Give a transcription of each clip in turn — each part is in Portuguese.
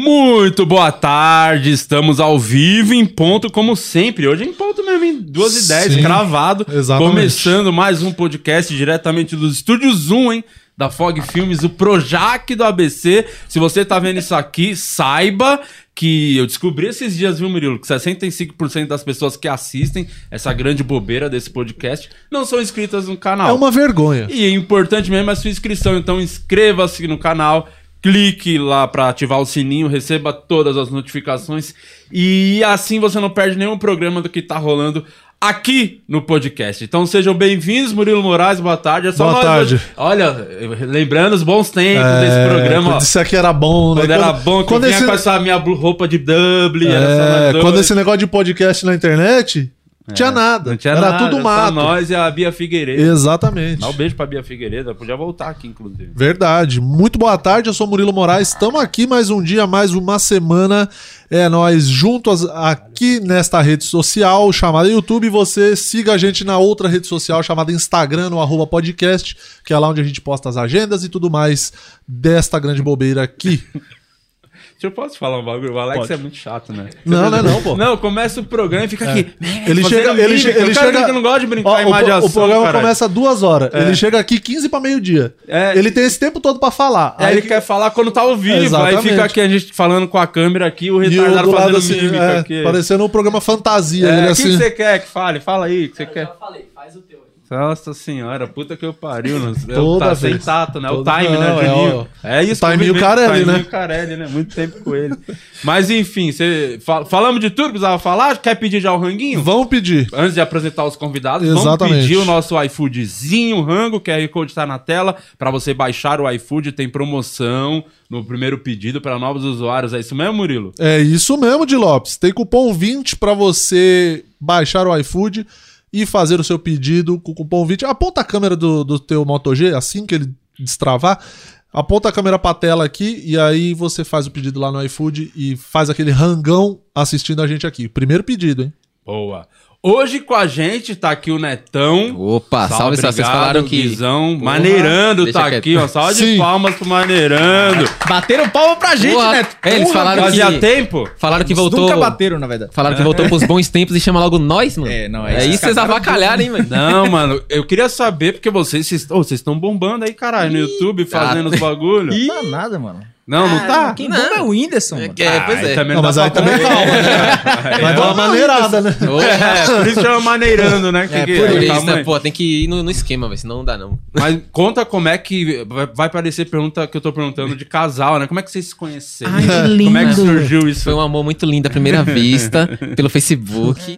Muito boa tarde, estamos ao vivo em ponto, como sempre. Hoje é em ponto mesmo, em 2 e 10 Sim, cravado. exatamente. Começando mais um podcast diretamente dos estúdios Zoom, hein? Da Fog Filmes, o Projac do ABC. Se você tá vendo isso aqui, saiba que eu descobri esses dias, viu, Murilo, que 65% das pessoas que assistem essa grande bobeira desse podcast não são inscritas no canal. É uma vergonha. E é importante mesmo a sua inscrição, então inscreva-se no canal, clique lá para ativar o sininho, receba todas as notificações e assim você não perde nenhum programa do que tá rolando aqui no podcast. Então sejam bem-vindos, Murilo Moraes, boa tarde. É só Boa nós tarde. hoje. Olha, lembrando os bons tempos desse programa, ó. É, Isso aqui era bom, né? Quando era bom, que quando vinha esse, com essa minha blu- roupa de Dublin, era só nós é, dois. quando esse negócio de podcast na internet, não tinha nada. Não tinha era nada, tudo só mato. nós e a Bia Figueiredo. Exatamente. Dá um beijo pra Bia Figueiredo, podia voltar aqui, inclusive. Verdade. Muito boa tarde, eu sou Murilo Moraes. Estamos aqui mais um dia, mais uma semana. É nós juntos aqui nesta rede social chamada YouTube. Você siga a gente na outra rede social chamada Instagram, no arroba podcast, que é lá onde a gente posta as agendas e tudo mais desta grande bobeira aqui. Deixa eu posso falar um bagulho? O Alex Pode. é muito chato, né? Não, não é não, pô. É. Não, começa o programa e fica aqui. Né, Ele fazendo chega, ele, mímica. chega- ele o cara chega. que não gosta de brincar Ó, em o, imagem pro- ação, o programa caralho. começa às duas horas. Ele chega aqui 15 pra meio-dia. É. Ele tem esse tempo todo pra falar. Aí ele quer falar quando tá ao vivo, aí Exatamente. fica aqui a gente falando com a câmera aqui, o e o retardado do lado fazendo assim, mímica é, aqui. parecendo um programa É, fantasia. o ele que assim, que você quer que fale? Fala aí, o que você Eu quer? já falei, faz o teu. aí. Nossa senhora, puta que eu pariu. Né? Toda tá vez. sem tato, né? O Toda- time, né, não, é Juninho? o- É, isso. o time e o convivendo com Carelli, time e né? o Carelli, né? Muito tempo com ele. Mas enfim, você... fa- falamos de tudo que precisava falar? Quer pedir já o ranguinho? Vão pedir. Antes de apresentar os convidados, vamos Exatamente. pedir o nosso iFoodzinho Rango, o QR Code está na tela, para você baixar o iFood, tem promoção no primeiro pedido para novos usuários. É isso mesmo, Murilo? É isso mesmo, de Lopes. Tem cupom 20 pra você baixar o iFood e fazer o seu pedido com o cupom 20. Aponta a câmera do, do teu Moto G, assim que ele destravar. Aponta a câmera pra tela aqui e aí você faz o pedido lá no iFood e faz aquele rangão assistindo a gente aqui. Primeiro pedido, hein? Boa. Hoje com a gente tá aqui o Netão. Opa, Ah, salve, salve. Vocês falaram que. Guizão. Porra, Maneirando deixa tá quieto. aqui, ó. Salve de Sim. palmas pro Maneirando. Bateram palma pra gente, Porra, né? é, eles falaram cara. que- Fazia tempo? Falaram que Eles voltou. Nunca bateram, na verdade. Falaram que voltou pros bons tempos e chama logo nós, mano. É, não, é é. isso. isso vocês avacalharam, hein, mano. Não, mano, eu queria saber, porque vocês vocês- ô, vocês estão bombando aí, caralho, no YouTube, fazendo os bagulho. Não tá nada, mano. Não, não tá? Quem tá. Não. bomba é o Whindersson, mano. É, pois Ah, Aí é. também Não, dá mas pra aí também comparar. calma. Vai dar é uma maneirada, né? É, por isso chama maneirando, né? Que É, que Por o isso, né? tamanho. Pô, tem que ir no, no esquema, velho, senão não dá, não. Mas conta como é que. vai- Vai parecer pergunta que eu tô perguntando de casal, né? Como é que vocês se conheceram? Ai, que Como é que lindo. surgiu isso? Foi um amor muito lindo à primeira vista, pelo Facebook.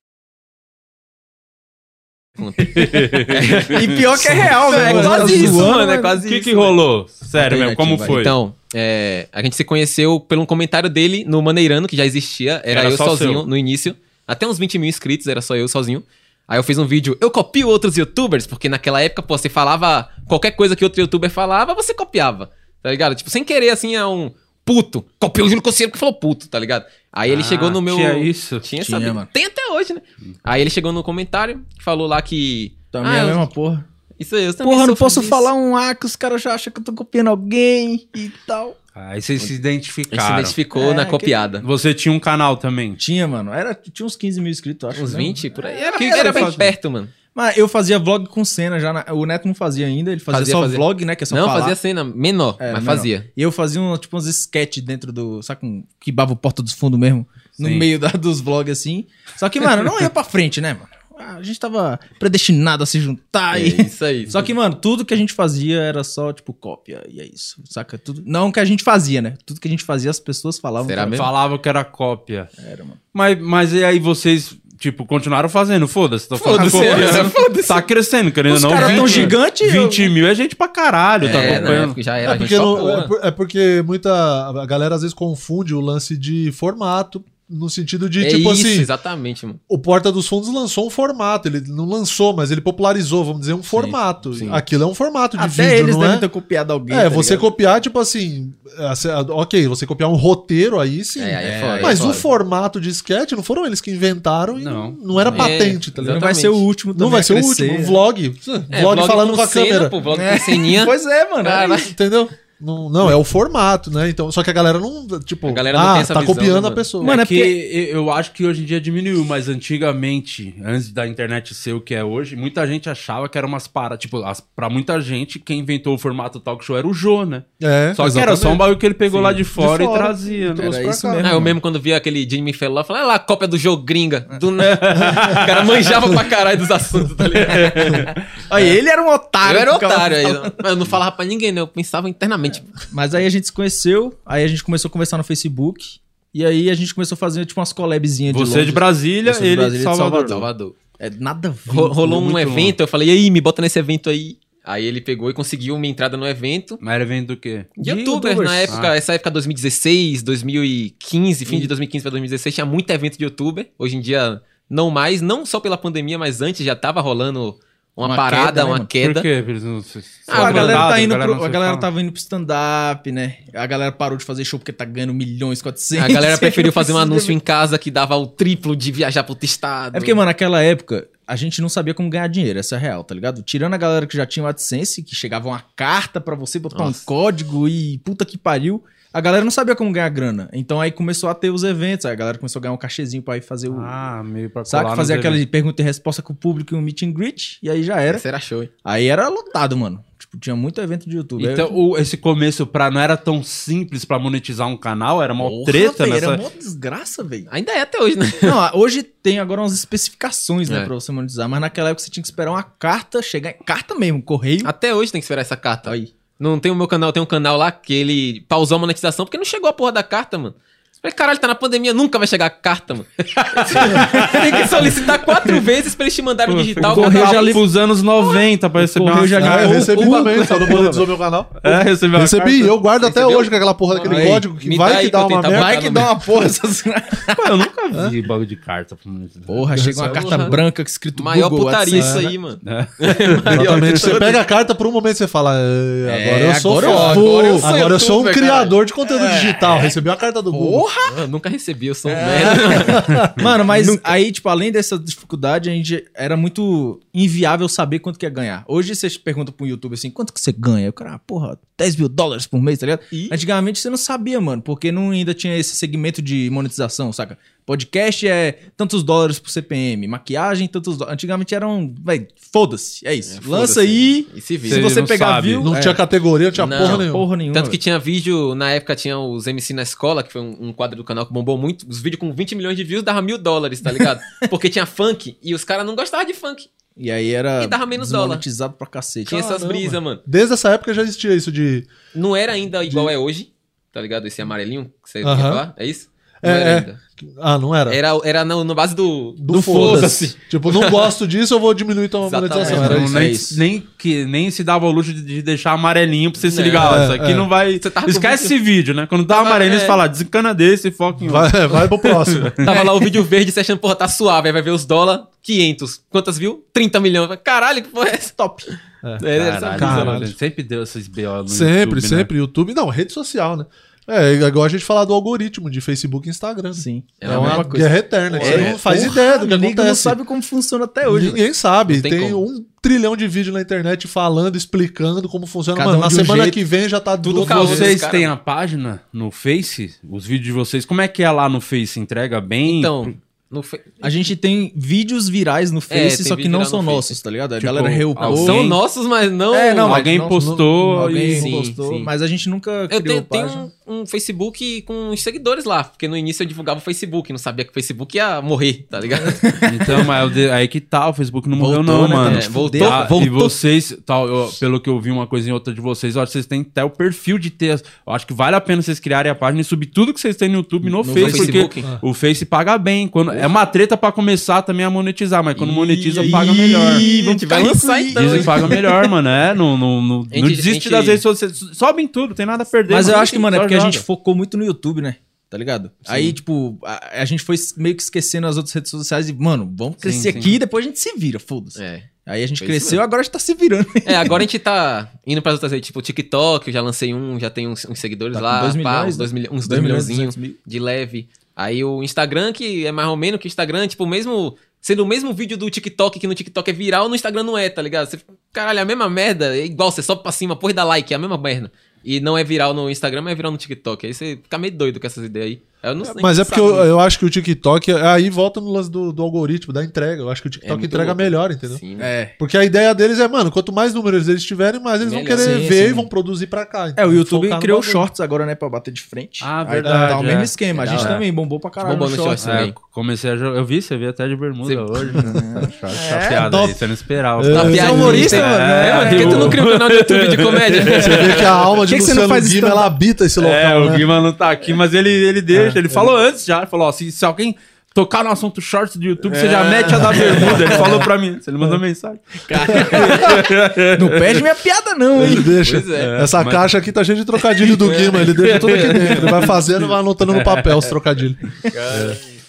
E pior que é real, velho. É mano. quase isso, Zoando, mano. É né? quase O que, isso. que rolou? Sério mesmo, como Vai. foi? Então, é, a gente se conheceu pelo um comentário dele no Maneirano, que já existia. Era, Era eu só sozinho seu. no início. Até uns 20 mil inscritos, era só eu sozinho. Aí eu fiz um vídeo, eu copio outros youtubers, porque naquela época, pô, você falava qualquer coisa que outro youtuber falava, você copiava. Tá ligado? Tipo, sem querer, assim, é um puto. Copiou o Júlio Cossiero que falou puto, tá ligado? Aí ele Ah, chegou no meu. Tinha isso. Tinha, Tinha, essa... mano. Tem até hoje, né? Aí ele chegou no comentário, falou lá que. Também é Ah, a mesma porra. Isso aí, eu também Porra, não sofro posso disso. falar um A que os caras já acham que eu tô copiando alguém e tal. Aí vocês se A gente se identificaram. identificou É, na que- copiada. Você tinha um canal também. Tinha, mano. Era, tinha uns 15 mil inscritos, acho. Uns né? 20, por aí. Era, Era, que era era bem fácil. perto, mano. Mas eu fazia vlog com cena já. na- O Neto não fazia ainda. Ele fazia, Fazia, só fazia. vlog, né? Que é só não, falar. fazia cena menor, É, mas menor. fazia. E eu fazia, um, tipo, uns sketch dentro do... Sabe com... Que bava o Porta dos Fundos mesmo? No Sim. meio da- dos vlogs, assim. Só que, mano, não ia pra frente, né, mano? Ah, A gente tava predestinado a se juntar É e... isso aí. Só que, mano, tudo que a gente fazia era só, tipo, cópia. E é isso, saca? Tudo... Não que a gente fazia, né? Tudo que a gente fazia, as pessoas falavam. Será que mesmo? Falava que era cópia. Era, mano. Mas, mas e aí vocês, tipo, continuaram fazendo? Foda-se, tô falando Foda-se, copiando. Tá crescendo, querendo Os ou não. caras tão 20 gigante, eu- 20 mil é gente pra caralho, tá é, na acompanhando. época já É era. a gente porque, só não- pô, é por- é porque muita a galera às vezes confunde o lance de formato no sentido de é tipo isso, assim, exatamente, mano. o Porta dos Fundos lançou um formato, ele não lançou, mas ele popularizou, vamos dizer, um formato. sim. Aquilo é um formato de Até vídeo, eles não devem é? ter copiado alguém. é, tá você ligado? copiar tipo assim, assim, OK, você copiar um roteiro aí sim. É, aí é, É, foda. mas é o foda. formato de sketch não foram eles que inventaram e Não. não, era É, patente, tá ligado? Não vai ser o último também Não vai a ser o crescer, último, um né? vlog, É, vlog falando com com a cena, câmera, Pô, vlog É. com ceninha. Pois é, mano. era Caralho. isso. entendeu? Não, não, é o formato, né? Então, só que a galera não, tipo, A galera não ah, tem essa tá visão, copiando né, a mano? pessoa. é Mano, é que eu acho que hoje em dia diminuiu, mas antigamente, antes da internet ser o que é hoje, muita gente achava que era umas paradas. Tipo, as, pra muita gente, quem inventou o formato talk show era o Jô, né? é, Só que era só um exatamente. bagulho que ele pegou lá de fora, fora. e trazia, né? Trouxe Era pra isso cá. mesmo. Ah, eu mesmo quando vi aquele Jimmy Fallon lá, eu falei, ah lá, cópia do jogo gringa. Do nada. o cara manjava pra caralho dos assuntos, tá ligado? Ah, Aí ele era um otário. É. eu era ficava otário aí. falando. Mas eu não falava pra ninguém, né? Eu pensava internamente. Mas aí a gente se conheceu, aí a gente começou a conversar no Facebook. E aí a gente começou a fazer tipo umas collabzinhas de Você é de Londres. Brasília, Eu sou de ele de Brasília, de Salvador. Salvador. É, nada a ver. Ro- rolou um muito evento, eu falei, e aí, me bota nesse evento aí. Aí ele pegou e conseguiu uma entrada no evento. Mas era vem do quê? De Youtuber, youtubers. Hum. na época, Ah. essa época 2016, 2015, fim de 2015 pra 2016, tinha muito evento de youtuber. Hoje em dia, não mais, não só pela pandemia, mas antes já tava rolando uma, Uma parada, queda, né, uma mano? Por queda. quê? Eles não se- se Ah, a galera mandaram, tá indo não pro, se a galera fala. tava indo pro stand-up, né? A galera parou de fazer show porque tá ganhando milhões, 400. A galera preferiu fazer um Precisa- anúncio em casa que dava o triplo de viajar pro outro estado. É porque, mano, naquela época, a gente não sabia como ganhar dinheiro, essa é a real, tá ligado? Tirando a galera que já tinha o AdSense, que chegava uma carta pra você botar um Nossa. código e puta que pariu, a galera não sabia como ganhar grana. Então aí começou a ter os eventos, aí a galera começou a ganhar um cachezinho pra ir fazer o. Ah, meio pra colar Saca? nos Fazer aquela eventos. de pergunta e resposta com o público e um meet and greet, e aí já era. Esse era show, hein? Aí era lotado, mano. Tipo, tinha muito evento de YouTube. Aí- Então, o- esse começo pra, não era tão simples pra monetizar um canal, era mó Porra, treta velho, nessa. Era mó desgraça, velho. Ainda é até hoje, né? Não, ah, hoje tem agora umas especificações, né, É. pra você monetizar, mas naquela época você tinha que esperar uma carta chegar, carta mesmo, correio. Até hoje tem que esperar essa carta. Aí. Não tem o meu canal, tem um canal lá que ele pausou a monetização porque não chegou a porra da carta, mano. Falei, caralho, tá na pandemia, nunca vai chegar a carta, mano. tem que solicitar quatro vezes pra eles te mandarem o digital. Tipo, o correio cada- já li... os anos 90 pra receber correio uma- já- Ah, eu O- recebi o- também, só não monetizou meu canal. É, recebeu Tá, uma Recebi, carta. eu guardo até Recebeu? hoje com aquela porra daquele Aí, código que me dá vai aí que que eu dá uma tento merda. né? abrir. Vai que dá uma porra essas. Pô, eu nunca vi bagulho de carta pra monetizar. Porra, chega uma Essa é carta uma- branca que escrito Maior Google, putaria WhatsApp. isso aí, mano. É. Maior Exatamente. de Você todas. pega a carta por um momento e você fala, "É, agora eu É, sou agora eu- foda. agora eu sou Agora eu sou um youtuber, criador de conteúdo digital. Recebeu a carta do Google. Porra! Eu nunca recebi, eu sou um merda. Mano, mas aí, tipo, além dessa dificuldade, a gente era muito inviável saber quanto que ia ganhar. Hoje você pergunta pra um youtuber assim, quanto que você ganha? O cara, ah, porra, 10 mil dólares por mês, tá ligado? Ih. Antigamente você não sabia, mano, porque não ainda tinha esse segmento de monetização, saca? Podcast é tantos dólares por CPM, maquiagem, tantos dólares. Antigamente era um. Véi, foda-se, é isso. É, Lança foda-se. aí. E se Se Sim. vira. você não pegar sabe. view. Não é, tinha categoria, não tinha Não. porra nenhuma. porra nenhuma. Tanto que tinha vídeo, na época tinha os MC na escola, que foi um, um quadro do canal que bombou muito. Os vídeos com 20 milhões de views dava mil dólares, tá ligado? Porque tinha funk e os caras não gostavam de funk. E aí era. E dava menos dólar. monetizado pra cacete. Tinha essas Caramba. brisas, mano. Desde essa época já existia isso de. Não era ainda igual é hoje, tá ligado? Esse amarelinho que você quer Aham. falar, é isso? Não É, era é. ainda. Ah, não era? Era, era na, na base É, do, Do, do foda-se. foda-se. tipo, não gosto disso, eu vou diminuir então a Exatamente. monetização. Era Não, isso, nem, é isso. nem que, nem se dava o luxo de, de deixar amarelinho pra você se É, ligar. ó, é, isso aqui é. não vai. Você tava com Esquece muito- esse vídeo, né? Quando dá Tava- amarelinho, é. você fala, desencana desse e foca em outro. Vai, vai pro próximo. Tava lá o vídeo verde, você achando, porra, tá suave. Aí vai ver os dólar, 500. Quantas viu? 30 milhões. Caralho, que porra é essa? Top. É, era essa Caralho, brisa, caralho. mano. mano, Sempre deu esses BO no sempre, YouTube, né? sempre. YouTube, não, rede social, né? É, igual a gente falar do algoritmo de Facebook e Instagram. Sim. É, É uma, uma mesma coisa. guerra eterna. que É, você não faz Porra, ideia do que amigo, não acontece. sabe como funciona até hoje. Ninguém sabe. Não Tem, tem como. um trilhão de vídeos na internet falando, explicando como funciona. Cada Mano, um na de um semana jeito. que vem já tá Tudo tudo caô. Vocês Os cara- têm a página no Face? Os vídeos de vocês, como é que é lá no Face? Entrega bem? Então, no fe- A gente tem vídeos virais no É, Face, tem só que vídeo não viral são no Face. nossos, tá ligado? A Tipo, galera reupou. alguém- São nossos, mas não... É, não, mas alguém não- postou alguém e... Sim, postou, sim. mas a gente nunca Eu criou tenho, tenho página. um, um Facebook com os seguidores lá, porque no início eu divulgava o Facebook, não sabia que o Facebook ia morrer, tá ligado? Então, mas eu de- aí que tal, o Facebook não morreu Voltou, não, né, mano. cara? É, Voltou, Ah, voltou. E vocês, tal, eu- pelo que eu vi uma coisa em outra de vocês, eu acho que vocês têm até o perfil de ter. as- Eu acho que vale a pena vocês criarem a página e subir tudo que vocês têm no YouTube no, No Face, Facebook. porque o Face paga bem. Quando, é uma treta pra começar também a monetizar, mas quando Ih, monetiza, ih, paga melhor. Ih, vamos ficar Vamos lançar cair. então, Dizem hein? que paga melhor, mano. É, não, não, não, gente- não desiste gente- das redes sociais. Sobem tudo, tem nada a perder. Mas eu mano. acho que, mano, é Só porque a joga. gente focou muito no YouTube, né? Tá ligado? Aí, tipo, a, a gente foi meio que esquecendo as outras redes sociais e, mano, vamos crescer sim. aqui e depois a gente se vira, foda-se. É. Aí a gente Foi isso cresceu, mesmo. agora a gente tá se virando. É, agora a gente tá indo pras outras redes, tipo TikTok, eu já lancei um, já tem uns, uns seguidores Tá com lá, dois pá, milhões, uns né? dois milho- uns Dois dois milhões e milhãozinhos 200 mil. de leve. Aí o Instagram, que é mais ou menos que o Instagram, tipo, mesmo sendo o mesmo vídeo do TikTok, que no TikTok é viral, no Instagram não é, tá ligado? Você, fica, caralho, é a mesma merda, é igual, você sobe pra cima, porra, e dá like, é a mesma merda. E não é viral no Instagram, mas é viral no TikTok. Aí você fica meio doido com essas ideias aí. Aí Eu não sei Mas nem é porque eu, sabe. eu acho que o TikTok. Aí volta no lance do, do algoritmo, da entrega. Eu acho que o É TikTok muito entrega louco. melhor, entendeu? Sim, né? É. Porque a ideia deles é, mano, quanto mais números eles tiverem, mais eles Melhor. vão querer Sim, ver sim. e vão produzir pra cá. É, entendeu? o YouTube Focar no criou bagulho. shorts agora, né, pra bater de frente. Ah, Aí tá- verdade, Tá o é. mesmo esquema. A gente É. também bombou pra caralho Bombou no no shorts. shorts. também. É, comecei a jogar. Eu vi, você veio até de bermuda Você- hoje. É, né? Chapeada top. aí, você não esperava. É. Tá Você é piadista, humorista, hein? mano? É. É, É, mano, por que tu não eu- cria um canal no YouTube de comédia? Você vê que a alma de que que você não Luciano faz Guima, stand-up? ela habita esse local. É, o né? Guima não tá aqui, mas ele, ele deixa. É. ele falou antes já. Ele falou, ó, se, se alguém tocar no assunto shorts do YouTube, você já mete a da bermuda. Ele falou pra mim. Você ele É. mandou mensagem. Não perde minha piada, não, hein? Ele deixa. Pois é. Essa Mas- caixa aqui tá cheia de trocadilho do Guima. Ele deixa tudo aqui dentro. Ele vai fazendo e vai anotando no papel os trocadilhos.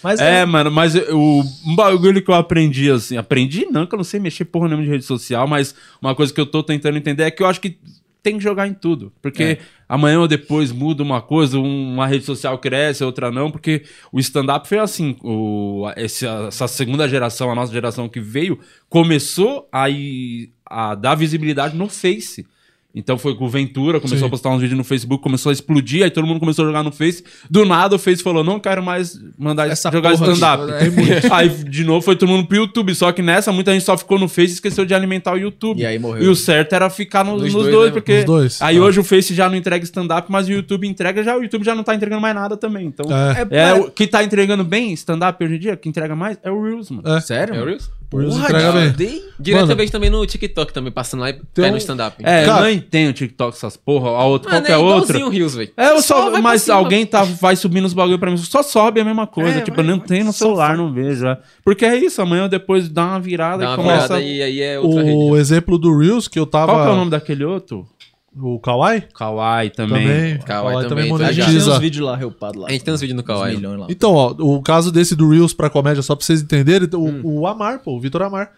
Mas É, mano, mas eu- o um bagulho que eu aprendi, assim, aprendi não, que eu não sei mexer porra nenhuma de rede social, mas uma coisa que eu tô tentando entender é que eu acho que tem que jogar em tudo. Porque amanhã ou depois muda uma coisa, um- uma rede social cresce, outra não, porque o stand-up foi assim. O, a- esse- a- essa segunda geração, a nossa geração que veio, começou a, ir- a dar visibilidade no Face. Então foi com o Ventura, começou Sim. a postar uns vídeos no Facebook, começou a explodir, aí todo mundo começou a jogar no Face. Do nada o Face falou: não quero mais mandar Essa jogar porra stand-up. aqui, né? Aí, de novo, foi todo mundo pro YouTube. Só que nessa, muita gente só ficou no Face e esqueceu de alimentar o YouTube. E aí morreu. É E o certo era ficar no- Nos nos, dois, dois, né? porque. Nos dois. Aí Ah. hoje o Face já não entrega stand-up, mas o YouTube entrega já. O YouTube já não tá entregando mais nada também. Então. É. é, É, o que tá entregando bem stand-up hoje em dia, que entrega mais, é o Reels, mano. É. Sério? É o mano? Reels? Por isso Porra, entrega bem. dei- Direto Mano. eu vejo também no TikTok também, passando lá e Tem cai um- no stand-up. É, Cara- eu não entendo TikTok, essas porra, a outra, Mano, é qualquer outra. igualzinho o Reels, velho. É, eu só, vai pra mas cima. alguém tá, vai subindo os bagulho pra mim, só sobe a mesma coisa. tipo, eu não tenho no celular, não vejo. é. Porque é isso, amanhã ou depois dá uma virada Dá uma e começa. virada e aí é outra rede. O exemplo do Reels que eu tava. Qual que é o nome daquele outro? O Kawaii? Kawaii também. Também. Kawaii Kawaii também também, tá A gente tem monetiza. uns vídeos lá, reupado lá. A gente tem uns vídeos no Uns Kawaii. milhões lá. Então, ó, o caso desse do Reels pra comédia, só pra vocês entenderem, o, o Amar, pô, o Vitor Amar.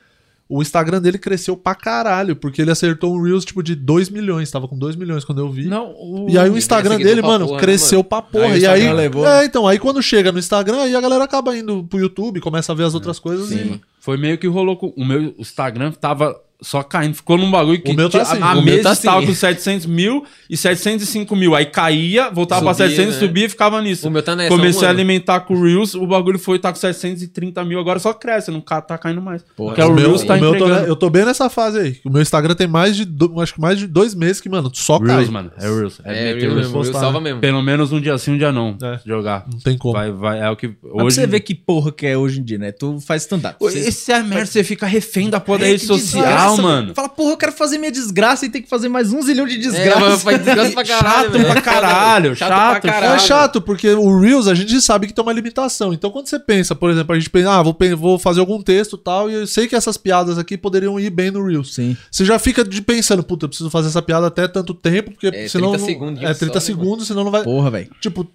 O Instagram dele cresceu pra caralho, porque ele acertou um Reels tipo de 2 milhões, tava com 2 milhões quando eu vi. Não, o... E aí o E Instagram seguidor dele, pra mano, porra, né, cresceu pra porra. Aí o e aí. Instagram levou. É, então, aí quando chega no Instagram, aí a galera acaba indo pro YouTube, começa a ver as É, outras coisas e. Foi meio que rolou com... O meu Instagram tava só caindo. Ficou num bagulho que O meu tá tinha- assim. a O meu mesa tá tava assim. com 700 mil e 705 mil. Aí caía, voltava pra Subia, 700, né? subia e ficava nisso. O meu tá nessa, Comecei um a ano. alimentar com o Reels, o bagulho foi, tá com 730 mil, agora só cresce, não ca- tá caindo mais. Porque é o o meu, Reels tá o meu tô, entregando. eu tô bem nessa fase aí. O meu Instagram tem mais de. do- acho que mais de dois meses que, mano, só cai. Reels, mano, é Reels. É, meter o Reels, mesmo, o Reels postar, salva né? mesmo. Pelo menos um dia sim, um dia não. É. Jogar. Não tem como. Vai, vai, é o que... Mas pra hoje- você vê que porra que é hoje em dia, né? Tu faz stand-up. Pô, Você- Esse é a merda, você fica refém da porra da É, rede que social, desgraça, mano. Fala, porra, eu quero fazer minha desgraça e tem que fazer mais um zilhão de É, mas desgraça. faz desgraça pra caralho, Chato velho. pra caralho, chato. É chato, porque o Reels a gente sabe que tem uma limitação. Então, quando você pensa, por exemplo, a gente pensa, ah, vou, pe- vou fazer algum texto e tal, e eu sei que essas piadas aqui poderiam ir bem no Reels. Sim. Você já fica de pensando, puta, eu preciso fazer essa piada até tanto tempo, porque É, senão. 30 não- segundinhos É 30 só, né, mano? segundos, senão não vai. Porra, velho. Tipo,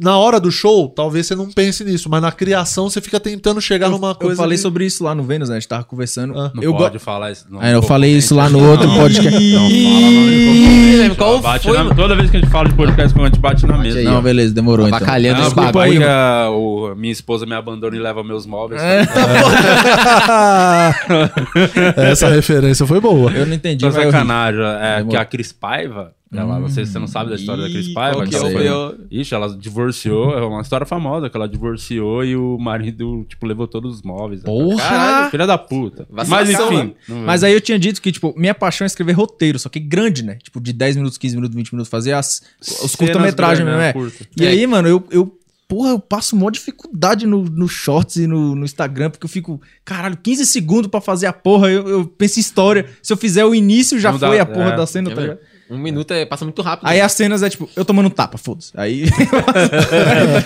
na hora do show, talvez você não pense nisso, mas na criação você fica tentando chegar numa Eu coisa. falei que- sobre isso lá no Vênus, né? A gente tava conversando. Ah. Não eu go- pode falar isso. Não, Ah, eu pô, falei gente, isso lá no não. outro podcast. Não fala não, Guilherme, qual Ó, bate foi, na- mano? Toda vez que a gente fala de podcast, quando a gente bate na mesa. Não, beleza, demorou então. Ah, Avacalhando esse desculpa aí, bagulho. mano. a, o, minha esposa me abandona e leva meus móveis. Essa referência foi boa. Eu não entendi, Tô mas eu ri. sacanagem. É, Demorou. que a Cris Paiva, ela, não sei se você não sabe da história da Cris Ih, Paiva. qual Que que ela é o foi- pior? Ixi, ela divorciou, Uhum. é uma história famosa, que ela divorciou e o marido, tipo, levou todos os móveis. Porra! Caralho, filha da puta. Mas Vacilação, enfim. não- Mas aí eu tinha dito que, tipo, minha paixão é escrever roteiro, só que grande, né? Tipo, de 10 minutos, 15 minutos, 20 minutos, fazer as, os Cenas curta-metragens grandes, mesmo, né? é. Curta. E É. aí, mano, eu, eu, porra, eu passo maior dificuldade no, no shorts e no, no Instagram, porque eu fico, caralho, 15 segundos pra fazer a porra, eu, eu penso em história. Se eu fizer o início, já Não dá- foi a porra é. da cena, É tá mesmo. ligado? Um minuto é, passa muito rápido. Aí as cenas é tipo, eu tomando um tapa, foda-se. Aí.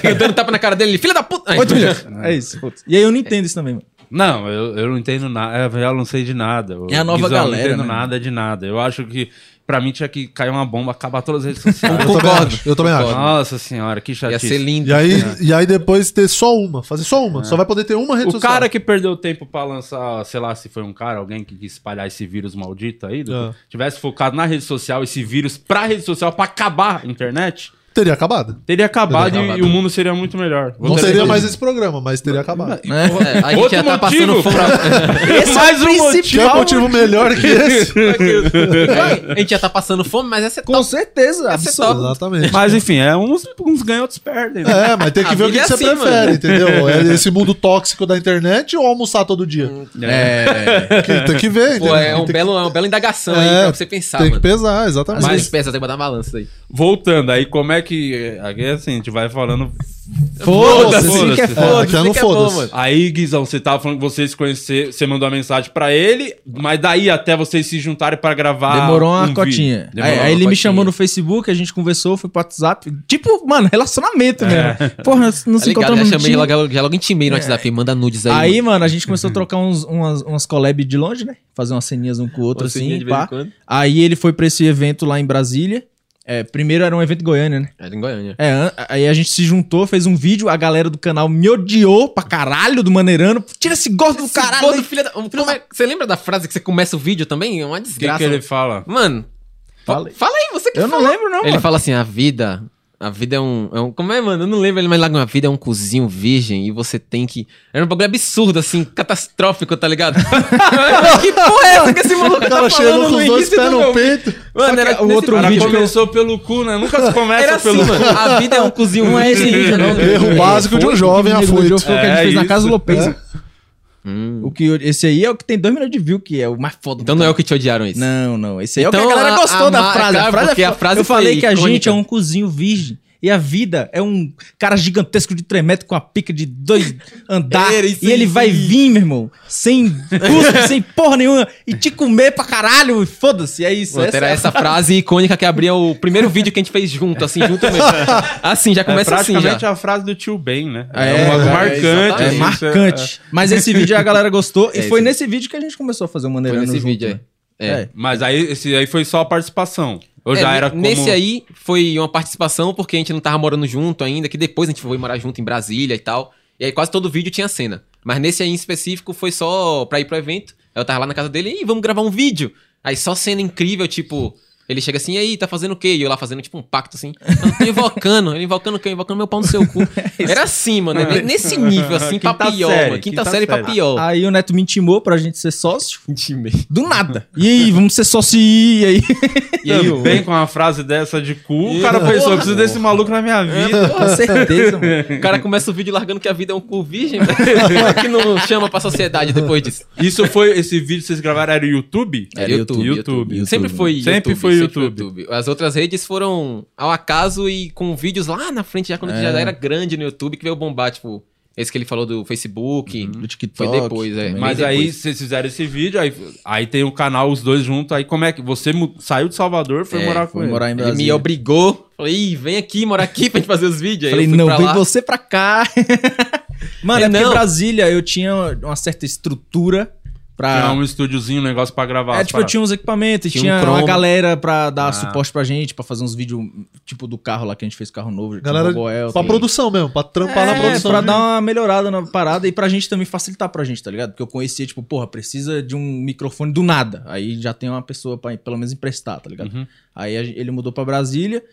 eu dando tapa na cara dele, filha da puta! Aí, 8 milhões. É isso, foda-se. E aí eu não entendo isso também, mano. Não, eu, eu não entendo nada. Eu não sei de nada. É a nova Guizão, Eu galera, não entendo né? nada de nada. Eu acho que pra mim tinha que cair uma bomba, acabar todas as redes sociais. Eu também acho. Eu também acho. Nossa senhora, que Ia chatice. ser lindo. E aí, e aí depois ter só uma, fazer só uma. Só vai poder ter uma rede O social. cara que perdeu tempo pra lançar, sei lá, se foi um cara, alguém que quis espalhar esse vírus maldito aí, do- Ah. É. tivesse focado na rede social, esse vírus pra rede social, pra acabar a internet, Teria acabado. Teria acabado, Teria acabado. e, e o mundo seria muito melhor. Não Outra- teria mais esse programa, mas teria acabado. É, a gente Outro já tá motivo. passando fome. é Esse mais um motivo. Quer é motivo melhor que esse? é a gente já tá passando fome, mas essa é Com certeza, absoluto. Exatamente. Mas enfim, é uns, uns ganham, outros perdem. né? É, mas tem que A ver o que, vida você é assim, prefere, mano. entendeu? É esse mundo tóxico da internet ou almoçar todo dia? É, Que- tem que ver, pô, é, um tem, belo, é uma bela indagação aí É, pra você pensar, tem que mano. pesar, exatamente. Às Mas, vezes pesa, tem que botar na balança aí. Voltando, aí como é que. Aqui assim, a gente vai falando. foda-se. Foda-se. É, aqui é no que é bom, foda-se. mano. Aí, Guizão, você tava falando que vocês se conhecer, você mandou uma mensagem pra ele, mas daí até vocês se juntarem pra gravar. Demorou uma um cotinha. vídeo. aí Demorou. aí ele me cotinha. chamou no Facebook, a gente conversou, foi pro WhatsApp. Tipo, mano, relacionamento mesmo. Porra, nós não Tá ligado? Já se encontramos no chamei, Tinder. logo, já logo intimei no WhatsApp, manda nudes aí. Aí, mano, a gente começou a trocar uns, umas, umas collab de longe, né? Fazer umas ceninhas um com o outro, assim, pá. Aí ele foi pra esse evento lá em Brasília. É, primeiro era um evento em Goiânia, né? Era em Goiânia. É, an- aí a gente se juntou, fez um vídeo, a galera do canal me odiou pra caralho do Maneirano. Tira esse gosto do caralho! Caralho, filho da... o filho da- Você lembra da frase que você começa o vídeo também? É uma O que, desgraça. que ele fala? Mano, Fala aí. fala aí, você que Eu não fala. lembro, não, Ele mano. fala assim, a vida... A vida é um, é um- Como é, mano? Eu não lembro ele, mas lá a vida é um cozinho virgem e você tem que. Era um bagulho absurdo, assim, catastrófico, tá ligado? que porra é essa que esse maluco O tá cara falando chegou com os no dois início pés do no meu- peito. Mano, era o nesse outro Cara, vídeo que eu- começou pelo cu, né? Nunca se começa Era assim, pelo mano. A vida é um cozinho Não é esse vídeo, não. Erro básico de um jovem É, Foi, foi o afoito. que a gente É fez na isso. casa do Lopez. É. O que, esse aí é o que tem dois milhões de view, que é o mais foda. do Hum. Então não é o que te odiaram isso. Não, não. Esse aí é o Então, que a galera a- gostou a da ma- frase. claro, a frase, é porque a foda. frase Eu falei foi que a gente icônica. é um cozinho virgem. E a vida é um cara gigantesco de 3 metros com a pica de dois Era andares. isso e ele aí. vai vir, meu irmão, sem custo, sem porra nenhuma, e te comer pra caralho. e Foda-se, é isso. Pô, essa era é a- essa frase icônica que abria o primeiro vídeo que a gente fez junto, assim, junto mesmo. Assim, já É começa assim já. praticamente a frase do tio Ben, né? É, uma é, marcante. assim, É Isso, marcante. Mas esse vídeo a galera gostou. É e isso foi aí. nesse vídeo que a gente começou a fazer o Foi Maneirano nesse junto, vídeo aí. né? É. É. Mas aí, esse aí foi só a participação. Eu É, já ne- era como... Nesse aí foi uma participação porque a gente não tava morando junto ainda, que depois a gente foi morar junto em Brasília e tal. E aí quase todo vídeo tinha cena. Mas nesse aí em específico foi só pra ir pro evento. Aí eu tava lá na casa dele e vamos gravar um vídeo. Aí só cena incrível, tipo, ele chega assim, e aí, tá fazendo o quê? E eu lá fazendo tipo um pacto assim. Eu tô invocando, ele invocando o quê? Invocando meu pau no seu cu. Era assim, mano. é bem Nesse nível, assim, Quinta pra pior, série, mano. Quinta, quinta série pra série. Ah. pior. Aí o Neto me intimou pra gente ser sócio. Do nada. E aí, vamos ser sócio e aí? E aí, eu- Também com uma frase dessa de cu, o cara pensou, eu preciso desse maluco na minha vida. Com certeza, mano. O cara começa o vídeo largando que a vida é um cu virgem, velho. que não chama pra sociedade depois disso. Isso foi, esse vídeo que vocês gravaram era o É, YouTube? Era YouTube, YouTube. É, YouTube. Sempre foi YouTube. Sempre foi YouTube. As outras redes foram ao acaso e com vídeos lá na frente, já quando É. já era grande no YouTube, que veio bombar, tipo, esse que ele falou do Facebook. Do Foi TikTok. depois, é. Mas Bem aí depois. vocês fizeram esse vídeo, aí, aí tem o canal, os dois juntos, aí como é que você mu- saiu de Salvador foi É, morar com Foi ele? morar em Ele me Brasília. obrigou. Falei, "Ih, vem aqui morar aqui pra gente fazer os vídeos. Aí Falei, eu fui não, pra vem lá. você pra cá. mano, Ele, é porque em não. Brasília eu tinha uma certa estrutura pra... Tinha um estúdiozinho, um negócio pra gravar. É, as tipo, eu paradas. tinha uns equipamentos, Tinha um Ah. tinha, uma croma. galera pra dar suporte pra gente, pra fazer uns vídeos, tipo, do carro lá que a gente fez carro novo. tinha Galera, um Goel, pra tem- É produção mesmo, pra trampar na É, produção. pra de- dar uma melhorada na parada e pra gente também facilitar pra gente, tá ligado? Porque eu conhecia, tipo, porra, precisa de um microfone do nada. Aí já tem uma pessoa pra pelo menos emprestar, tá Uhum. um- ligado? Uhum. Aí a gen- ele mudou pra Brasília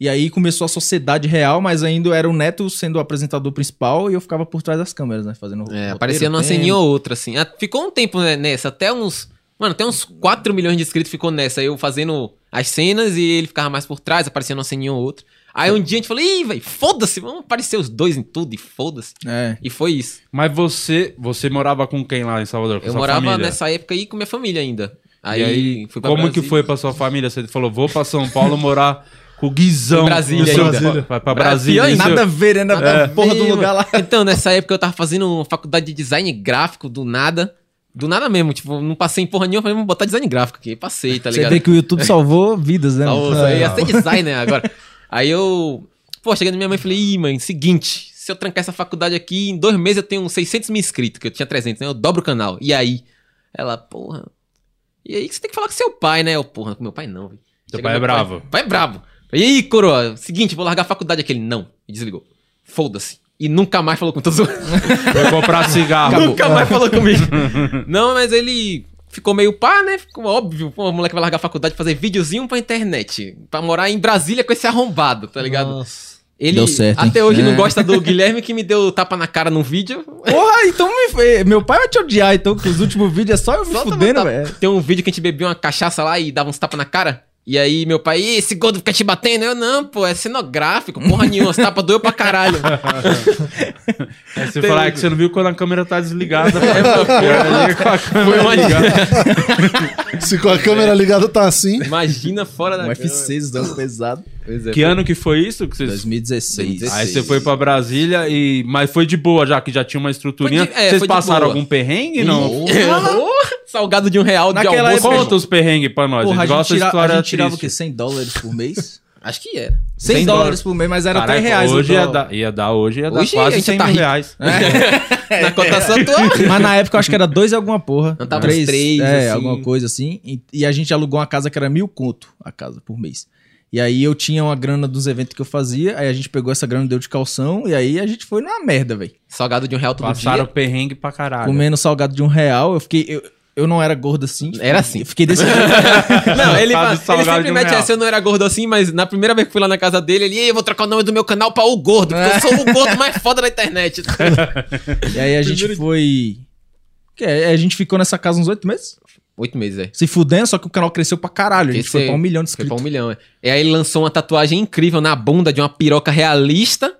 e aí começou a sociedade real, mas ainda era o Neto sendo o apresentador principal e eu ficava por trás das câmeras, né? Fazendo É, aparecia numa ceninha senhor. ou outra, assim. Ah, Ficou um tempo né, nessa, até uns. Mano, até uns 4 milhões de inscritos ficou nessa. Eu fazendo as cenas e ele ficava mais por trás, aparecia numa ceninha ou outra. Aí um dia a gente falou, ih, velho, foda-se, vamos aparecer os dois em tudo e foda-se. É. E foi isso. Mas você, você morava com quem lá em Salvador? Com eu sua morava família? nessa época aí com minha família ainda. Aí, E aí, fui pra como Brasília. que foi pra sua família? Você falou, vou pra São Paulo morar com o Guizão. Em Brasília no seu- ainda. Vai pra Brasília. Pior no seu- Nada a ver, né? Na Nada a porra ver, do lugar mano. lá. Então, nessa época eu tava fazendo faculdade de design gráfico do nada. Do nada mesmo, tipo, não passei em porra nenhuma, falei, vamos botar design gráfico aqui. Passei, tá ligado? Você vê que o YouTube salvou vidas, né? mano? Salvo, isso Tá aí ia ser designer agora. Aí eu, pô, cheguei na minha mãe e falei, ih, mãe, seguinte, se eu trancar essa faculdade aqui, em dois meses eu tenho uns 600 mil inscritos, que eu tinha 300, né? Eu dobro o canal. E aí? Ela, porra. E aí que você tem que falar com seu pai, né? Eu, porra, com meu pai não, velho. Teu Chega pai é meu bravo. Pai, pai é bravo. E aí, coroa, seguinte, vou largar a faculdade aqui. Ele, não. E desligou. Foda-se. E nunca mais falou com todos os Foi comprar cigarro. Nunca mais falou comigo. Não, mas ele. ficou meio pá, né? Ficou óbvio, pô, o moleque vai largar a faculdade fazer videozinho pra internet. Pra morar em Brasília com esse arrombado, tá ligado? Nossa. Ele Deu certo, hein? até hoje É. não gosta do Guilherme que me deu tapa na cara num vídeo. Porra, então me- meu pai vai te odiar, então, que os últimos vídeos é só eu me Só tava fudendo, tapa- velho. Tem um vídeo que a gente bebia uma cachaça lá e dava uns tapas na cara. E aí meu pai, "Ih, esse gordo fica te batendo? Eu, não, pô, é cenográfico, porra nenhuma, os tapas doeu pra caralho. Aí você fala, ah, que você não viu quando a câmera tá desligada. É, com a câmera Foi uma- ligada. Se com a câmera ligada tá assim. Imagina fora da Um F6 dando pesado. Pois é, Que ano que foi isso? Que vocês... 2016. Aí você foi pra Brasília e. Mas foi de boa já, que já tinha uma estruturinha. Foi de- é, Vocês foi de passaram boa. algum perrengue? Não. Salgado de um real de Naquela almoço. Conta os perrengues pra nós. a Porra, a gente gente, gosta de tira, história a gente tirava o triste. quê? 100 dólares por mês? Acho que era. 100, 100 dólares por mês, mas era Caraca, 3 reais. então. o Hoje ia dólar. dar, ia dar, hoje ia dar Hoje a quase gente 100 tá mil rico. reais. Na cotação atual. Mas na época eu acho que era 2 alguma porra. Não, tava uns três, três, É, assim. alguma coisa assim. E, e a gente alugou uma casa que era mil conto a casa por mês. E aí eu tinha uma grana dos eventos que eu fazia, aí a gente pegou essa grana, deu de calção, e aí a gente foi numa merda, velho. Salgado de um real todo Passaram perrengue pra caralho. Comendo salgado de um real, eu fiquei... Eu, eu não era gordo assim. dia. Era assim. Eu fiquei desse jeito. Não, ele, Sabe, salgado ele de sempre um mete real. essa, eu não era gordo assim, mas na primeira vez que fui lá na casa dele, ele, "Ei, eu vou trocar o nome do meu canal pra O Gordo, porque eu sou o gordo mais foda da internet. E aí a gente foi... Que é, a gente ficou nessa casa uns oito meses, Oito meses, é. se fudendo, só que o canal cresceu pra caralho. A gente Esse foi aí pra um milhão de Foi pra inscritos. um milhão, é. E aí ele lançou uma tatuagem incrível na bunda de uma piroca realista.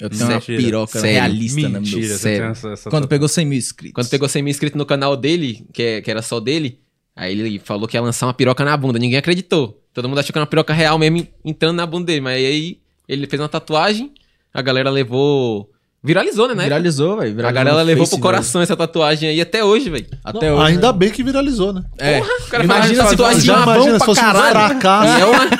Eu tenho uma Mentira. é é piroca Sério. realista, né, meu? Mentira, você sério. tem essa, essa Quando pegou 100 mil inscritos. Quando pegou 100 mil inscritos no canal dele, que, é- que era só dele, aí ele falou que ia lançar uma piroca na bunda. Ninguém acreditou. Todo mundo achou que era uma piroca real mesmo entrando na bunda dele. Mas aí ele fez uma tatuagem, a galera levou. Viralizou, né? na época? Viralizou, velho. A viralizou galera no levou Face, pro coração essa tatuagem aí até É, hoje, velho. velho. Até hoje. Ainda bem que viralizou, né? É. O cara Imagina fala, se "Tatuagem fosse- de já uma imagina mão se pra fosse um caralho." fracasso. E É uma,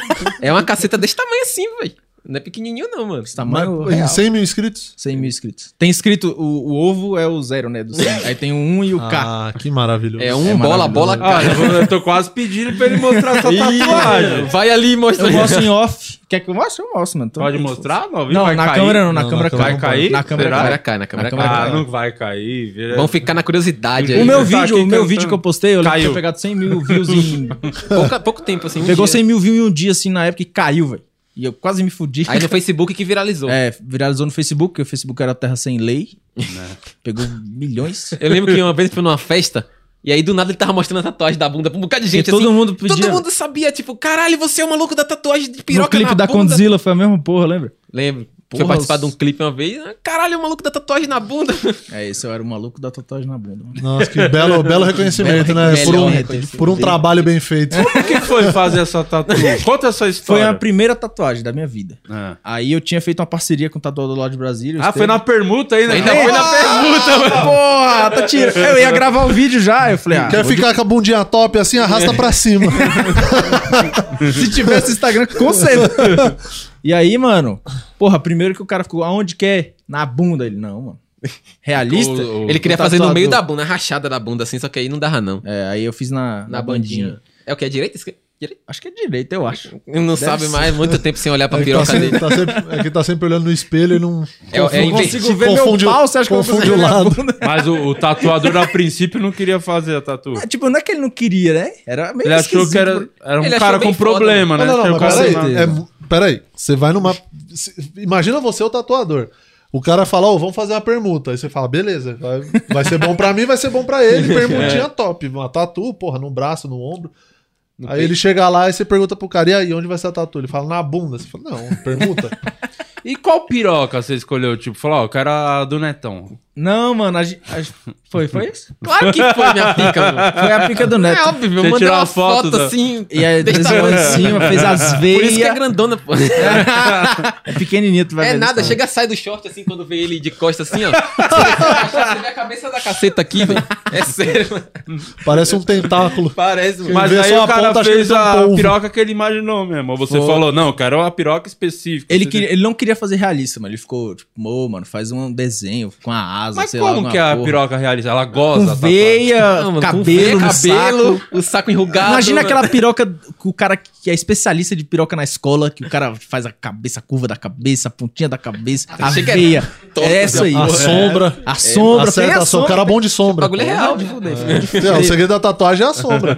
é uma caceta desse tamanho assim, velho. Não é pequenininho não, mano. Esse tamanho Mas, em real. 100 mil inscritos? 100 mil inscritos. Tem escrito, o, o ovo é o zero, né? do 100. Aí tem o 1 e o K. Ah, que maravilhoso. É um bola, bola, Ah, cara. eu, vou- eu tô quase pedindo pra ele mostrar essa tatuagem. Vai ali e mostra. é Eu mostro em off. Quer que eu mostre? Eu mostro, mano. Então, Pode eu- mostrar? Não, Não, na câmera não, na Não, câmera na cai. câmera não pode. Na Vai cair? câmera Será? Câmera cai. cai, na câmera Na cai. câmera Ah, cai. não vai cair. vira- Vamos ficar na curiosidade aí. O meu Tá vídeo, aqui o meu cantando. vídeo que eu postei, eu lembro que Caiu. tinha pegado 100 mil views em... Pouca- pouco tempo, assim. um Pegou dia. 100 mil views em um dia, assim, na época, e caiu, velho. E eu quase me fudi. Aí no Facebook que viralizou. É, viralizou no Facebook, porque o Facebook era terra sem lei. Pegou milhões. Eu lembro que uma vez eu fui numa festa, e aí do nada ele tava mostrando a tatuagem da bunda pra um bocado de gente, e todo assim. mundo pedia. Todo mundo sabia, tipo, caralho, você é o maluco da tatuagem de no piroca clipe na da bunda. Condzilla foi a mesma porra, lembra? Lembro. Porra, Foi participar os- de um clipe uma vez, ah, caralho, o maluco da tatuagem na bunda. É, esse eu era o maluco da tatuagem na bunda. mano. Nossa, que belo, belo reconhecimento, né? Melhor Por um, reconhecimento. por um trabalho bem feito. O que foi fazer essa tatuagem? Conta essa Foi história. a primeira tatuagem da minha vida. Ah, Aí eu tinha feito uma parceria com o tatuador lá de Brasília. o Ah, foi Estevam. na permuta ainda. Ah! Ainda Ei, foi na pergunta, mano. Porra, tá tirando. Eu ia gravar o vídeo já. Eu falei, ah, Quer vou- ficar com a bundinha top assim, arrasta pra cima. se tivesse Instagram, com certeza. E aí, mano, porra, primeiro que o cara ficou, aonde quer? Na bunda. Ele, não, mano. Realista? O- o- Ele queria O fazer no meio da tatuador. bunda, na rachada da bunda, assim, só que aí não dava, não. É, aí eu fiz na, Na bandinha. É o que? É direita? Esquerda? Direita? Acho que é direito, eu acho. Não sabe ser. mais, muito tempo sem olhar pra É que, tá piroca dele. sempre, tá sempre- é que tá sempre olhando no espelho e não. É, é Eu invertido. consigo ver Confunde o- meu pau, você acha que eu vou confunde conseguir o ver minha lado. bunda? Mas o, o tatuador, a princípio, não queria fazer a tatu. Ah, Tipo, não é que ele não queria, né? Era meio Ele achou esquisito, que era, mano. era um Ele achou cara bem com foda, problema, né? Não, não, Achou não, que mas era um peraí. cara- É, mu- peraí, você vai numa. se- Imagina você, o tatuador. O cara fala, ô, vamos fazer uma permuta. Aí você fala, beleza, vai, vai ser bom pra mim, vai ser bom pra ele. Permutinha top. Uma tatu, porra, no braço, no ombro. aí ele chega lá e você pergunta pro cara, e aí, onde vai ser a tatu? Ele fala, na bunda. Você fala, não, permuta. E qual piroca você escolheu? Tipo, falou, ó, eu quero a do Netão. Não, mano, a gente- a- foi, foi isso? Claro que foi, minha pica, mano. Foi a pica do Neto. É óbvio, Você eu mandei tirou a uma foto foto, da- assim. E aí, desse desenhou tamanho. em cima, fez as veias. Por isso que é grandona, pô. É pequenininho, tu vai É ver. nada, isso, chega, sai do short assim quando vê ele de costa assim, ó. Você vê a cabeça da caceta aqui, velho. É sério, mano. Parece um tentáculo. Parece, mano. Mas vê aí só o a cara ponta, acho que fez ele tem um a polvo. piroca que ele imaginou mesmo. Ou você Foi. falou, não, eu quero uma piroca específica. Ele, Você- queria- ele não queria queria fazer realista, mano. Ele ficou, tipo, ô, mano, faz um desenho com a asa, Mas sei lá. como é alguma que é a porra. piroca realiza? Ela Com goza. tá, tá? veia, Não, mano, com cabelo, veia, no cabelo, saco. o saco enrugado. Imagina mano. aquela piroca, que o cara que é especialista de piroca na escola, que o cara faz a cabeça, a curva da cabeça, a pontinha da cabeça, a Achei que era veia. torta, É essa aí. A sombra. A sombra, tem Acerta a sombra. O cara é bom de O sombra. bagulho é real, de fuder. É, o segredo da tatuagem é a sombra.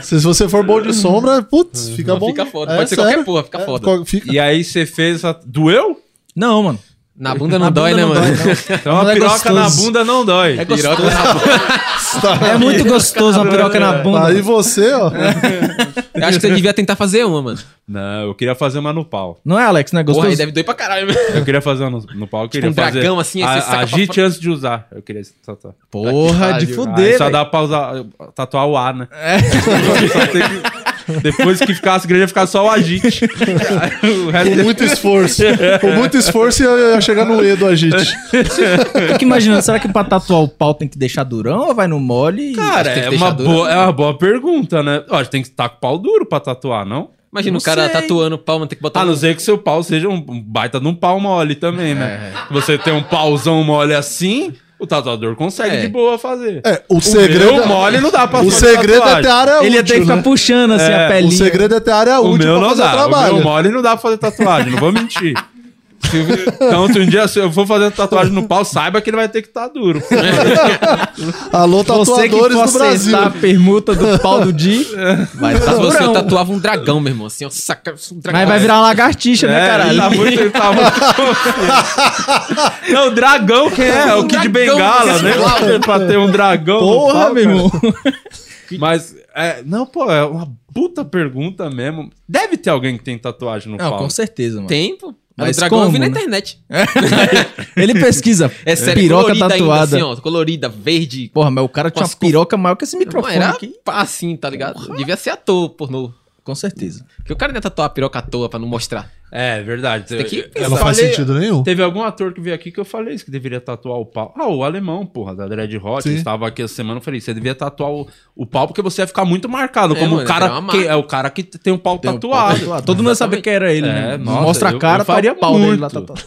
se você for bom de sombra, putz, fica bom. Uhum. Fica foda. É, Pode ser qualquer porra, fica É, foda. qual- fica- E aí você fez essa. Doeu? Não, mano. Na bunda não Na dói, bunda né, não mano? dói, Então a Mas é piroca na gostoso. bunda não dói. É Piroca gostoso. Tá. É muito gostoso uma piroca na bunda. Aí você, ó. É. Eu acho que você devia tentar fazer uma, mano. Não, eu queria fazer uma no pau. Não é, Alex? Não é Porra, aí gostoso? deve doer pra caralho, mesmo. Eu queria fazer uma no, no pau. Eu queria um fazer. dragão, assim, aí a, você saca pra agite fora. antes de usar. Eu queria tatuar. Porra, de Aí aí fuder. só velho. dá pra usar, tatuar o A, né? Só tem que- depois que ficasse grande, ia ficar só o agite. Aí o resto é- Com muito esforço. Com muito esforço ia, ia chegar no E do Agite. Eu fico imaginando, será que pra tatuar o pau tem que deixar durão ou vai no mole? e- Cara, Acho que tem é que uma, deixar duro. boa, é uma boa pergunta, né? Ó, a gente tem que estar com o pau duro pra tatuar, não? Imagina Não o cara sei. Ah, tatuando o pau, mano, tem que botar. A um- não ser que seu pau seja um um baita de um pau mole também, né? Você tem um pauzão mole assim, o tatuador consegue É. de boa fazer. É, o Segredo segredo. mole não dá pra O fazer segredo é tatuagem. ter área útil. Ele ia ter que ficar né? puxando assim É, a o O pelinha. segredo é ter área O útil meu pra não fazer dá. O trabalho. meu mole não dá pra fazer tatuagem, não vou mentir. Se- Então, se um dia se eu for fazer tatuagem no pau, saiba que ele vai ter que estar duro. É, né? Alô, Você que for é tatuadores do Brasil. É. acertar a permuta do pau do Di, vai tá Se fosse eu durão. tatuava um dragão, meu irmão. Assim, ó, saca. Um dragão. Mas vai virar uma lagartixa, né, É, caralho? ele tá muito, ele tá muito- Não, o dragão que é, é o Kid Dragão, Bengala, né? pra ter um dragão. no Porra, pau, meu cara. irmão. Mas, é, não, pô, é uma puta pergunta mesmo. Deve ter alguém que tem tatuagem no Não, pau. com certeza, mano. Tempo. Mas Mas o dragão eu vi como, na né? internet. Ele pesquisa É sério, piroca colorida ainda, tatuada. assim, ó, colorida, verde. Porra, mas o cara tinha Com as uma piroca maior que esse Não, microfone era aqui. pá, assim, tá ligado? Devia ser ator, pornô. Com certeza. Porque o cara não ia tatuar a piroca à toa pra não mostrar. É, verdade. É Tem que Eu- eu pensar. Não faz falei- sentido nenhum. Teve algum ator que veio aqui que eu falei isso, que deveria tatuar o pau. Ah, o alemão, porra, da Dread Hot. Sim. Eu estava aqui essa semana, eu falei, você devia tatuar o, o pau porque você ia ficar muito marcado. É, como mano, o é cara uma que, marca. é o cara que tem o pau Tem um pau tatuado. tatuado. Todo mundo ia saber que era ele, É, né? nossa, Mostra eu- a cara, eu faria tá o pau dele lá muito. tatuado.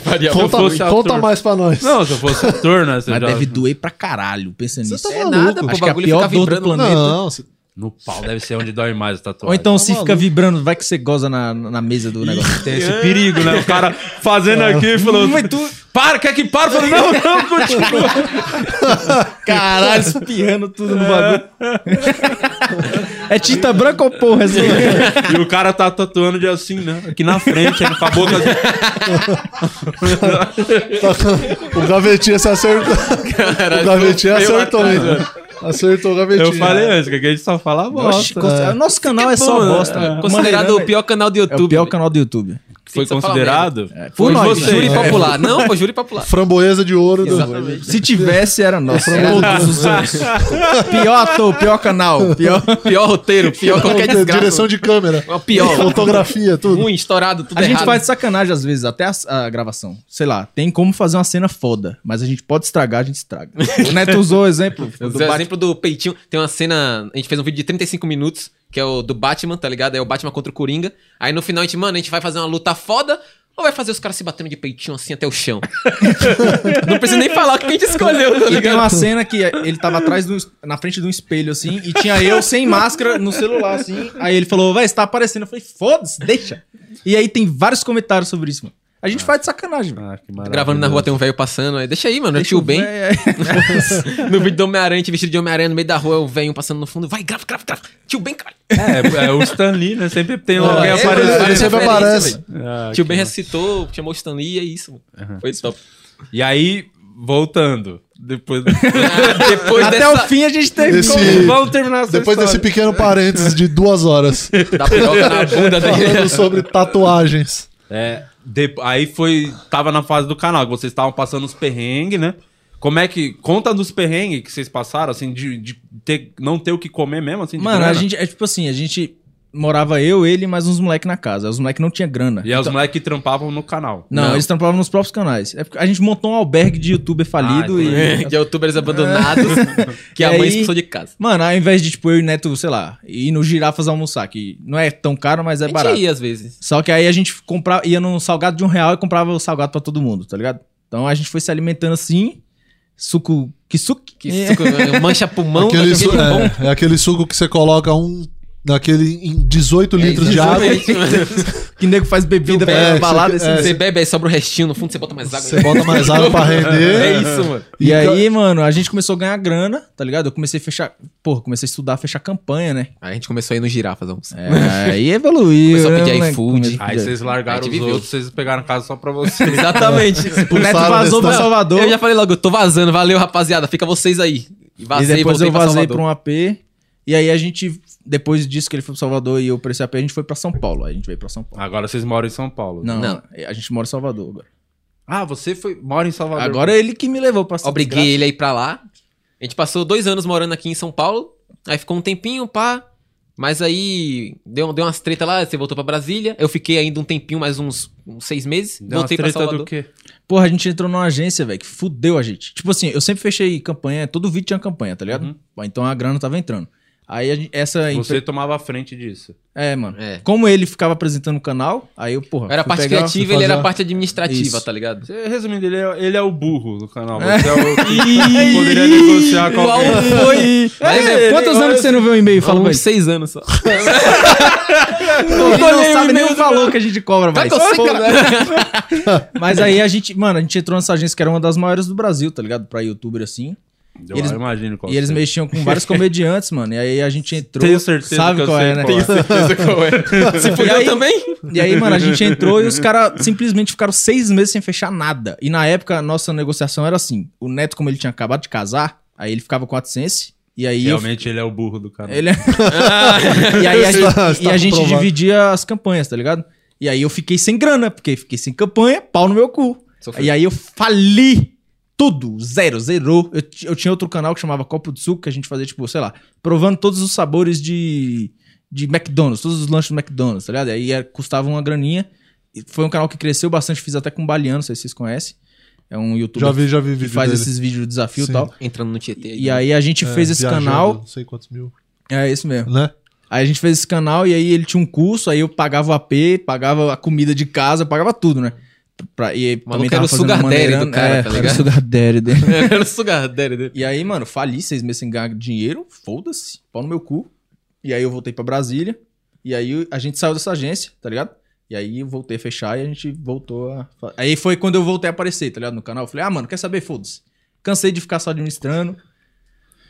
Faria Conta, fosse conta ator. mais pra nós. Não, se eu fosse ator, né? você Mas já- deve doer pra caralho, pensa Você nisso. tá É maluco. nada, pô, Acho o que é a bagulho pior fica dor do vibrando. planeta. Não, se- No pau deve ser onde dói mais a tatuagem. Ou então, Tá se fica maluco. vibrando, vai que você goza na, na mesa do negócio. Tem esse perigo, né? O cara fazendo aqui e falou. Para, quer que para? Eu falei, não, não, continua. Caralho, espirrando tudo no bagulho. É tinta branca ou porra? Assim? E o cara tá tatuando de assim, né? Aqui na frente, aí com a boca. assim. o gavetinha se acertou. o gavetinha acertou, hein? Acertou o gavetinha. Eu falei antes, que aqui a gente só fala bosta. Nossa, cons- o nosso canal é só bom, bosta. né? Considerado Maneirão, o pior canal do É o YouTube. pior canal do YouTube. Foi Só fala considerado? Por Foi nós, você. Júri É. popular. Não, foi júri popular. Framboesa de ouro. do- Se tivesse, era nosso. Era Era todos os anos. Pior ator, pior canal. Pior... Pior roteiro, pior qualquer desgraça. Direção de câmera. É o pior. Fotografia, tudo. Ruim, estourado, tudo A gente errado. faz de sacanagem às vezes, até a, a gravação. Sei lá, tem como fazer uma cena foda, mas a gente pode estragar, a gente estraga. O Neto usou o exemplo Eu do dei o Batman. exemplo do peitinho. Tem uma cena. A gente fez um vídeo de 35 minutos, que é o do Batman, tá ligado? É o Batman contra o Coringa. Aí no final a gente, mano, a gente vai fazer uma luta foda. Ou vai fazer os caras se batendo de peitinho assim até o chão? não precisa nem falar o que a gente escolheu, tá E tem ligado? uma cena que ele tava atrás do, na frente de um espelho, assim, e tinha eu sem máscara no celular, assim. Aí ele falou, vai, você tá aparecendo. Eu falei, foda-se, deixa. E aí tem vários comentários sobre isso, mano. A gente faz de sacanagem, mano. Ah, que maravilha. Gravando na rua tem um velho passando. Aí, deixa aí, mano. é Deixa tio o Ben. véi- No vídeo do Homem-Aranha, a gente vestido de Homem-Aranha no meio da rua, o velho passando no fundo. Vai, grava, grava, grava. Tio Ben, caralho. É, é o Stan Lee, né? Sempre tem alguém é, Ele- aparecendo. Ele várias sempre referências, aparece. Ah, Tio que Ben maravilha. ressuscitou, chamou o Stan Lee e é isso, mano. Foi top. E aí, voltando. Depois. Depois Até dessa, o fim a gente teve. Esse- Vamos terminar essa Depois desse história. pequeno parênteses de duas horas da piroca na bunda dele. falando sobre tatuagens. É, de- aí foi. Tava na fase do canal, que vocês estavam passando os perrengues, né? Como é que. Conta dos perrengues que vocês passaram, assim, de, de ter, não ter o que comer mesmo, assim. de Mano, a grana. gente. É tipo assim, a gente morava eu, ele e mais uns moleques na casa. Os moleques não tinham grana. E é os moleques que trampavam no canal. Não, Não. eles trampavam nos próprios canais. É porque a gente montou um albergue de youtuber falido Ah, e. de youtubers abandonados que a E mãe aí- expulsou de casa. Mano, ao invés de, tipo, eu e o Neto, sei lá, ir no girafas almoçar, que não é tão caro, mas é A gente barato. ia às vezes. Só que aí a gente comprava, ia num salgado de um real e comprava o salgado pra todo mundo, tá ligado? Então a gente foi se alimentando assim. Suco. Que suco? É. Que suco, mancha pulmão, Aquele su- daquele pulmão. é, é aquele suco que você coloca um daquele em É 18 litros de água. Que nego faz bebida pra É, isso balada. aqui- assim. Você bebe, aí sobra o restinho, no fundo você bota mais água. Você bota mais água pra render. É isso, mano. E ca- aí, mano, a gente começou a ganhar grana, tá ligado? Eu comecei a fechar. Porra, comecei a estudar, fechar campanha, né? Aí a gente começou a ir no girafas, vamos. É, aí evoluiu. Começou a né, pedir moleque? iFood. Começou a Aí pedir- vocês largaram os Aí te viveu. outros, vocês pegaram a casa só pra vocês. Exatamente. O Neto Expulsaram vazou desse- pra Salvador. Eu já falei logo, eu tô vazando, valeu rapaziada, fica vocês aí. E E vazei, depois voltei eu pra vazei Salvador. pra um AP. E aí a gente, depois disso que ele foi pro Salvador e eu pra esse AP, a gente foi pra São Paulo. Aí a gente veio pra São Paulo. Agora vocês moram em São Paulo. Não, Não. a gente mora em Salvador agora. Ah, você foi, mora em Salvador. Agora é ele que me levou pra São Obriguei ele a ir pra lá. A gente passou dois anos morando aqui em São Paulo. Aí ficou um tempinho, pá. Mas aí deu, deu umas treta lá, você voltou pra Brasília. Eu fiquei ainda um tempinho, mais uns, uns seis meses. Deu voltei voltei pra treta Salvador. do quê? Porra, a gente entrou numa agência, velho, que fudeu a gente. Tipo assim, eu sempre fechei campanha, todo vídeo tinha campanha, tá ligado? Uhum. Então a grana tava entrando. Aí a gente- essa. Você empre- tomava a frente disso. É, mano. É. Como ele ficava apresentando o canal, aí eu, porra. Eu era a fui parte pegar- criativa fui ele era a fazer- parte administrativa, Isso. tá ligado? Você- Resumindo, ele é, ele é o burro do canal. Você é o que poderia negociar com Qual alguém. foi? Mas, É, é, quantos anos que você não vê o e-mail? Fala pra Falou ele. uns seis anos só. Ele olhei não o sabe nem e-mail o do Tá valor que a gente cobra, Vai mas. que eu sei, Mas aí a gente, mano, a gente entrou nessa agência que era uma das maiores do Brasil, tá ligado? Pra youtuber assim. Eu Eles- imagino qual E eles seja. mexiam com vários comediantes, mano. E aí a gente entrou. Tenho certeza sabe que eu qual sei é, né? qual é. certeza qual é. Se E fui eu aí- também? E aí, mano, a gente entrou e os caras simplesmente ficaram seis meses sem fechar nada. E na época, a nossa negociação era assim: o Neto, como ele tinha acabado de casar, aí ele ficava com a AdSense. E aí. eu- Realmente ele é o burro do canal. ele... e aí a gente, Está- e está a gente comprovado. dividia as campanhas, tá ligado? E aí eu fiquei sem grana, porque fiquei sem campanha, pau no meu cu. Sofri. E aí eu fali tudo, zero, zerou. Eu, ti- eu tinha outro canal que chamava Copo de Suco, que a gente fazia, tipo, sei lá, provando todos os sabores de, de McDonald's, todos os lanches do McDonald's, tá ligado? E aí era- custava uma graninha. E Foi um canal que cresceu bastante, fiz até com o Baleano, não sei se vocês conhecem. É um youtuber Já vi, já vi que vídeo faz dele. esses vídeos de desafio Sim. e tal. Entrando no Tietê. E aí a gente É, fez esse viajando, canal. Não sei quantos mil. É isso mesmo. Né? Aí a gente fez esse canal e aí ele tinha um curso, aí eu pagava o AP, pagava a comida de casa, pagava tudo, né? Pra, e maluco era o fazendo sugar daddy maneirando- do cara, é, tá era o ligado? sugar daddy dele. né? Era o sugar daddy dele. E aí, mano, fali seis meses sem ganhar dinheiro, foda-se, pau no meu cu. E aí eu voltei pra Brasília, e aí a gente saiu dessa agência, tá ligado? E aí eu voltei a fechar e a gente voltou a. fa- Aí foi quando eu voltei a aparecer, tá ligado? No canal. Eu falei, ah, mano, quer saber? Foda-se. Cansei de ficar só administrando.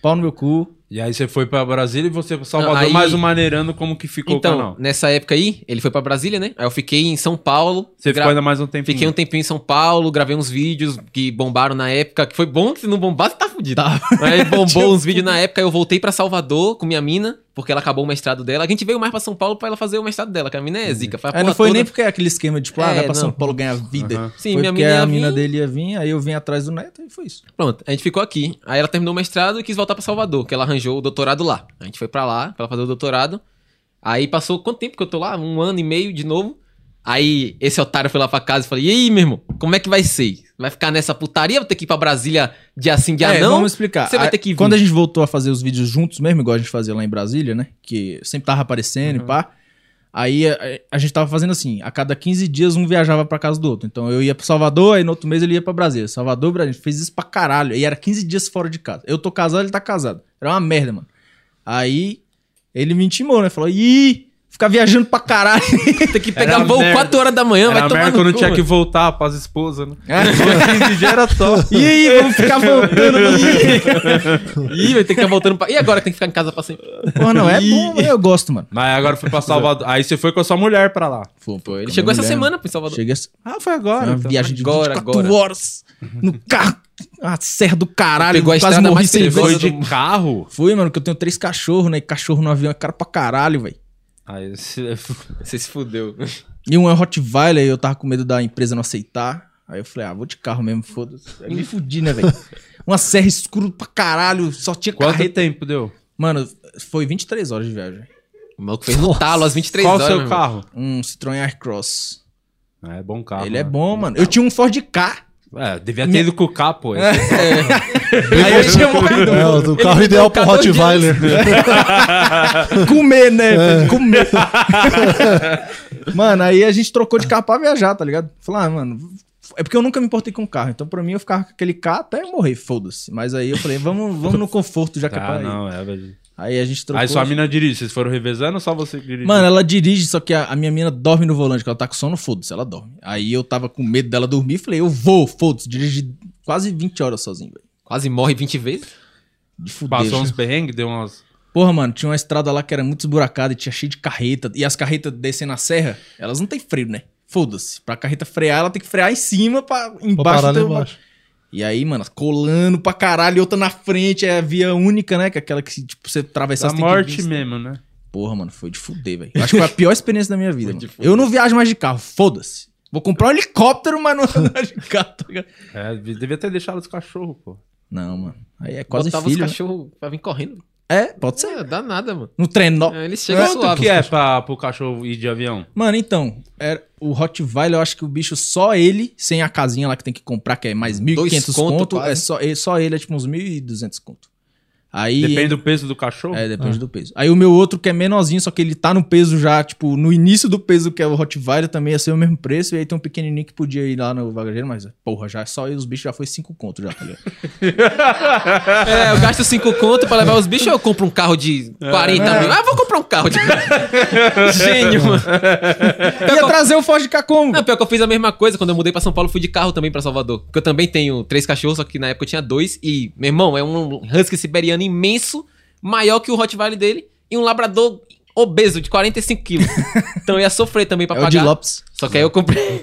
Pau no meu cu. E aí você foi pra Brasília e você pra Salvador, Não, aí- mais um maneirando como que ficou o Então, canal. nessa época aí, ele foi pra Brasília, né? Aí eu fiquei em São Paulo. Você gra- ficou ainda mais um tempinho. Fiquei um tempinho em São Paulo, gravei uns vídeos que bombaram na época, que foi bom que se não bombar, você tá fudido. Aí bombou uns vídeos na época, eu voltei pra Salvador com minha mina, porque ela acabou o mestrado dela. A gente veio mais pra São Paulo pra ela fazer o mestrado dela, que a mina é zica. faz a Aí não porra foi toda. nem porque é aquele esquema de, tipo, ah, É, vai pra não. São Paulo ganhar vida. Aham. Sim, foi minha porque mina ia a mina vir. dele ia vir, aí eu vim atrás do neto e foi isso. Pronto, a gente ficou aqui. Aí ela terminou o mestrado e quis voltar pra Salvador, que ela arranjou o doutorado lá. A gente foi pra lá pra ela fazer o doutorado. Aí passou quanto tempo que eu tô lá? Um ano e meio de novo. Aí esse otário foi lá pra casa e falei: E aí, meu irmão, como é que vai ser? Vai ficar nessa putaria? Vou ter que ir pra Brasília dia sim, dia é, não? vamos explicar. Você vai A- ter que vir. Quando a gente voltou a fazer os vídeos juntos mesmo, igual a gente fazia lá em Brasília, né? Que sempre tava aparecendo Uhum. e pá. Aí a, a gente tava fazendo assim, a cada 15 dias um viajava pra casa do outro. Então eu ia pro Salvador, aí no outro mês ele ia pra Brasília. Salvador, Brasília. A gente fez isso pra caralho. E era 15 dias fora de casa. Eu tô casado, ele tá casado. Era uma merda, mano. Aí ele me intimou, né? Falou, ih, ficar viajando pra caralho. Tem que Era pegar uma um voo merda. 4 horas da manhã, Era vai a tomar merda no quando cu, tinha que mano. voltar pras esposas, né? Era top. E aí, vamos ficar voltando. Ih, vai ter que ficar voltando pra... E agora que tem que ficar em casa pra sempre? Porra, não, é bom, eu gosto, mano. Mas agora foi pra Salvador. aí você foi com a sua mulher pra lá. Pô, Ele chegou essa semana pro Salvador. Chega essa... Ah, foi agora. uma então. viagem de agora, 24 agora. horas no carro. A serra do caralho. Pegou a quase estrada morri mais sem Você ver. foi perigosa de carro? Fui, mano, que eu tenho três cachorros, né? E cachorro no avião é caro pra caralho, velho. Aí você... Você se fudeu. E um é Rottweiler, eu tava com medo da empresa não aceitar. Aí eu falei, ah, vou de carro mesmo, foda-se. Aí Me fudi, né, velho? Uma serra escura pra caralho, só tinha Quanto carreta. tempo deu? Mano, foi 23 horas de viagem. O maluco fez no Ah, talo às 23 Qual o horas. seu meu irmão. carro? Um Citroën Aircross. É bom Ah, carro. Ele é bom, mano. Eu tinha um Ford K. É, devia ter ido com o K, pô. É, Esse Aí eu tinha morrido. É, o do carro ideal pro colocou dois né? Rottweiler. Comer, né? Comer. mano, aí a gente trocou de carro pra viajar, tá ligado? Falar, ah, mano. É porque eu nunca me importei com carro. Então, pra mim, eu ficava com aquele carro até eu morrer, foda-se. Mas aí eu falei, vamos, vamos no conforto, já que é Ah, pra ir. não, é verdade. Aí a gente trocou. Aí sua mina dirige, vocês foram revezando ou só você que dirigiu? Mano, ela dirige, só que a, a minha mina dorme no volante, que ela tá com sono, foda-se, ela dorme. Aí eu tava com medo dela dormir, falei, eu vou, foda-se, dirigi quase 20 horas sozinho, velho. Quase morre 20 vezes. De fuder. Passou um velho. uns perrengues, deu umas. Porra, mano, tinha uma estrada lá que era muito esburacada e tinha cheio de carreta. E as carretas descendo a serra, elas não tem freio, né? Foda-se. Pra carreta frear, ela tem que frear em cima, pra Vou embaixo. parar lá tem- embaixo. E aí, mano, colando pra caralho, outra na frente, é a via única, né? Que é aquela que, se, tipo, você atravessar... Da você tem que morte vir- mesmo, né? Porra, mano, foi de fuder, velho. Acho que foi a pior experiência da minha vida. mano. Eu não viajo mais de carro, foda-se. Vou comprar um helicóptero, mas não vou andar de carro, tá ligado? É, devia ter deixado os cachorros, pô. Não, mano. Aí é quase Botava filho. os né? cachorros pra vir correndo. É, pode ser. É, dá nada, mano. No trenó. É, eles chegam Quanto suaves. que é pra, pro cachorro ir de avião? Mano, então, era o Rottweiler, eu acho que o bicho, só ele, sem a casinha lá que tem que comprar, que é mais 1.500 conto, conto, é quase. só, ele- só ele é tipo uns 1.200 conto. Aí, Depende do peso do cachorro? É, Ah. depende do peso. Aí o meu outro, que é menorzinho, só que ele tá no peso já, tipo, no início do peso que é o Rottweiler, também ia ser o mesmo preço. E aí tem um pequenininho que podia ir lá no vagareiro, mas, porra, já só os bichos já foi 5 conto já, tá ligado? É, eu gasto 5 conto pra levar os bichos ou eu compro um carro de 40 mil? Ah, vou comprar um carro de. Gênio, mano. ia trazer o Ford K como? É, Não, pior que eu fiz a mesma coisa. Quando eu mudei pra São Paulo, fui de carro também pra Salvador. Porque eu também tenho três cachorros, só que na época eu tinha dois. E, meu irmão, é um husky siberiano imenso, maior que o Rottweiler dele. E um labrador obeso, de 45 quilos. então eu ia sofrer também pra É o de pagar. Lopes. Só que aí eu comprei.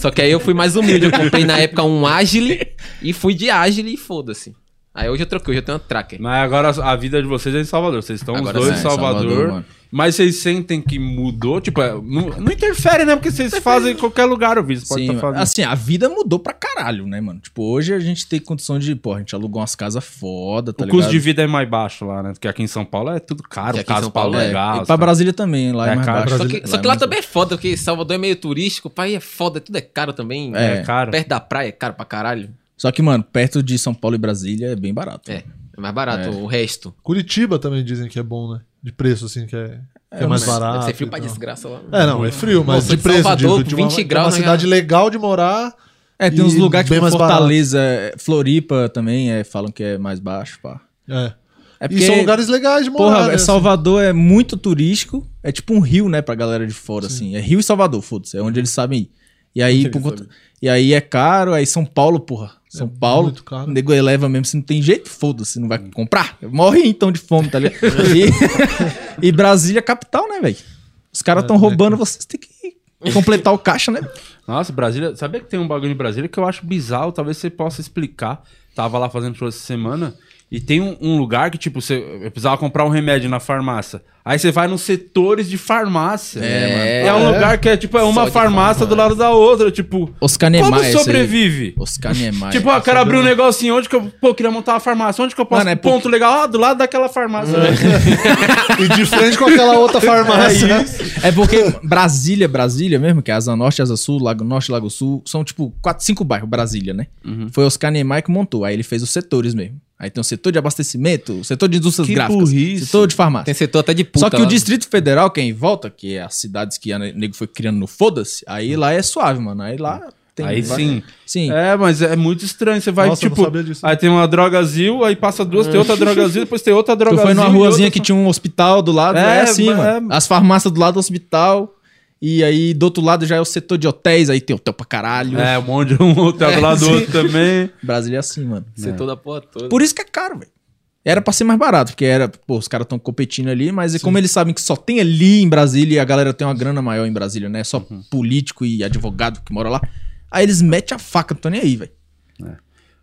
Só que aí eu fui mais humilde. Eu comprei na época um Agile e fui de Agile e foda-se. Aí hoje eu troquei, hoje eu tenho um Tracker. Mas agora a vida de vocês é em Salvador. Vocês estão os Agora dois sim, em é, Salvador. Salvador, mano. mas vocês sentem que mudou? Tipo, é, não, não interfere, né? Porque vocês fazem em qualquer lugar, eu vi. Você pode Sim, estar fazendo. assim, a vida mudou pra caralho, né, mano? Tipo, hoje a gente tem condição de, pô, a gente alugou umas casas foda, o tá ligado? custo de vida é mais baixo lá, né? Porque aqui em São Paulo é tudo caro. Aqui em Casa São pra Paulo é. alugar. E os pra caras- Brasília também, lá é, É mais caro. baixo. Só que, só que lá também é foda, porque Salvador é meio turístico, pai é foda, tudo é caro também. É, caro. Perto da praia é caro pra caralho. Só que, mano, perto de São Paulo e Brasília é bem barato. É, é mais barato É. o resto. Curitiba também dizem que é bom, né? De preço, assim, que é, que é É, mais mas barato. Deve ser e frio pra tal. desgraça lá. É, não, é frio, mas Nossa, de de preço, Salvador, digo, de uma, 20 de graus, uma né, cidade legal de morar. É, tem uns E lugares bem tipo mais Fortaleza, é, Floripa também, é, falam que é mais baixo, pá. É. É E são lugares legais de morar. porra, né, é, assim. Salvador é muito turístico, é tipo um rio, né, pra galera de fora, assim. É Rio e Salvador, foda-se, é onde eles sabem ir. E aí, por conta- e aí é caro, aí São Paulo, porra. São Paulo, É muito caro. o nego eleva mesmo, se não tem jeito, foda-se, não vai comprar. Morre então de fome, tá ligado? e, e Brasília é capital, né, velho? Os É, caras tão roubando, vocês têm que completar o caixa, né? Nossa, Brasília. Sabia que tem um bagulho em Brasília que eu acho bizarro, talvez você possa explicar. Tava lá fazendo show essa semana e tem um, um lugar que, tipo, você eu precisava comprar um remédio na farmácia. Aí você vai nos setores de farmácia. É, É, um é. lugar que é tipo, é uma de farmácia do lado da outra. Tipo, Oscar Niemeyer. como isso aí. sobrevive? Oscar Niemeyer. Tipo, ó, quero abrir um negocinho onde que eu pô, queria montar uma farmácia. Onde que eu posso? Mano, é Hum. ponto legal, ah, do lado daquela farmácia. né? E de frente com aquela outra farmácia. né? É porque Brasília, Brasília mesmo, que é Asa Norte, Asa Sul, Lago Norte, Lago Sul, são tipo quatro, cinco bairros, Brasília, né? Uhum. Foi Oscar Niemeyer que montou, aí ele fez os setores mesmo. Aí tem o setor de abastecimento, o setor de indústrias Que gráficas, burrice. setor de farmácia. Tem setor até de puta Só que lá. o Distrito Federal, que é em volta, que é as cidades que o nego foi criando no foda-se, aí lá é suave, mano. Aí lá tem... Aí vai- sim. Sim. É, mas é muito estranho. Você vai, Nossa, eu não tipo, sabia disso. aí tem uma drogazil, aí passa duas, tem outra drogazil, depois tem outra Tu drogazil. foi numa e ruazinha outra- que tinha um hospital do lado, É, é, assim, mas- mano. As farmácias do lado do hospital. E aí, do outro lado já é o setor de hotéis, aí tem hotel pra caralho. É, um monte de um hotel do lado do outro também. Brasília é assim, mano. Setor da porra toda. Por isso que é caro, velho. Era pra ser mais barato, porque era, pô, os caras estão competindo ali, mas e como eles sabem que só tem ali em Brasília e a galera tem uma grana maior em Brasília, né? Só político e advogado que mora lá. Aí eles metem a faca, não tô nem aí, velho.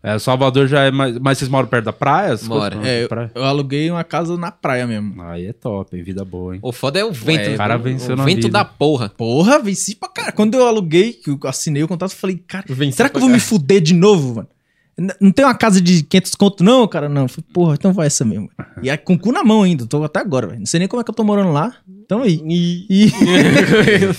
É, Salvador já é mais. Mas vocês moram perto da praia? As Mora. coisas- É, eu, Praia? eu aluguei uma casa na praia mesmo. Aí é top, hein? Vida boa, hein? O foda é o vento. o né? cara venceu o na vento vida. da porra. Porra, venci pra cara. Quando eu aluguei, que eu assinei o contrato, eu falei, cara, Venci é. será que pra eu vou me fuder de novo, mano? "N- Não tem uma casa de 500 conto, não, cara? Não. Eu falei, porra, então vai essa mesmo. E aí, com o cu na mão ainda, tô até agora, velho. Não sei nem como é que eu tô morando lá. Então aí. E...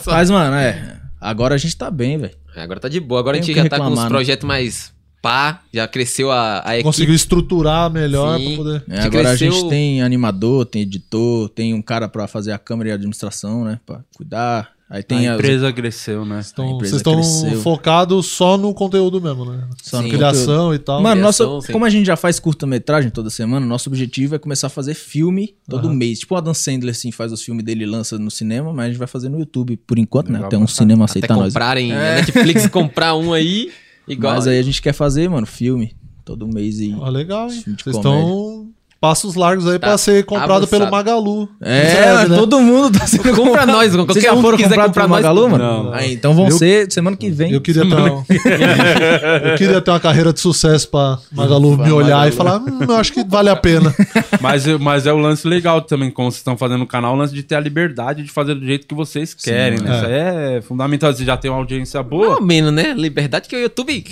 Mas, mano, é. Agora a gente tá bem, velho. Agora tá de boa. Agora a Tem gente o que já tá com reclamar, uns né? projetos mais pá. Já cresceu a, a equipe. Conseguiu estruturar melhor Sim. pra poder. É, Te agora É a cresceu- gente tem animador, tem editor, tem um cara pra fazer a câmera e a administração, né? Pra cuidar. Aí tem a as- empresa cresceu, né? Então, A empresa vocês estão cresceu. focados só no conteúdo mesmo, né? Só na no criação e tal. Mano, Criação, nosso, sim. como a gente já faz curta-metragem toda semana, nosso objetivo é começar a fazer filme todo Aham. mês. Tipo o Adam Sandler, assim, faz os filmes dele e lança no cinema, mas a gente vai fazer no YouTube por enquanto, né? Legal Até pra um cinema aceitar Até nós. comprarem É. a Netflix, comprar um aí. Igual. Mas aí a gente quer fazer, mano, filme todo mês e... Ó, Ah, legal, hein? Filme de Tá Vocês estão passos largos aí pra ser comprado avançado. pelo Magalu. né? É, todo mundo tá sendo Compra nós, né? qualquer Vocês já um que foram quiser comprados comprar pelo nós- Magalu, mano? Não. Aí, então vão Eu- ser semana que vem. Eu queria, ter uma... eu queria ter uma carreira de sucesso pra Magalu me olhar e falar, hum, eu acho que vale a pena. Mas, eu- mas é o lance legal também, como vocês estão fazendo no canal, o lance de ter a liberdade de fazer do jeito que vocês querem, né? é. Isso aí é fundamental. Você já tem uma audiência boa. Pelo menos, né? Liberdade que o YouTube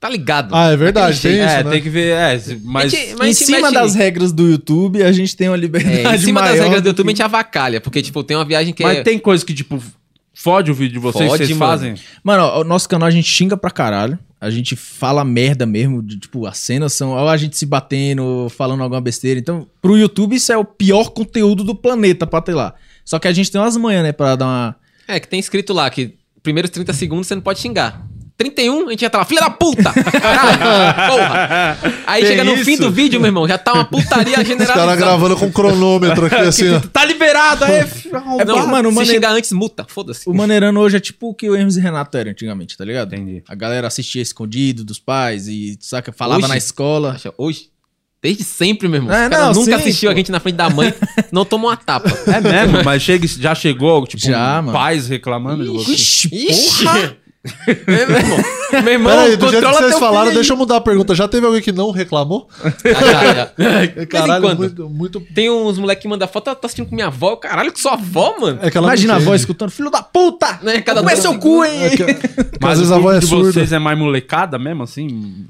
tá ligado. Ah, é verdade, tem Daquele isso, jeito. é, né? tem que ver. É, se- mas. A gente- mas a em gente cima mexe- das regras do YouTube, a gente tem uma liberdade É, em cima das maior regras do que- YouTube, a gente avacalha. Porque, tipo, tem uma viagem que Mas é... tem coisa que, tipo, fode o vídeo de vocês, Fode, vocês mano. fazem. Mano, ó, o nosso canal a gente xinga pra caralho. A gente fala merda mesmo, de, tipo, as cenas são ou a gente se batendo, falando alguma besteira. Então, pro YouTube isso é o pior conteúdo do planeta pra ter lá. Só que a gente tem umas manhas, né, pra dar uma... É, que tem escrito lá que primeiros 30 segundos você não pode xingar. 31, a gente já tá lá, filha da puta! Caralho, porra! Aí Tem chega no isso? fim do vídeo, meu irmão, já tá uma putaria Os caras generalizada. gravando com cronômetro aqui, assim, ó. Tá liberado aí, filho. É Não, porque, mano, o, se mane... xingar antes, multa, foda-se. o Maneirano hoje é tipo o que o Hermes e Renato era antigamente, tá ligado? Entendi. A galera assistia escondido dos pais e, saca, falava Hoje? na escola. Poxa, Hoje, desde sempre, meu irmão. É, Os caras não, nunca sim, assistiu pô. a gente na frente da mãe, não tomou uma tapa. É mesmo, mas chega, já chegou, tipo, Já, um mano. pais reclamando de vocês. Ixi, porra! É, meu irmão, meu irmão Peraí, do jeito que controla vocês teu falaram, filho aí. deixa eu mudar a pergunta. Já teve alguém que não reclamou? Ah, já, já. De vez em Caralho, quando. muito, muito. Tem uns moleque que manda foto, ela tá assistindo com minha avó. Caralho, que sua avó, mano. É que ela Imagina a não voz entende. escutando, filho da puta! Né, cada Como é dois seu segundos. cu, hein? É que- que às Mas vezes o a voz público é de surda. vocês é mais molecada mesmo, assim?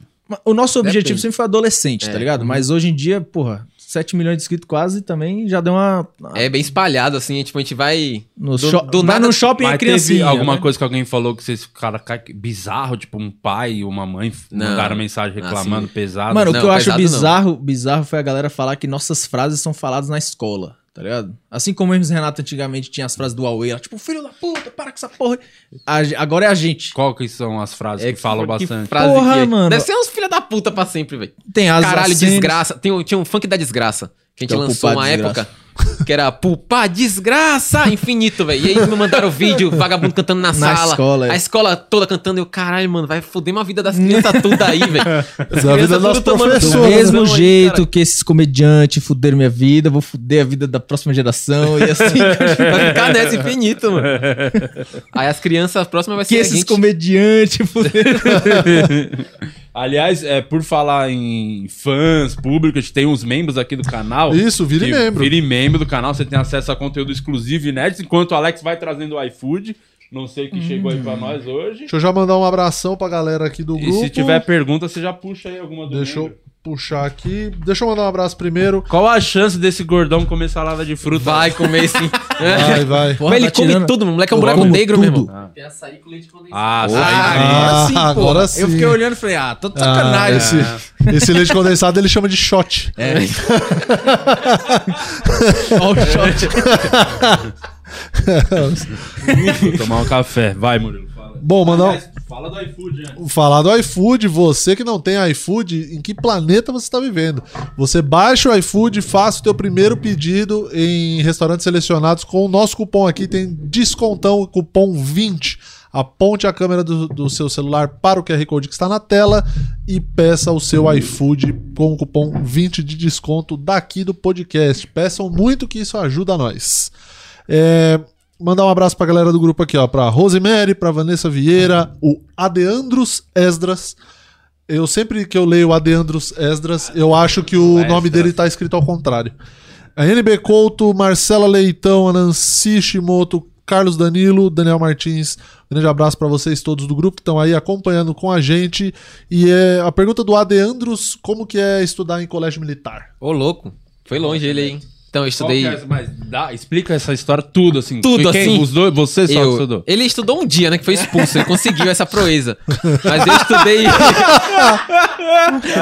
O nosso objetivo Depende. É. sempre foi adolescente, tá ligado? Mas hoje em dia, porra, 7 milhões de inscritos quase também já deu uma. É bem espalhado, assim, tipo, a gente vai. No do- sho- do vai nada- assim, num shopping Mas é criancinha. teve alguma né? coisa que alguém falou que vocês ficaram ca- bizarro, tipo um pai e uma mãe Não. mandaram mensagem reclamando pesado. Mano, assim? o que Não, eu acho né? pesado não. bizarro, bizarro foi a galera falar que nossas frases são faladas na escola, tá ligado? Assim como o Hermes Renato antigamente tinha as frases do Huawei, era tipo, filho da puta, para com essa porra. A ge- agora é a gente. Qual que são as frases que, falam bastante? frase Porra, é que- mano. Deve ser uns filha da puta pra sempre, velho. Tem as Caralho, as cenas- desgraça. Tem, um- tinha um funk da desgraça. Que a gente assim- Que é o lançou Pulpar uma Desgraça. época. Que era pulpar desgraça infinito, velho. E aí me mandaram o vídeo, vagabundo cantando na, Na sala. escola, é. a escola toda cantando. Eu, caralho, mano, vai foder uma vida das crianças tudo aí, velho. Da As vida das crianças tudo né, tomando Do professoras, decisão mesmo aí, jeito que esses comediantes fuderam minha vida, vou fuder a vida da próxima geração e assim. Vai ficar nessa infinito, mano. Aí as crianças, a próxima vai ser que a esses gente. comediantes fuderam. Aliás, é, por falar em fãs, público, a gente tem uns membros aqui do canal. Isso, vire Que membro. Vire membro do canal, você tem acesso a conteúdo exclusivo e inédito, enquanto o Alex vai trazendo o iFood. Não sei o que chegou aí pra nós hoje. Deixa eu já mandar um abração pra galera aqui do E Hum. grupo. se tiver pergunta, você já puxa aí alguma do Deixa eu membro. puxar aqui. Deixa eu mandar um abraço primeiro. Qual a chance desse gordão comer salada de fruta? Vai comer sim. Vai, Ah, vai. Mas ele come tudo, mano. O moleque é um buraco tá Como negro, meu tudo. irmão. Tem açaí com leite Ah, Ah, agora sim. Eu fiquei olhando e falei, ah, tô de Ah, sacanagem. esse, esse leite condensado ele chama de shot. É. Ó o shot. Ah. Vou tomar um café. Vai, Murilo. Fala, Bom, É mandar Aliás, fala do iFood, né? um- falar do iFood. Você que não tem iFood, em que planeta você está vivendo? Você baixa o iFood, faça o teu primeiro pedido em restaurantes selecionados com o nosso cupom aqui. Tem descontão, cupom 20. Aponte a câmera do, do seu celular para o QR Code que está na tela e peça o seu iFood com o cupom 20 de desconto daqui do podcast. Peçam muito que isso ajuda a nós. É, mandar um abraço pra galera do grupo aqui, ó. Pra Rosemary, pra Vanessa Vieira, o Adeandros Esdras. Eu sempre que eu leio o Adeandros Esdras, eu acho que o nome dele tá escrito ao contrário. A NB Couto, Marcela Leitão, a Nancy Shimoto, Carlos Danilo, Daniel Martins. um Grande abraço para vocês todos do grupo que estão aí acompanhando com a gente. E é, a pergunta do Adeandros, como que é estudar em colégio militar? Ô, louco. Foi longe ele, hein? Então, eu Qual que estudei. é, mas dá, explica essa história tudo, assim. Tudo, assim. Os dois, você só Eu- estudou. Ele estudou um dia, né? Que foi expulso. Ele conseguiu essa proeza. Mas eu estudei.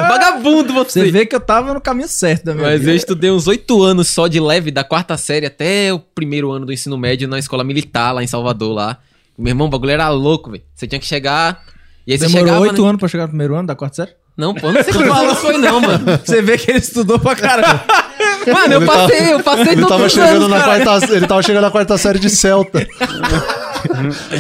Vagabundo, você. Você vê que eu tava no caminho certo da minha Mas vida. eu estudei uns oito anos só de leve, da quarta série até o primeiro ano do ensino médio na escola militar, lá em Salvador, lá. Meu irmão, o bagulho era louco, velho. Você tinha que chegar. E aí você Demorou chegava. oito né? anos pra chegar no primeiro ano da quarta série? Não, pô, não sei como maluco foi, não, mano. Você vê que ele estudou pra caramba. Mano, eu Ele passei, eu passei Ele todos tava, os chegando anos, na cara. quarta, ele tava chegando na quarta série de Celta.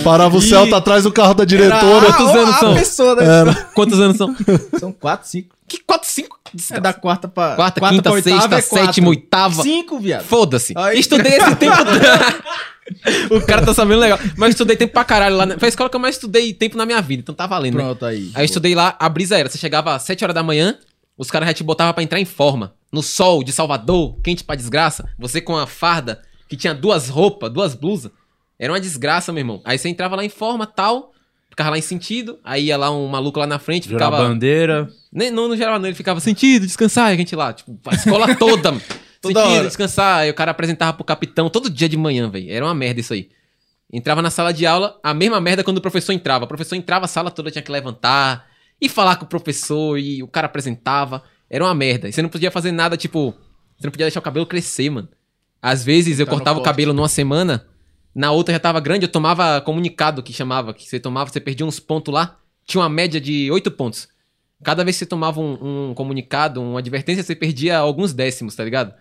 Parava o E- Celta atrás do carro da diretora. Quantos Ah, anos Uhum. a são? pessoa da Quantos anos são? São quatro, cinco. Que quatro, cinco? É da quarta pra. Quarta, quarta quinta, pra oitava sexta, é quatro. sétima, oitava. Cinco, viado. Foda-se. Aí. Estudei esse tempo. todo. o cara tá sabendo legal. Mas estudei tempo pra caralho lá. na- Foi a escola que eu mais estudei tempo na minha vida, então tá valendo. né? Pronto, aí. Aí eu estudei lá, a brisa era, você chegava às 7 horas da manhã, os caras já te botavam pra entrar em forma. No sol de Salvador, quente pra desgraça, você com a farda que tinha duas roupas, duas blusas. Era uma desgraça, meu irmão. Aí você entrava lá em forma, tal, ficava lá em sentido, aí ia lá um maluco lá na frente, Jurar ficava... bandeira. Nem, não, não gerava não, ele ficava sentido, descansar, e a gente lá, tipo, a escola toda, mano. Toda sentido, hora. descansar, aí o cara apresentava pro capitão todo dia de manhã, velho. Era uma merda isso aí. Entrava na sala de aula, a mesma merda quando o professor entrava. O professor entrava, a sala toda tinha que levantar e falar com o professor, e o cara apresentava. Era uma merda. E você não podia fazer nada, tipo, você não podia deixar o cabelo crescer, mano. Às vezes eu Tá no cortava o corte. cabelo numa semana, na outra já tava grande, eu tomava comunicado que chamava, que você tomava, você perdia uns pontos lá, tinha uma média de 8 pontos. Cada vez que você tomava um, um comunicado, uma advertência, você perdia alguns décimos, tá ligado?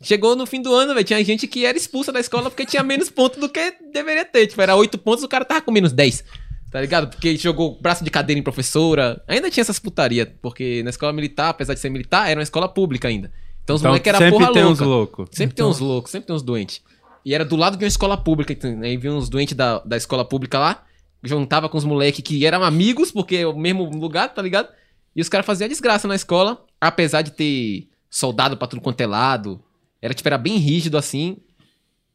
Chegou no fim do ano, velho, tinha gente que era expulsa da escola porque tinha menos pontos do que deveria ter. Tipo, era 8 pontos, o cara tava com menos 10. Tá ligado? Porque jogou braço de cadeira em professora. Ainda tinha essas putaria, porque na escola militar, apesar de ser militar, era uma escola pública ainda. Então os Então, moleques eram sempre porra tem uns louca. loucos. Sempre tem uns loucos, sempre tem uns doentes. E era do lado de uma escola pública, então, aí vinha uns doentes da, da escola pública lá, juntava com os moleques que eram amigos, porque é o mesmo lugar, tá ligado? E os caras faziam desgraça na escola, apesar de ter soldado pra tudo quanto é lado. Era, tipo, era bem rígido, assim.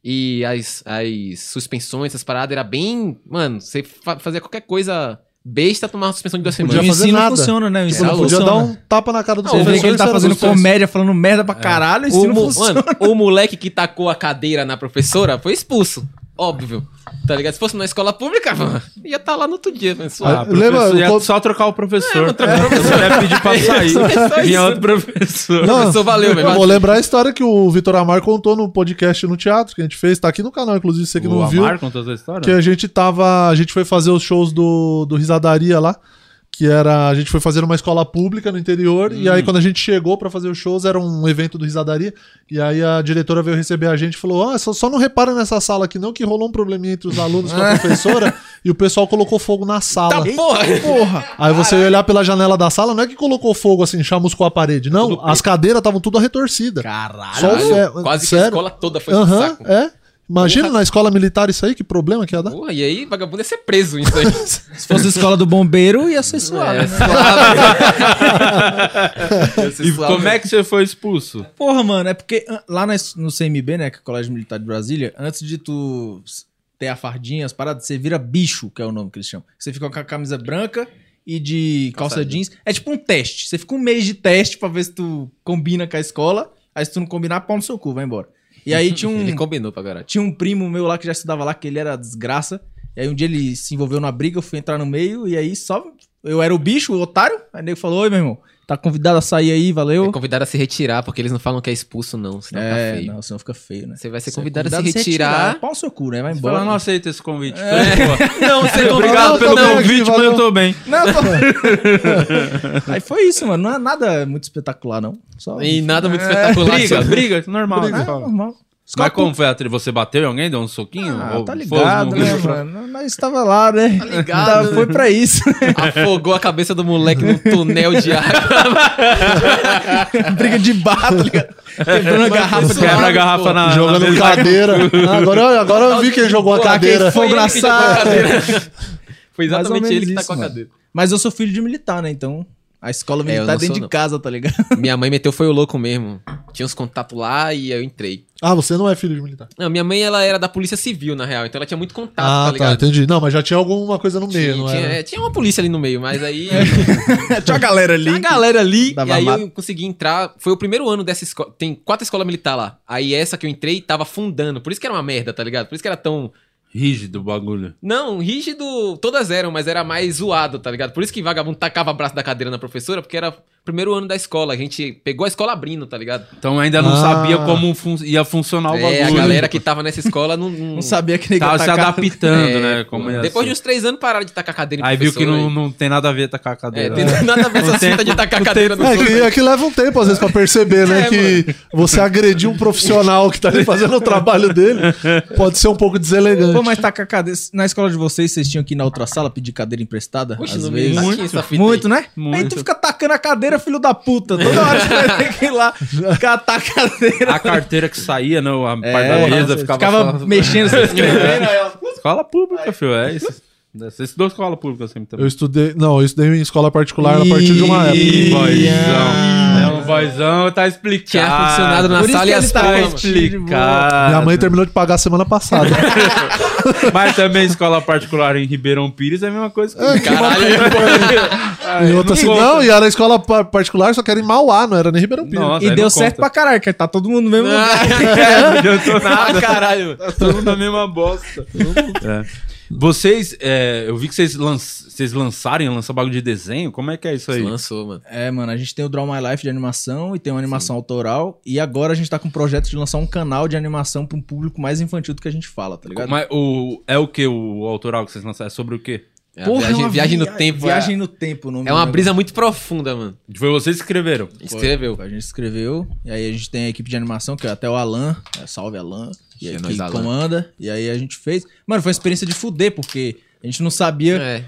E as, as suspensões, essas paradas, era bem... Mano, você fa- fazia qualquer coisa besta, tomava suspensão de duas Podia O semanas. fazer ensino nada. funciona, né? O Você ensino não podia funciona. dar um tapa na cara do Não, Você vê que ele professor, tá isso fazendo era gostoso. comédia, falando merda pra caralho, o O, ensino mo- funciona. mano, o moleque que tacou a cadeira na professora foi expulso. Óbvio. Tá ligado? Se fosse na escola pública, mano, ia estar lá no outro dia, mas suave. Ah, lembra- professor, ia quando- só trocar o professor. trocar o É, professor. Você deve pedir pra É só sair. Vinha isso. outro professor. Não, Professor, valeu, Eu né?" velho. vou lembrar a história que o Vitor Amar contou no podcast no teatro que a gente fez. Tá aqui no canal, inclusive, você que não o viu. Amar contou essa história? Que a gente tava. A gente foi fazer os shows do, do Risadaria lá. Que era. A gente foi fazer uma escola pública no interior. E Hum. aí, quando a gente chegou pra fazer os shows, era um evento do Risadaria. E aí a diretora veio receber a gente e falou: Ah, só, só não repara nessa sala aqui, não, que rolou um probleminha entre os alunos com a professora. e o pessoal colocou fogo na Tá sala. porra! Porra! Aí você ia olhar pela janela da sala, não é que colocou fogo assim, chamuscou a parede. Não, as cadeiras estavam tudo arretorcidas. Caralho. Só o ferro. Quase que a Sério? escola toda foi pro Aham, saco. é. Imagina Porra. na escola militar isso aí, que problema que ia dar. Porra, e aí, vagabundo ia ser preso isso aí. Se fosse a escola do bombeiro, ia ser suave. É, né? suave. Ia ser E suave. como é que você foi expulso? Porra, mano, é porque ah, lá na- no CMB, né, que é o Colégio Militar de Brasília, antes de tu s- ter a fardinha, as paradas, você vira bicho, que é o nome que eles chamam. Você fica com a camisa branca e de calça, Calça jeans. É tipo um teste. Você fica um mês de teste pra ver se tu combina com a escola. Aí se tu não combinar, pau no seu cu, vai embora. E aí tinha um... Ele combinou pra caralho. Tinha um primo meu lá que já estudava lá, que ele era desgraça. E aí um dia ele se envolveu numa briga, eu fui entrar no meio, e aí só. Eu era o bicho, o otário. Aí o nego falou: Oi, meu irmão, tá convidado a sair aí, valeu. É convidado a se retirar, porque eles não falam que é expulso, não. Senão É, tá feio. não, senão fica feio, né? Você vai ser Você é convidado, a se retirar. Pau no seu cu, né? Vai Você embora. fala, não aceito esse convite. Foi, pô. É. Não, você Obrigado Não, pelo tô bem convite, aqui, mas valeu. eu tô bem. Não, pô. aí foi isso, mano. Não é nada muito espetacular, não. Só. E nada É. muito espetacular. Briga, só- briga, isso é normal. Ah, né? normal. Mas como foi a trilha? Você bateu em alguém? Deu um soquinho? Ah, Ou tá foi ligado, um- né, mano? Nós tava lá, né? Tá ligado, né? Foi pra isso. Afogou a cabeça do moleque num túnel de água. Briga de bar, tá ligado? Quebrando a garrafa do Quebra a cara. garrafa na, na Jogando mesa. cadeira. Ah, agora, eu- agora eu vi quem jogou a Pô, cadeira. quem foi ele que jogou a Engraçado. cadeira? Foi Mais ou exatamente menos ele que isso, tá com a mano. cadeira. Mas eu sou filho de militar, né? Então. A escola É, eu militar não dentro sou, de não. casa, tá ligado? Minha mãe meteu foi o louco mesmo. Tinha uns contatos lá e eu entrei. Ah, você não é filho de militar. Não, minha mãe ela era da polícia civil, na real, então ela tinha muito contato, Ah, tá tá, ligado? entendi. Não, mas já tinha alguma coisa no meio, Tinha, não tinha- era? é, tinha uma polícia ali no meio, mas aí Tinha a galera ali. a galera ali, Dava e aí mata. eu consegui entrar. Foi o primeiro ano dessa escola. Tem quatro escolas militares lá. Aí essa que eu entrei tava fundando. Por isso que era uma merda, tá ligado? Por isso que era tão. Rígido o bagulho. Não, rígido, todas eram, mas era mais zoado, tá ligado? Por isso que vagabundo tacava braço da cadeira na professora, porque era o primeiro ano da escola. A gente pegou a escola abrindo, tá ligado? Então ainda não Ah. sabia como fun- ia funcionar o um bagulho. É, a galera que tava nessa escola não, não- Não sabia que nem tava se adaptando, É, né? pô. Como ia Depois ser. de uns três anos pararam de tacar cadeira em Aí viu que professor, não, aí. não tem nada a ver tacar a É, cadeira. tem nada a ver essa fita de tacar cadeira no É, curso, que, né? é que leva um tempo, às vezes, pra perceber, né? É, que você agredir um profissional que tá ali fazendo o trabalho dele pode ser um pouco deselegante. Pô, mas tá com a cadeira. Na escola de vocês, vocês tinham que ir na outra sala pedir cadeira emprestada? Poxa, às não vezes. me Muito, muito, essa fita Muito, aí. né? Aí Muito. tu fica tacando a cadeira, filho da puta. Toda hora você vai ter que ir lá catar a cadeira. A carteira que saía, não, a parte da É, mesa você ficava, ficava só- É. mexendo, se né? escrevendo. aí ela- Escola pública, filho, é isso. Você estudou escola pública sempre também. Eu estudei. Não, eu estudei em escola particular a partir de uma época. Ih, Ia. boizão. É, o boizão tá explicado. Tinha ar-condicionado na Por isso sala e que as ele tá Tá palmas. explicado. Minha mãe terminou de pagar semana passada. Mas também escola particular em Ribeirão Pires é a mesma coisa. que- é e outra assim, não, e era escola pa- particular, só que era em Mauá, não era nem Ribeirão Pires. Nossa, E aí deu não certo conta. pra caralho, que tá todo mundo no mesmo lugar. É, não adiantou Ah, nada. caralho. Tá todo mundo na mesma bosta. É. Vocês, é, eu vi que vocês, lan- vocês lançarem, lançar bagulho de desenho. Como é que é isso aí? Lançou, mano. É, mano, a gente tem o Draw My Life de animação e tem uma animação autoral. E agora a gente tá com um projeto de lançar um canal de animação pra um público mais infantil do que a gente fala, tá ligado? Mas o, é o que o autoral que vocês lançaram? É sobre o quê? É a viagem, uma viagem no via- tempo. Viagem no tempo, o nome é, é do uma negócio. brisa muito profunda, mano. Foi vocês que escreveram. Escreveu. A gente escreveu, e aí a gente tem a equipe de animação, que é até o Alan, é, salve Alan, e aí É que nóis, Alan. comanda, e aí a gente fez. Mano, foi uma experiência de fuder, porque a gente não sabia É.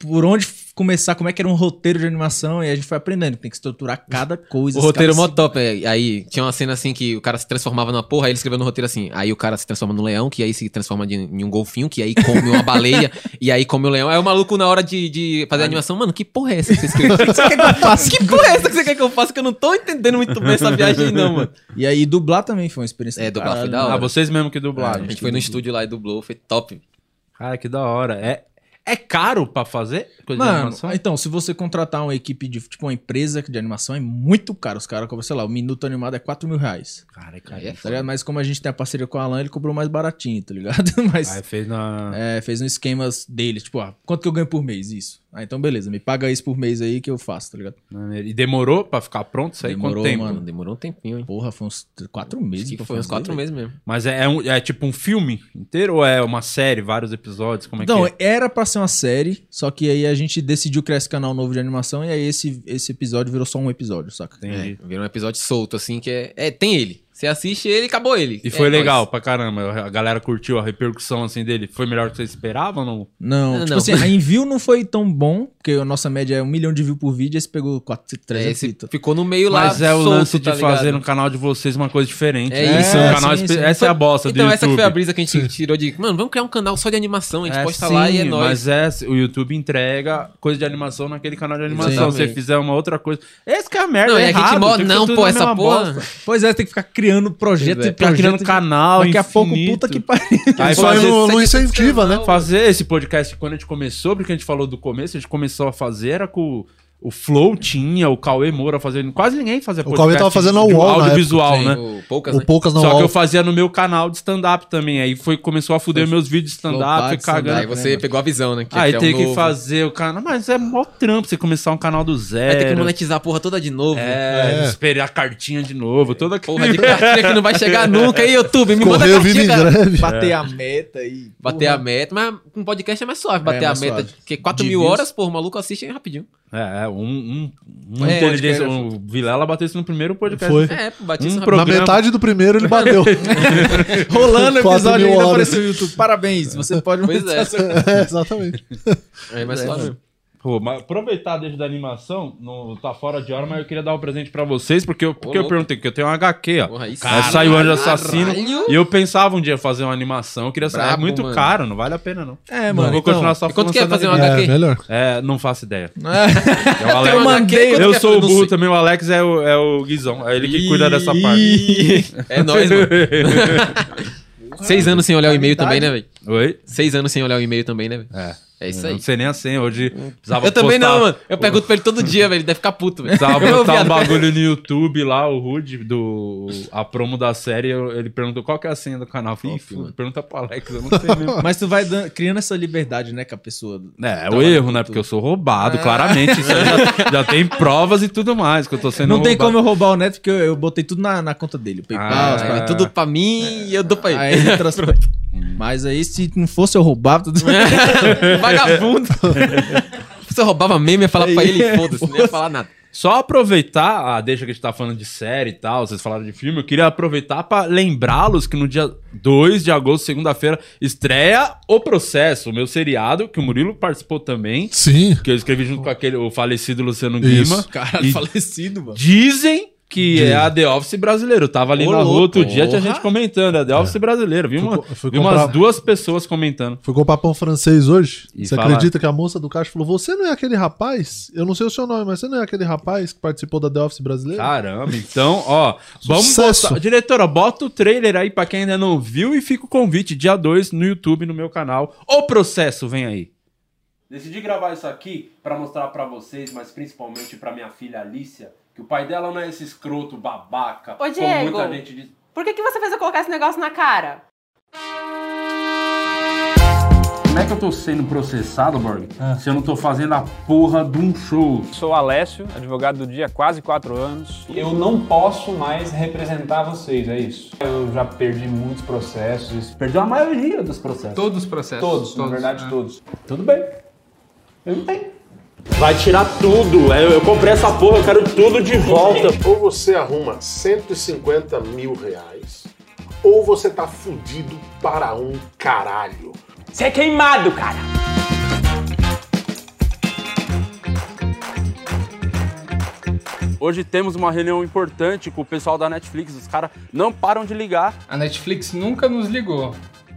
por onde f- começar, como é que era um roteiro de animação, e a gente foi aprendendo, que tem que estruturar cada coisa. O esse roteiro mó cara se- top. é. Aí tinha uma cena assim que o cara se transformava numa porra, aí ele escreveu no roteiro assim. Aí o cara se transforma num leão, que aí se transforma de- em um golfinho, que aí come uma baleia, e aí come o leão. Aí o maluco na hora de, de fazer a animação, mano, que porra é essa que você escreveu? que, você quer que, eu faça? que porra é essa que você quer que eu faça? Que eu não tô entendendo muito bem essa viagem, aí, não, mano. E aí dublar também foi uma experiência. É, do dublar foi caralho, da né? mano. Ah, hora. É. vocês mesmo que A dublaram. gente foi no estúdio lá e dublou, foi top. Cara, que da hora. É, é caro pra fazer coisa de Mano, é- animação? então, se você contratar uma equipe de, tipo, uma empresa de animação, é muito caro. Os caras, cobram, sei lá, o minuto animado é 4 mil reais. Cara, é caro. Aí é Tá foda. ligado? Mas como a gente tem a parceria com o Alan, ele cobrou mais baratinho, tá ligado? Mas Ah, Aí fez na... é, fez um esquema dele, tipo, ah, quanto que eu ganho por mês? Isso. Ah, então beleza, me paga isso por mês aí que eu faço, tá ligado? na- E demorou pra ficar pronto isso aí? Demorou, Quanto tempo? mano. Mano, demorou um tempinho, hein? Porra, foi uns 4 meses. Acho que pra foi uns fazer, quatro velho. meses mesmo. Mas é, é um- é tipo um filme inteiro ou é uma série, vários episódios? Como é Então, que é? era pra ser uma série, só que aí a gente decidiu criar esse canal novo de animação e aí esse, esse episódio virou só um episódio, saca? Entendi. É, virou um episódio solto, assim, que é. É, tem ele. Você assiste ele acabou ele. E foi É, legal nóis. pra caramba. A galera curtiu a repercussão assim dele. Foi melhor que vocês esperavam ou não? Não, Ah, tipo não. assim, a envio não foi tão bom, porque a nossa média é um milhão de views por vídeo, esse pegou 4, É, 300 esse fitas. ficou no meio lá. Mas é o solto, lance de tá ligado? fazer no canal de vocês uma coisa diferente. É né? isso, Um é, canal sim, espe- sim. Essa é a bosta do Então, essa que YouTube. foi a brisa que a gente tirou de. Mano, vamos criar um canal só de animação, a gente É, posta lá e é sim, nóis. Mas é, o YouTube entrega coisa de animação naquele canal de animação. Exatamente. Se você fizer uma outra coisa. Esse que é a merda. Não, é e a gente errado, mó- fica não, tudo pô, na essa mesma porra. bosta. Pois é, tem que ficar criando projeto Pois é, e Ficar projeto. criando de- canal. Daqui a pouco, infinito. puta que pariu. Aí Aí fazer não, não sete incentiva, né? canal. fazer esse podcast quando a gente começou, porque a gente falou do começo, a gente começou a fazer era com o Flow tinha, o Cauê Moura fazendo, quase ninguém fazia O Cauê tava fazendo a de um UOL na audiovisual, Tem né? o Poucas, O né? poucas não Só que eu alvo. fazia no meu canal de stand-up também. Aí foi, começou a fuder meus vídeos de stand-up, flopado fui de stand-up, cagando. Aí você pegou a visão, né? Aí é um Ah, tem que novo. fazer o canal. Mas é mó trampo você começar um canal do Aí tem que zero. monetizar a porra toda de novo. É, É. esperar a cartinha de novo. Toda Porra de cartilha que não vai chegar nunca, aí, YouTube. Me manda Correr, eu vivo cartilha, em cara. greve. Bater a meta e. Bater porra. a meta, mas com podcast é mais suave bater É, a mais meta. suave. Porque 4 De mil views. horas, pô, o maluco assiste aí rapidinho. É, um, um, um É, inteligência. acho que O Vilela bateu isso no primeiro podcast. Foi. É, pô, bati Um pro- isso rapidinho. Na programa. metade do primeiro ele bateu. Rolando o Quatro episódio mil ainda horas. apareceu no YouTube. Parabéns, você pode Pois monetizar é. seu- É, exatamente. É mais suave. mesmo. Pô, mas aproveitar desde da animação, não tá fora de hora, mas eu queria dar um presente pra vocês, porque eu, porque eu louco. perguntei, porque eu tenho um HQ, ó. Porra, é aí sim. Aí saiu o Anjo Assassino. Caralho. E eu pensava um dia fazer uma animação, eu queria saber. É Brabo, muito mano. caro, não vale a pena, não. É, eu vou continuar só e quanto que é lançando fazer uma anime. HQ? É, melhor. É, não faço ideia. É o Eu Alex. tenho uma mandei- HQ, quanto Eu que é? sou o Não burro sei. também, o Alex é o, é o Guizão. É ele que cuida dessa parte. Ih. É nóis, mano. Seis anos sem olhar o e-mail também, né, velho? Oi? Seis anos sem olhar o e-mail também, né, velho? É. É isso Eu aí. Hum. Não sei nem a senha, hoje precisava Eu também postar- não, mano. Eu pergunto pra ele todo dia, velho. Ele deve ficar puto, velho. Precisava Eu, botar um viado, bagulho no YouTube lá, o Rude, do, a promo da série, eu- ele perguntou qual que é a senha do canal. Eu falei, "Ih, filho, mano." pergunta pro Alex, eu não sei mesmo. Mas tu vai dando- criando essa liberdade, né, com a pessoa. É, o erro, né? Porque eu sou É. roubado, claramente. Isso aí já, já tem provas e tudo mais que eu tô sendo Não, tem roubado. como eu roubar o neto, porque eu, eu botei tudo na, na conta dele. O PayPal, Ah, as Ah, paradas. é tudo pra mim e eu dou pra ele. Aí ele transfere. Mas aí, se não fosse eu roubar, tudo É. Vagabundo. Se eu roubava meme, ia falar pra Aí, ele e foda-se, não ia falar nada. Só aproveitar, ah, deixa que a gente tá falando de série e tal, vocês falaram de filme, eu queria aproveitar pra lembrá-los que no dia 2 de agosto, segunda-feira, estreia O Processo, o meu seriado, que o Murilo participou também, Sim. que eu escrevi junto com aquele, o falecido Luciano Isso. Guima. Caralho, E falecido, mano. Dizem que Dizem. é a The Office brasileira. Eu tava ali Ô, na rua louco, outro dia, tinha porra. gente comentando, é a The Office brasileira. Vi, Fui uma- co- fui vi umas comprar- duas pessoas comentando. Fui comprar pão francês hoje. E você fala- acredita que a moça do caixa falou: Você não é aquele rapaz? Eu não sei o seu nome, mas você não é aquele rapaz que participou da The Office brasileira? Caramba, então, ó, vamos Sucesso. botar. Diretora, bota o trailer aí pra quem ainda não viu e fica o convite, dia 2 no YouTube, no meu canal. O processo vem aí. Decidi gravar isso aqui pra mostrar pra vocês, mas principalmente pra minha filha Alicia, que o pai dela não é esse escroto babaca. Ô, como Diego. muita gente diz. Por que, que você fez eu colocar esse negócio na cara? Como é que eu tô sendo processado, Borg? Se eu não tô fazendo a porra de um show. Sou Alessio, advogado do dia há quase quatro anos. Eu não posso mais representar vocês, é isso. Eu já perdi muitos processos. Perdi a maioria dos processos. Todos os processos. Todos, na verdade, é. né? todos. Tudo bem. Eu não tenho. Vai tirar tudo. Eu, comprei essa porra, eu quero tudo de volta. Ou você arruma 150 mil reais, ou você tá fudido para um caralho. Você é queimado, cara. Hoje temos uma reunião importante com o pessoal da Netflix. Os caras não param de ligar. A Netflix nunca nos ligou.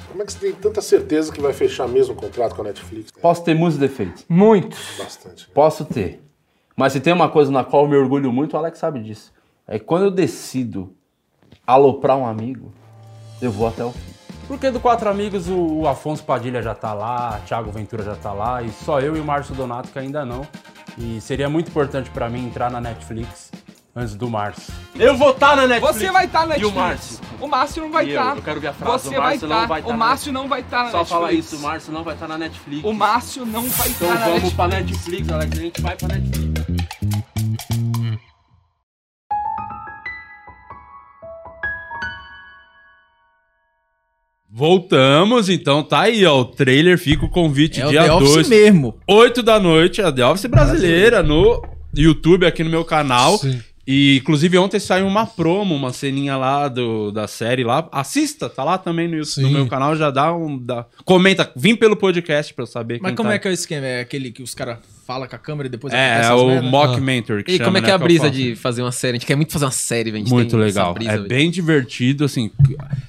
Como é que você tem tanta certeza que vai fechar mesmo o contrato com a Netflix? É Posso ter muitos defeitos? bastante. né? Posso ter. Mas se tem uma coisa na qual eu me orgulho muito, o Alex sabe disso. É que quando eu decido aloprar um amigo, eu vou até o fim. Porque do Quatro Amigos, o o Afonso Padilha já tá lá, Thiago Ventura já tá lá, e só eu e o Márcio Donato que ainda não. E seria muito importante pra mim entrar na Netflix antes do Márcio. Eu vou estar tá na Netflix! Você vai estar na E o Netflix. Márcio? O Márcio não vai E eu? estar. Eu quero ver a frase, Você o vai Márcio não estar. vai tá o na- Márcio não vai estar na Netflix. Márcio não vai estar na Netflix. Então O Márcio não vai estar na Netflix. pra Netflix, Alex, a gente vai pra Netflix. Voltamos, então tá aí, ó. O trailer fica o convite É o The dia Office 2, mesmo. 8 da noite, a The Office brasileira no YouTube aqui no meu canal. Sim. E inclusive ontem saiu uma promo, uma ceninha lá do, da série lá. Assista, tá lá também no, YouTube, no Sim. meu canal, já dá um dá- comenta, vim pelo podcast pra eu saber Mas quem como tá é que é o esquema? É aquele que os caras falam com a câmera e depois é, é essas o merda? Mockumentary que E chama, como é que né, é a eu brisa faço. de fazer uma série? A gente quer muito fazer uma série, velho. A gente Muito tem essa legal. brisa, é velho. bem divertido, assim.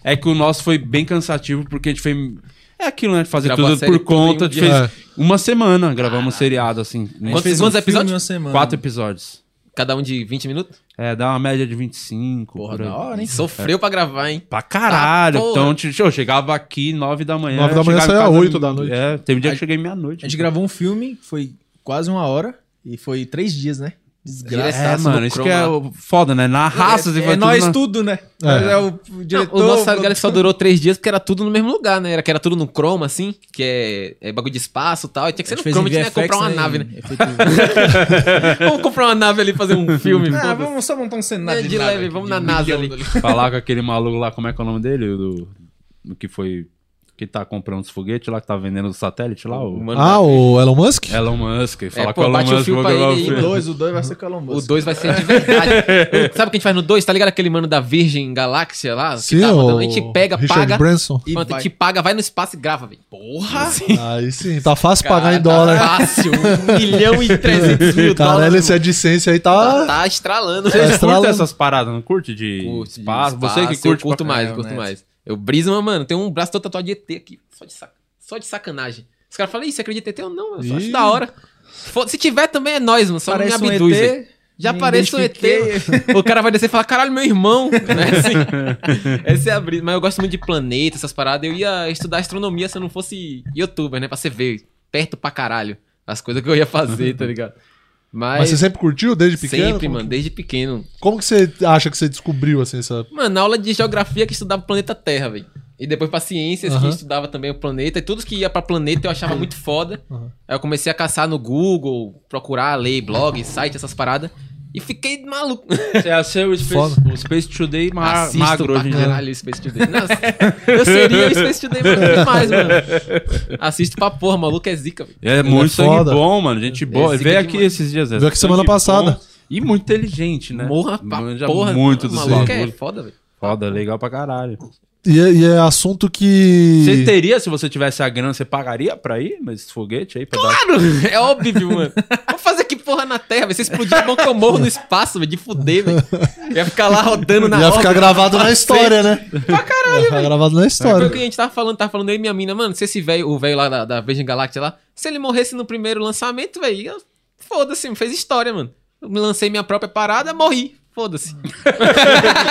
É que o nosso foi bem cansativo, porque a gente foi... É aquilo, né? De fazer Gravou a tudo por série toda em um Ah. conta. A gente dia. fez É. uma semana, gravamos seriado, assim. A gente Quantos- fez um quantos filme episódios? em uma semana. Quatro episódios. Cada um de 20 minutos? É, dá uma média de 25. Porra, por aí. da hora, hein? Sofreu pra gravar, hein? Pra caralho. Ah, porra. então, tio, eu chegava aqui nove da manhã. Nove da manhã chegava em saía casa- oito da noite. É, teve um dia que A- cheguei meia-noite. A gente gravou um filme, foi quase uma hora, e foi três dias, né? Desgraça. É, Graçaço mano, no isso que Chroma é lá. o foda, né? Na raça, você é, foi é nós na- tudo, né? É. É o o diretor. o nosso produtor. Galera só durou três dias porque era tudo no mesmo lugar, né? Era que era tudo no chroma, assim, que é, é bagulho de espaço e tal. E tinha que ser A gente no fez chroma, a em gente não ia VFX, comprar uma né, nave, em né? efeito- vamos comprar uma nave ali e fazer um filme. ah, foda-se. vamos só montar um cenário É, de nave leve, aqui, vamos de na NASA ali. Falar com aquele maluco lá, como é que é o nome dele? O Do, do que foi que tá comprando os foguetes lá, que tá vendendo os satélites lá, o Mano, Ah, o Elon Musk? Elon Musk. Fala pô, com o Elon bate o Musk. fio vou pra gravar ele o aí, filme. Dois, o dois vai ser com o Elon O Musk. 2 vai ser de verdade. O- Sabe o que a gente faz no 2? Tá ligado aquele mano da Virgem Galáxia lá? Que Sim, tá mandando- o a gente pega, Richard paga. Branson. E mano, a vai. gente paga, vai no espaço e grava, velho. Porra! Ah, Aí sim, tá fácil Cara, pagar em tá dólar. Fácil, 1 milhão e 300 mil Caralho, dólares. essa é adicência aí Tá, tá. tá Tá estralando. Vocês curtem estralando. essas paradas, não curte? De Curto de espaço? Você que espaço, curte eu curto pra- mais, É, eu curto né? mais. Eu Brisma, mano, tem um braço todo tatuado de ET aqui, só de, sac... só de sacanagem. Os caras falam, "Ih, você acredita em ET ou não? Eu só acho Ih. da hora. Foda- Se tiver também é nós, mano, só Parece não um me abduz. velho. ET. Já me aparece um ET. identifiquei. O cara vai descer e falar, caralho, meu irmão. Não é assim? Essa é a brisa. Mas eu gosto muito de planeta, essas paradas. Eu ia estudar astronomia se eu não fosse youtuber, né? Pra você ver perto pra caralho as coisas que eu ia fazer, tá ligado? Mas Mas, você sempre curtiu desde pequeno? sempre, Como- mano, desde pequeno. Como que você acha que você descobriu assim essa. Mano, na aula de geografia que estudava o planeta Terra, velho. E depois pra ciências que Aham. estudava também o planeta. E tudo que ia pra planeta eu achava muito foda. Aham. Aí eu comecei a caçar no Google, procurar, ler blog, site, essas paradas. E fiquei maluco. Você ia ser o Space, o É, Space Today ma Assisto magro pra hoje em dia. né? caralho o Space Today. Nossa, eu seria o Space Today mano, demais, mano. Assisto pra porra, maluco é zica, velho. É muito sangue foda. bom, mano. Gente boa. zica Veio aqui é demais. esses dias. Veio aqui semana passada. E muito inteligente, né? Morra pra Manja porra. muito do seu maluco é bagulho. foda, velho. Foda, legal pra caralho. E é, e é assunto que. Você teria, se você tivesse a grana, você pagaria pra ir nesse foguete aí? Pra dar- Claro, é óbvio, mano. Vou fazer que porra na Terra, velho. Se explodir bom que eu morro no espaço, velho, de fuder, velho. Eu Ia ficar lá rodando na Ia órbita. ficar gravado na história, né? Pra caralho, Ia ficar gravado na Foi o história. que a gente tava falando, tava falando eu e minha mina, mano, se esse velho, o velho lá da, da Virgin Galactic lá, se ele morresse no primeiro lançamento, velho, eu- foda-se, fez história, mano. Eu me lancei minha própria parada, morri. Foda-se.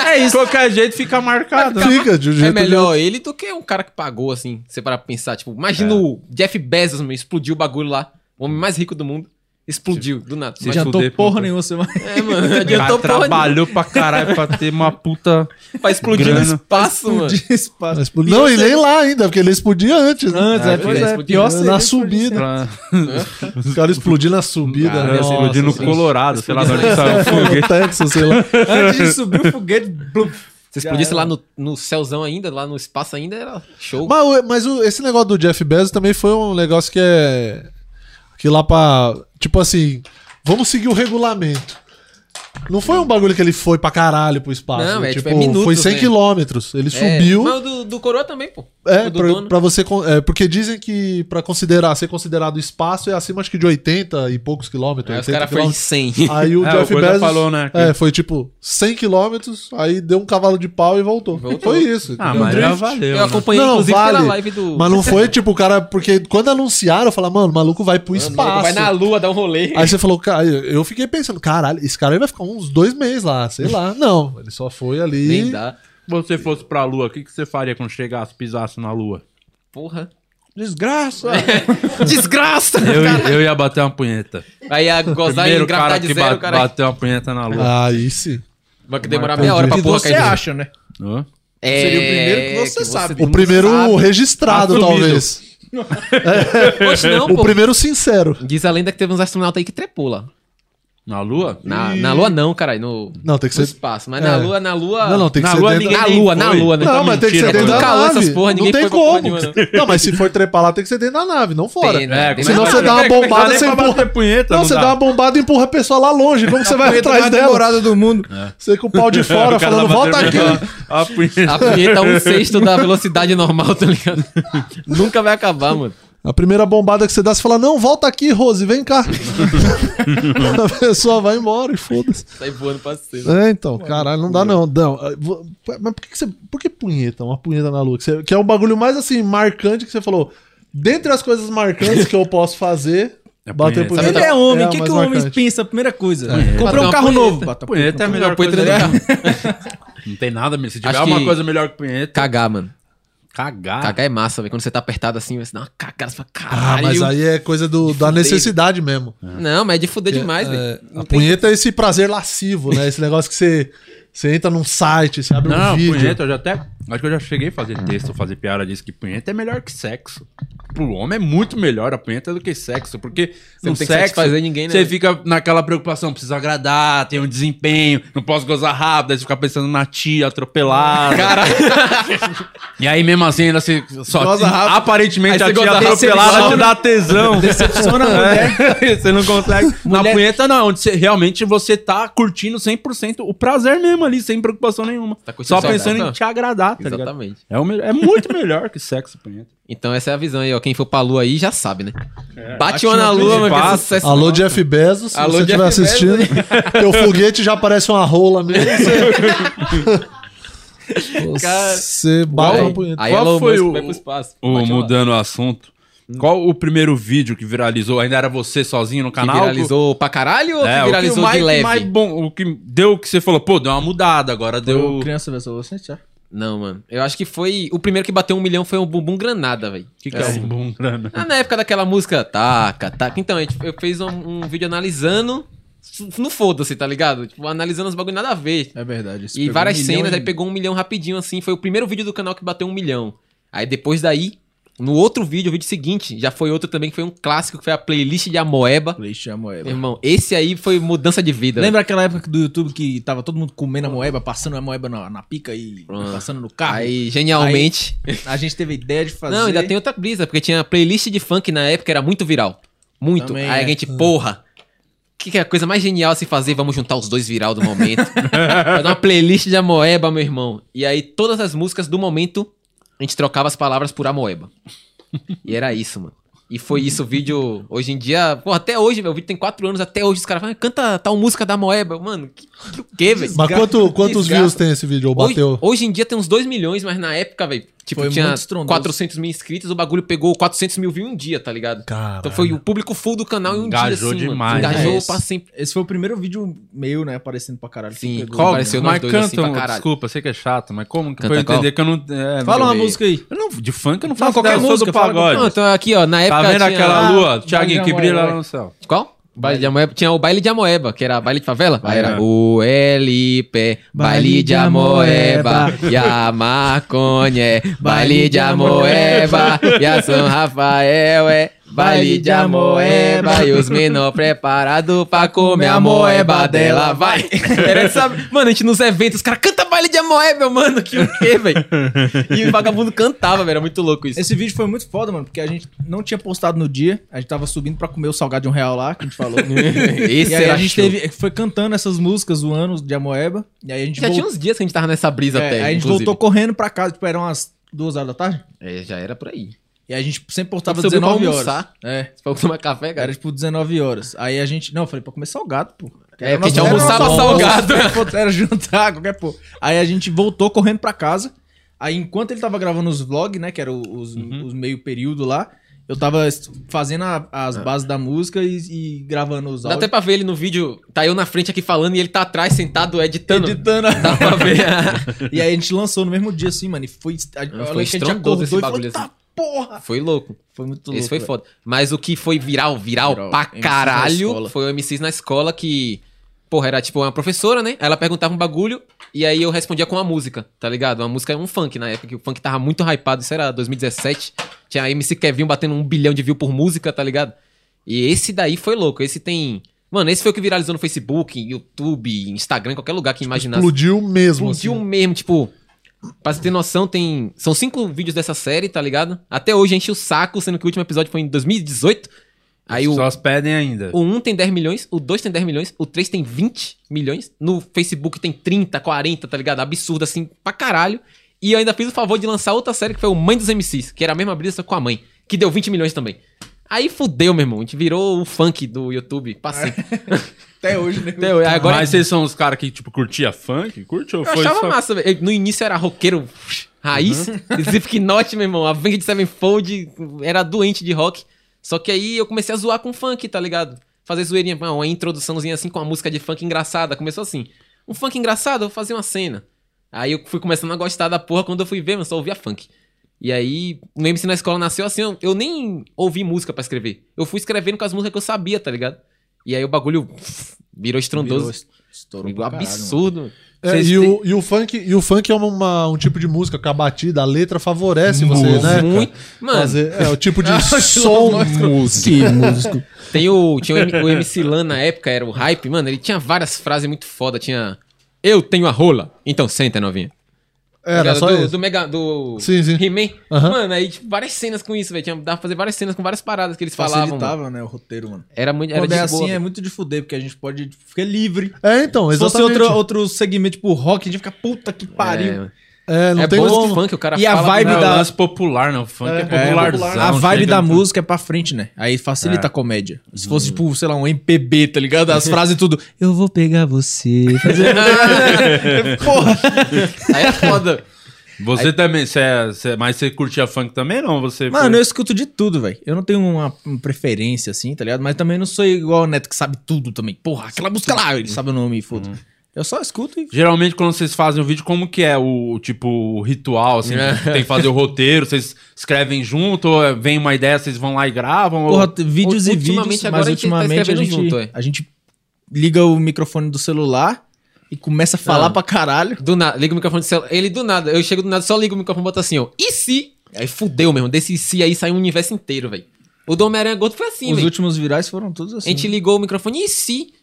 é isso. Qualquer jeito fica marcado. Fica de um É jeito. melhor ele do que um cara que pagou, assim, você parar pra pensar. Tipo, imagina o Jeff Bezos, mano, explodiu o bagulho lá. O homem mais rico do mundo. Explodiu, do nada. Você Vai já fuder, tô porra puta. nenhuma, você vai. É, mano, não O cara adiantou porra nenhuma. trabalhou pra caralho pra ter uma puta. Pra explodir Grana. no espaço, mano. explodir espaço. Mas, Não, e nem lá ainda, porque ele explodia antes, né? Antes, Ah, é, pois filho, é, explodir pior antes. seria na explodir subida. Pra... Os caras explodindo na subida. Cara, né? explodir no Nossa, tá Colorado, sei lá, de onde saiu o no foguete. Texas, sei lá. Antes de subir o foguete, blum. Se explodisse lá no, no céuzão ainda, lá no espaço ainda, era show. Mas, o- mas o- esse negócio do Jeff Bezos também foi um negócio que é. Que lá pra. Tipo assim, vamos seguir o regulamento. Não foi um bagulho que ele foi pra caralho pro espaço. Não, né? é, tipo, tipo, é minutos, foi 100 né? quilômetros. Ele É, subiu. Mas o do, do Coroa também, pô. É, o do pra, dono. pra você. con- é, porque dizem que pra considerar, ser considerado espaço é acima acho que de 80 e poucos quilômetros. Aí É, os 80 caras foi de quilômetros. 100. Aí o É, o Jeff Coisa Bezos. falou, né, que- É, foi tipo 100 quilômetros, aí deu um cavalo de pau e voltou. Voltou. Foi isso. Ah, entendeu? mas já valeu. Eu acompanhei, Não, inclusive, vale. pela live do... Mas não foi tipo o cara. Porque quando anunciaram, eu falei, mano, o maluco vai pro Mano, maluco, espaço. Vai na lua dar um rolê. Aí você falou, cara, eu fiquei pensando, caralho, esse cara aí vai ficar uns dois meses lá, sei lá. Não, ele só foi ali. Nem dá. Se você fosse pra lua, o que, que você faria quando chegasse, pisasse na lua? Porra. Desgraça. Desgraça! Eu, eu ia bater uma punheta. Aí ia gozar e Primeiro cara engravidar que de ba zero, cara. bateu uma punheta na lua. Aí sim. Vai que demorar Marcou meia hora pra Que porra você cair. de- acha, né? Hã? É, Seria o primeiro que você sabe. O primeiro sabe. registrado, Assumido. talvez. É, Poxa, não, O pô. primeiro sincero. Diz a lenda que teve uns astronautas aí que trepou lá. Na lua? Na, na lua não, caralho. No, Não, tem que no ser. espaço. Mas é. na lua, na lua... Não, não, tem que na ser lua dentro ninguém Na nem foi. lua, na lua. né? Não, Então, mas tem que mentira, ser dentro tudo da caô nave. essas porra, não ninguém tem foi pra como. porra nenhuma, não. Não, mas se for trepar lá, tem que ser dentro da nave, não fora. Tem, É, né? Tem Senão mais você nada. dá uma Como é que bombada, dá você nem pra empurra. bater punheta, Não, não você dá. dá uma bombada e empurra a pessoa lá longe. Como que você vai atrás dela? do mundo. Você com o pau de fora O cara falando, lá bateu volta aqui. A punheta. A punheta é um sexto da velocidade normal, tá ligado? Nunca vai acabar, mano. A primeira bombada que você dá, você fala, não, volta aqui, Rose, vem cá. a pessoa vai embora e foda-se. Sai voando pra cima. É, então, caralho, não dá não. não. Ah, vo- Mas por que, que você. Por que punheta? Uma punheta na lua? Que, você- que é o bagulho mais assim, marcante que você falou. Dentre as coisas marcantes que eu posso fazer, É bater punheta. punheta. Ele é homem, o a que, mais que o homem marcante. pensa? A primeira coisa. Bater É, Comprou um uma carro punheta. novo. Bata a Punheta é a melhor Não, põe coisa. dentro do né? carro. Não tem nada, mesmo. Se tiver Acho alguma que- coisa melhor que punheta, Cagar, mano. cagar. Cagar é massa, velho. Quando você tá apertado assim, você dá uma cagada, você fala, Ah, caralho. mas aí é coisa do- da fuder. necessidade mesmo. Não, mas é de fuder demais, É, velho. a punheta é esse prazer lascivo, né? Esse negócio que você. Você entra num site, você abre Não, um vídeo. punheta, eu já até. Acho que eu já cheguei a fazer texto, fazer piada disso que punheta é melhor que sexo. Pro homem é muito melhor a punheta do que sexo, porque não no tem que sexo satisfazer ninguém, né, você velho? fica naquela preocupação, preciso agradar, tem um desempenho, não posso gozar rápido, aí você fica pensando na tia atropelada. Caralho. e aí mesmo assim ainda você só Goza rápido. aparentemente Aí a você tia goza atropelada decepção. te dá tesão. Decepciona a mulher. É, você não consegue. Na Mulher- punheta, não. é Onde você, realmente você tá curtindo 100% o prazer mesmo ali, sem preocupação nenhuma. Tá curtindo Só saudade, pensando em tá? te agradar, tá ligado? Exatamente. É, o me- é muito melhor que sexo, punheta. Então essa é a visão aí, ó. Quem for pra lua aí já sabe, né? É, Bate uma na lua, mano, que é passa. sucesso. Alô, Jeff Bezos, se Alô, você estiver Jeff Bezos, assistindo. Teu foguete já parece uma rola mesmo. Cara, Você, você bala Aí, Ah, na punheta. aí Qual Elon foi Musk o- vai pro espaço. Ô, Bate uma- mudando o assunto. Qual o primeiro vídeo que viralizou? Ainda era você sozinho no Que canal? viralizou pra caralho ou É, o que que viralizou mais, de leve? mais bom, o que deu o que você falou, pô, deu uma mudada, agora deu. um Eu... Criança versus adolescente, é? já. Não, mano. Eu acho que foi. O primeiro que bateu um milhão foi um bumbum granada, velho. que, que é, um bom grana? Ah, na época daquela música, taca, taca. Então, a gente, eu fiz um, um vídeo analisando. su- No foda-se, tá ligado? Tipo, analisando os bagulho nada a ver. É verdade. isso e pegou várias um milhão cenas, e- aí pegou um milhão rapidinho, assim. Foi o primeiro vídeo do canal que bateu um milhão. Aí depois daí, no outro vídeo, o vídeo seguinte, já foi outro também, que foi um clássico, que foi a playlist de Amoeba. Playstation a moeba. Meu Irmão, esse aí foi mudança de vida. Lembra aquela época do YouTube que tava todo mundo comendo a moeba, passando a moeba na, na pica e Pronto. passando no carro? Ah. Aí, genialmente. A gente teve a ideia de fazer. Não, ainda tem outra brisa, porque tinha playlist de funk na época, era muito viral. Muito. Também Aí é. a gente, porra, o que, que é a coisa mais genial a se fazer? Vamos juntar os dois viral do momento. Fazer uma playlist de Amoeba, meu irmão. E aí todas as músicas do momento, a gente trocava as palavras por Amoeba. E era isso, mano. E foi isso o vídeo. Hoje em dia, pô, até hoje, meu o vídeo tem quatro anos, até hoje os caras falam, "Ah, canta tal música da Amoeba. Mano, que, que o quê, velho? Mas quanto- quantos Desgraça. views tem esse vídeo? Ou Hoje, bateu? hoje em dia tem uns 2 milhões, mas na época, velho, tipo, Foi tinha muito estrondoso. 400 mil inscritos, o bagulho pegou 400 mil views em um dia, tá ligado? Caralho. Então foi o público full do canal em um Engajou dia, assim, demais, mano. Engajou né? pra sempre. Esse foi o primeiro vídeo meu, né? Aparecendo pra caralho. que um- Sim, pegou. Qual? Apareceu nós Mas dois assim canta, um- pra caralho. desculpa, sei que é chato, mas como que Canta pra eu qual? entender que eu não. é, Fala não- uma música aí. Eu não, de funk eu não faço qualquer ideia, eu sou música, do fala pagode. Não, então aqui, ó, na época Tá vendo tinha... aquela Ah, lua, Thiaguinho, que Amoeba. brilha lá no céu? Qual? Baile de Amoeba. Tinha o baile de Amoeba, que era baile de favela. Aí era o Elipe, baile de Amoeba, e a Maconha, baile de Amoeba, e a São Rafael é baile de Amoeba, e os menor preparado pra comer a moeba dela, vai. Era essa... Mano, a gente nos eventos, os caras canta baile de Amoeba, mano, que o quê, velho? E o vagabundo cantava, velho, era muito louco isso. Esse vídeo foi muito foda, mano, porque a gente não tinha postado no dia. A gente tava subindo pra comer o salgado de um real lá, que a gente falou. Esse e aí era a gente show. teve, foi cantando essas músicas, o ano de Amoeba. E aí a gente, Já vol- tinha uns dias que a gente tava nessa brisa é, até, aí a gente inclusive. voltou correndo pra casa, tipo, eram umas duas horas da tarde. É, já era por aí. E a gente sempre postava Subiu pra 19 almoçar. horas. É. Você falou tomar café, Era cara? tipo 19 horas. Aí a gente. Não, eu falei pra comer salgado, pô. É, Era porque a gente nosso- almoçava era nosso almoço, salgado. Era jantar, qualquer pô. Aí a gente voltou correndo pra casa. Aí enquanto ele tava gravando os vlogs, né? Que era o- os, Uhum. os meio período lá. Eu tava es- fazendo a- as bases da música e, e gravando os Ah. Dá até áudios. pra ver ele no vídeo. Tá eu na frente aqui falando e ele tá atrás sentado editando. Editando. Dá pra ver. e aí a gente lançou no mesmo dia, assim, mano. E foi. A, eu lembro que a gente Ah, estrondoso acordou esse e bagulho, falou, assim. "Tá porra! foi louco. Foi muito louco. Esse foi velho. foda. Mas o que foi viral, viral, Viral. pra MCs na caralho escola. foi o MCs na escola que. Porra, era tipo uma professora, né? Ela perguntava um bagulho e aí eu respondia com uma música, tá ligado? Uma música, um funk na época, que o funk tava muito hypado, isso era 2017. Tinha a MC Kevin batendo um bilhão de views por música, tá ligado? E esse daí foi louco. Esse tem. Mano, esse foi o que viralizou no Facebook, YouTube, Instagram, qualquer lugar Tipo, que imaginasse. Explodiu mesmo. né? assim. Explodiu mesmo, tipo. Pra você ter noção, tem. São cinco vídeos dessa série, tá ligado? Até hoje enche o saco, sendo que o último episódio foi em 2018. Aí As o, pessoas pedem ainda. o 1 tem 10 milhões, o 2 tem 10 milhões, o 3 tem 20 milhões, no Facebook tem 30, 40, tá ligado? Absurdo assim, pra caralho. E eu ainda fiz o favor de lançar outra série que foi o Mãe dos MCs, que era a mesma brisa só com a mãe, que deu 20 milhões também. Aí fudeu, meu irmão. A gente virou o funk do YouTube. Passei. Até hoje, né? Entendeu? Agora Mas vocês são os caras que, tipo, curtia funk? Curte ou Eu foi achava só... massa, velho. Eu, No início era roqueiro raiz, Slipknot, meu irmão, a Avenged Sevenfold, era doente de rock. Só que aí eu comecei a zoar com funk, tá ligado? Fazer zoeirinha, pá, uma introduçãozinha assim com uma música de funk engraçada. Começou assim, um funk engraçado, eu vou fazer uma cena. Aí eu fui começando a gostar da porra, quando eu fui ver, mano, só ouvia funk. E aí, no MC na escola nasceu assim, eu, eu nem ouvi música pra escrever. Eu fui escrevendo com as músicas que eu sabia, tá ligado? E aí o bagulho pff, virou estrondoso. Virou Estourou pra caralho, absurdo. É, Vocês e, têm- o, e o funk, e o funk é uma- uma- um tipo de música que a batida, a letra favorece você, né? Muito. Mano, Fazer, é o tipo de som. Que músico. Tem o, tinha o, M- o MC Lan na época, era o hype, mano. Ele tinha várias frases muito foda. Tinha. Eu tenho a rola, então senta, novinha. Tá Era Ligado? só do, isso. do Mega. Do Sim, sim. He-Man. Aham. Mano, aí, tipo, várias cenas com isso, velho. Tinha- Dava pra fazer várias cenas com várias paradas que eles falavam. mano. né, o roteiro, mano. Era muito. Era Quando de é boa, assim, velho. é muito de fuder, porque a gente pode ficar livre. É, então, Se fosse exatamente. outro, outro segmento, tipo rock, a gente fica puta que pariu. É, É, não é tem bom como- esse funk, o cara E a fala, vibe mano, é da- lance popular, né? O funk é, É, popularzão. a vibe chega da no- música é pra frente, né? Aí facilita É. a comédia. Se Uhum. fosse, tipo, sei lá, um MPB, tá ligado? As frases e tudo. Tipo- Eu vou pegar você. Fazer... Porra. Aí é foda. Você também, você é, você- mas você curtia funk também não? Você Mano, foi- eu escuto de tudo, velho. Eu não tenho uma uma preferência, assim, tá ligado? Mas também não sou igual o Neto que sabe tudo também. Porra, aquela música lá, ele sabe o nome e foda. Uhum. Eu só escuto e. Geralmente quando vocês fazem o vídeo, como que é o tipo o ritual? Assim, É. Tem que fazer o roteiro, vocês escrevem junto, ou é, vem uma ideia, vocês vão lá e gravam? ou- Porra, vídeos e ultimamente vídeos, agora mas a gente tá ultimamente a escrevendo gente, junto, é. a gente liga o microfone do celular e começa a falar Ah. pra caralho. Do nada, liga o microfone do celular. Ele do nada, eu chego do nada, só ligo o microfone e boto assim, ó. E se? Aí fudeu mesmo. Desse se aí saiu um universo inteiro, velho. O do Homem-Aranha Gordo foi assim, Os velho. últimos virais foram todos A assim. gente ligou o microfone e se.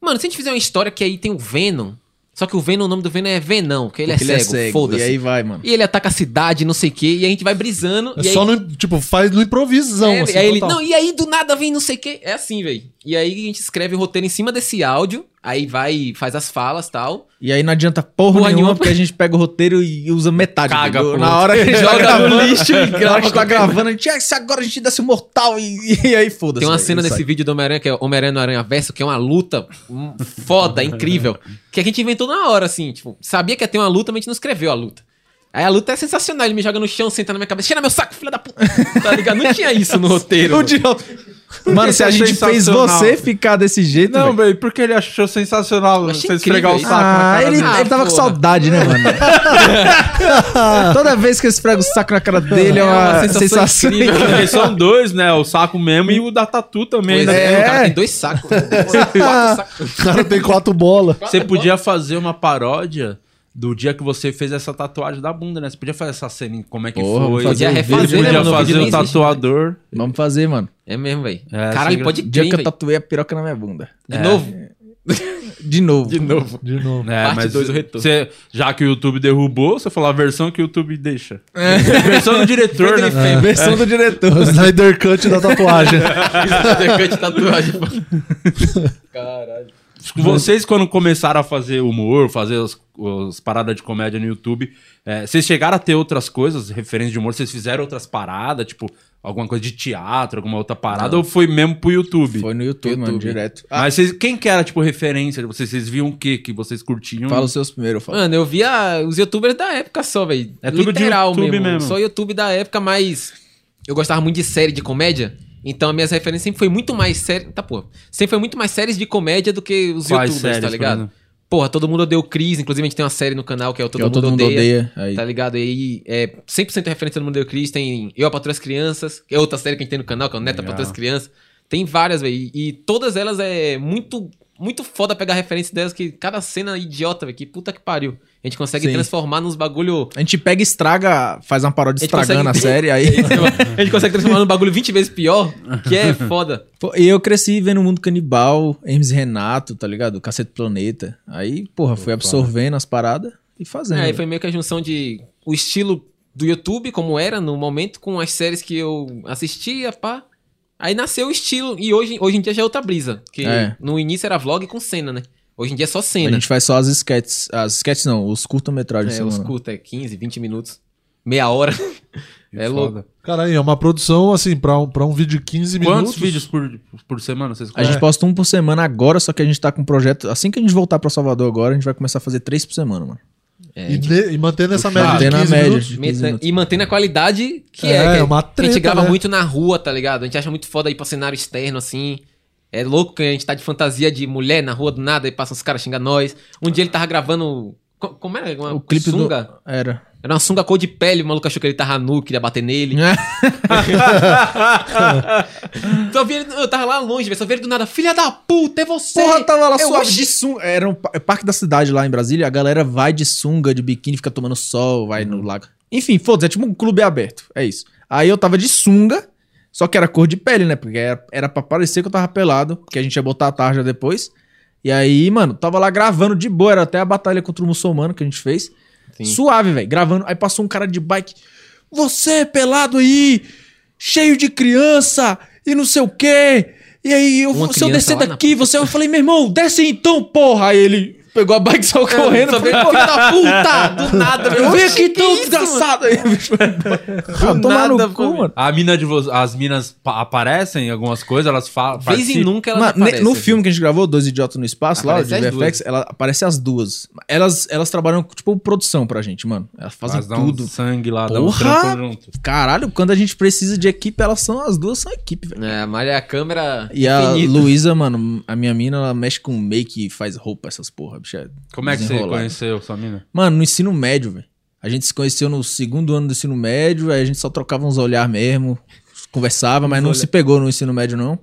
Mano, se a gente fizer uma história que aí tem o Venom. Só que o Venom, o nome do Venom é Venom, que ele, é, Porque cego, Foda-se. E aí vai, mano. E ele ataca a cidade, não sei o quê, e a gente vai brisando. É e aí, só no, tipo, faz no improvisão, é, assim, aí ele, total. não, e aí do nada vem não sei o quê. É assim, velho. E aí a gente escreve o roteiro em cima desse áudio, aí vai, faz as falas e tal. E aí não adianta porra, Porra nenhuma, nenhuma. porque a gente pega o roteiro e usa metade. Caga, entendeu? pô. Na hora que a gente tá Joga no gravando, lixo e na hora grava. que tá gravando, a gente, ah, se agora a gente desse um mortal e, e aí foda-se. Tem uma velho, cena isso desse aí. vídeo do Homem-Aranha, que é Homem-Aranha no Aranha Verso, que é uma luta hum, foda, incrível. Que a gente inventou na hora, assim, tipo, sabia que ia ter uma luta, mas a gente não escreveu a luta. Aí a luta é sensacional, ele me joga no chão, senta na minha cabeça, tira meu saco, filha da puta. Tá ligado? Não tinha isso no roteiro. O mano. dia- Mano, se a Isso é gente fez sensacional. você ficar desse jeito. Não, velho. velho, porque ele achou sensacional Eu achei você esfregar o incrível saco na ah, cara ele, dele. dele. ele tava Ah, com porra. saudade, né, mano? Toda vez que eu esfrego o saco na cara dele é uma, sensação. incrível. Porque são dois, né? O saco mesmo e o da tatu também. Pois né? é, o cara É. tem dois sacos. né? Quatro sacos. O cara tem quatro bolas. Você podia fazer uma paródia do dia que você fez essa tatuagem da bunda, né? Você podia fazer essa cena em como é que Porra, foi. vamos fazer Você um vídeo, né, podia mano? O fazer vídeo o nem existe, tatuador. Vamos fazer, mano. É mesmo, velho. É, Caralho, sim, pode O dia crer, que eu É. velho. tatuei a piroca na minha bunda. De novo. De novo. De novo. De novo. É, Parte mas dois, o retorno. você- já que o YouTube derrubou, você falou a versão que o YouTube deixa. Versão do diretor, né? Versão do diretor. O Snyder Cut da tatuagem. Atacante de tatuagem. Vocês, quando começaram a fazer humor, fazer as, as paradas de comédia no YouTube, é, vocês chegaram a ter outras coisas, referências de humor? Vocês fizeram outras paradas, tipo, alguma coisa de teatro, alguma outra parada, ou foi mesmo pro YouTube? Foi no YouTube, mano, YouTube. direto. Ah, Mas vocês, quem que era, tipo, referência de vocês? Vocês viam o que que vocês curtiam? fala os seus primeiro, eu falo. Mano, eu via os youtubers da época só, velho. É tudo de YouTube mesmo. Só YouTube da época, mas eu gostava muito de série de comédia. Então as minhas referências sempre foi muito mais série. Tá, pô. Sempre foi muito mais séries de comédia do que os Quais youtubers, séries, tá por ligado? exemplo? Porra, todo mundo odeia o Cris. Inclusive a gente tem uma série no canal que é o Todo, Que é o mundo, odeia, Aí. Tá ligado? E aí é 100% referência do mundo odeia o Cris. Tem Eu, a Patroa e as Crianças, que é outra série que a gente tem no canal, que é o Neto, a Legal. Patroa e as Crianças. Tem várias, velho. E- E todas elas é muito, muito foda pegar referência delas, que cada cena é idiota, velho. Que puta que pariu. A gente consegue Sim. transformar nos bagulho. A gente pega e estraga, faz uma paródia A gente estragando consegue- a série, aí... a gente consegue transformar num bagulho 20 vezes pior, que é foda. Pô, E eu cresci vendo o Mundo Canibal, Hermes e Renato, tá ligado? Cacete Planeta. Aí, porra, fui absorvendo as paradas e fazendo. aí É, foi meio que a junção de o estilo do YouTube, como era no momento, com as séries que eu assistia, pá. Aí nasceu o estilo, e hoje, hoje em dia já é outra brisa. Que É. no início era vlog com cena, né? Hoje em dia é só A cena. gente faz só as sketches. As sketches não, os curta-metragens. É, mano. os curta é 15, 20 minutos, meia hora. é louco. Caralho, é uma produção, assim, pra um, pra um vídeo de 15 minutos. Quantos vídeos por, por semana vocês A gente É. posta um por semana agora, só que a gente tá com um projeto. Assim que a gente voltar pra Salvador agora, a gente vai começar a fazer três por semana, mano. E, ne- e mantendo essa média de Mantendo a 15 média minutos. de 15 Meta- minutos. né? E mantendo a qualidade que é. É, que é uma a treta, gente grava né? muito na rua, tá ligado? A gente acha muito foda ir pra cenário externo, assim. É louco que a gente tá de fantasia de mulher na rua do nada e passam os caras xingar nós. Um dia ele tava gravando. co- Como era? Uma O clipe do- sunga? Era. Era uma sunga cor de pele, o maluco achou que ele tava nu, queria bater nele. É. só vi ele, eu tava lá longe, velho, só vi ele do nada, filha da puta, é você! Porra, tá tava lá Eu suave achei- de sunga. Era um pa- é parque da cidade lá em Brasília. A galera vai de sunga, de biquíni, fica tomando sol, vai Uhum. no lago. Enfim, foda-se, é tipo um clube aberto. É isso. Aí eu tava de sunga, só que era cor de pele, né? Porque era, era pra parecer que eu tava pelado, porque a gente ia botar a tarja depois. E aí, mano, tava lá gravando de boa. Era até a batalha contra o muçulmano que a gente fez. Sim. Suave, velho. Gravando. Aí passou um cara de bike. Você é pelado aí, cheio de criança e não sei o quê. E aí, eu, Uma se eu criança descer lá na daqui, você. Eu falei, meu irmão, desce então, porra. Aí ele pegou a bike e saiu É, correndo. só Eu falei, veio, "Ah, porra, filha da puta, do nada, eu vim Que aqui tão isso, desgraçado. Aí o bicho foi embora. Ah, nada, tomar no cu, pô. mano. A mina de vo- As minas pa- aparecem em algumas coisas, elas falam. Vez em participam? nunca ela Mano, ne- no filme que a gente gravou, Dois Idiotas no Espaço, Aparece lá, de as VFX, ela aparece as duas. Elas, elas trabalham, tipo, produção pra gente, mano. Elas fazem Elas dão tudo. sangue lá, dá um Porra! trampo junto. Caralho, quando a gente precisa de equipe, elas são, as duas são equipe, velho. É, a Mari é a câmera E a infinita. Luísa, mano, a minha mina, ela mexe com make e faz roupa, essas porra, bicha. Como é que você desenrolada. conheceu sua mina? Mano, no ensino médio, velho. A gente se conheceu no segundo ano do ensino médio, aí a gente só trocava uns olhar mesmo, conversava, mas não se pegou no ensino médio, não.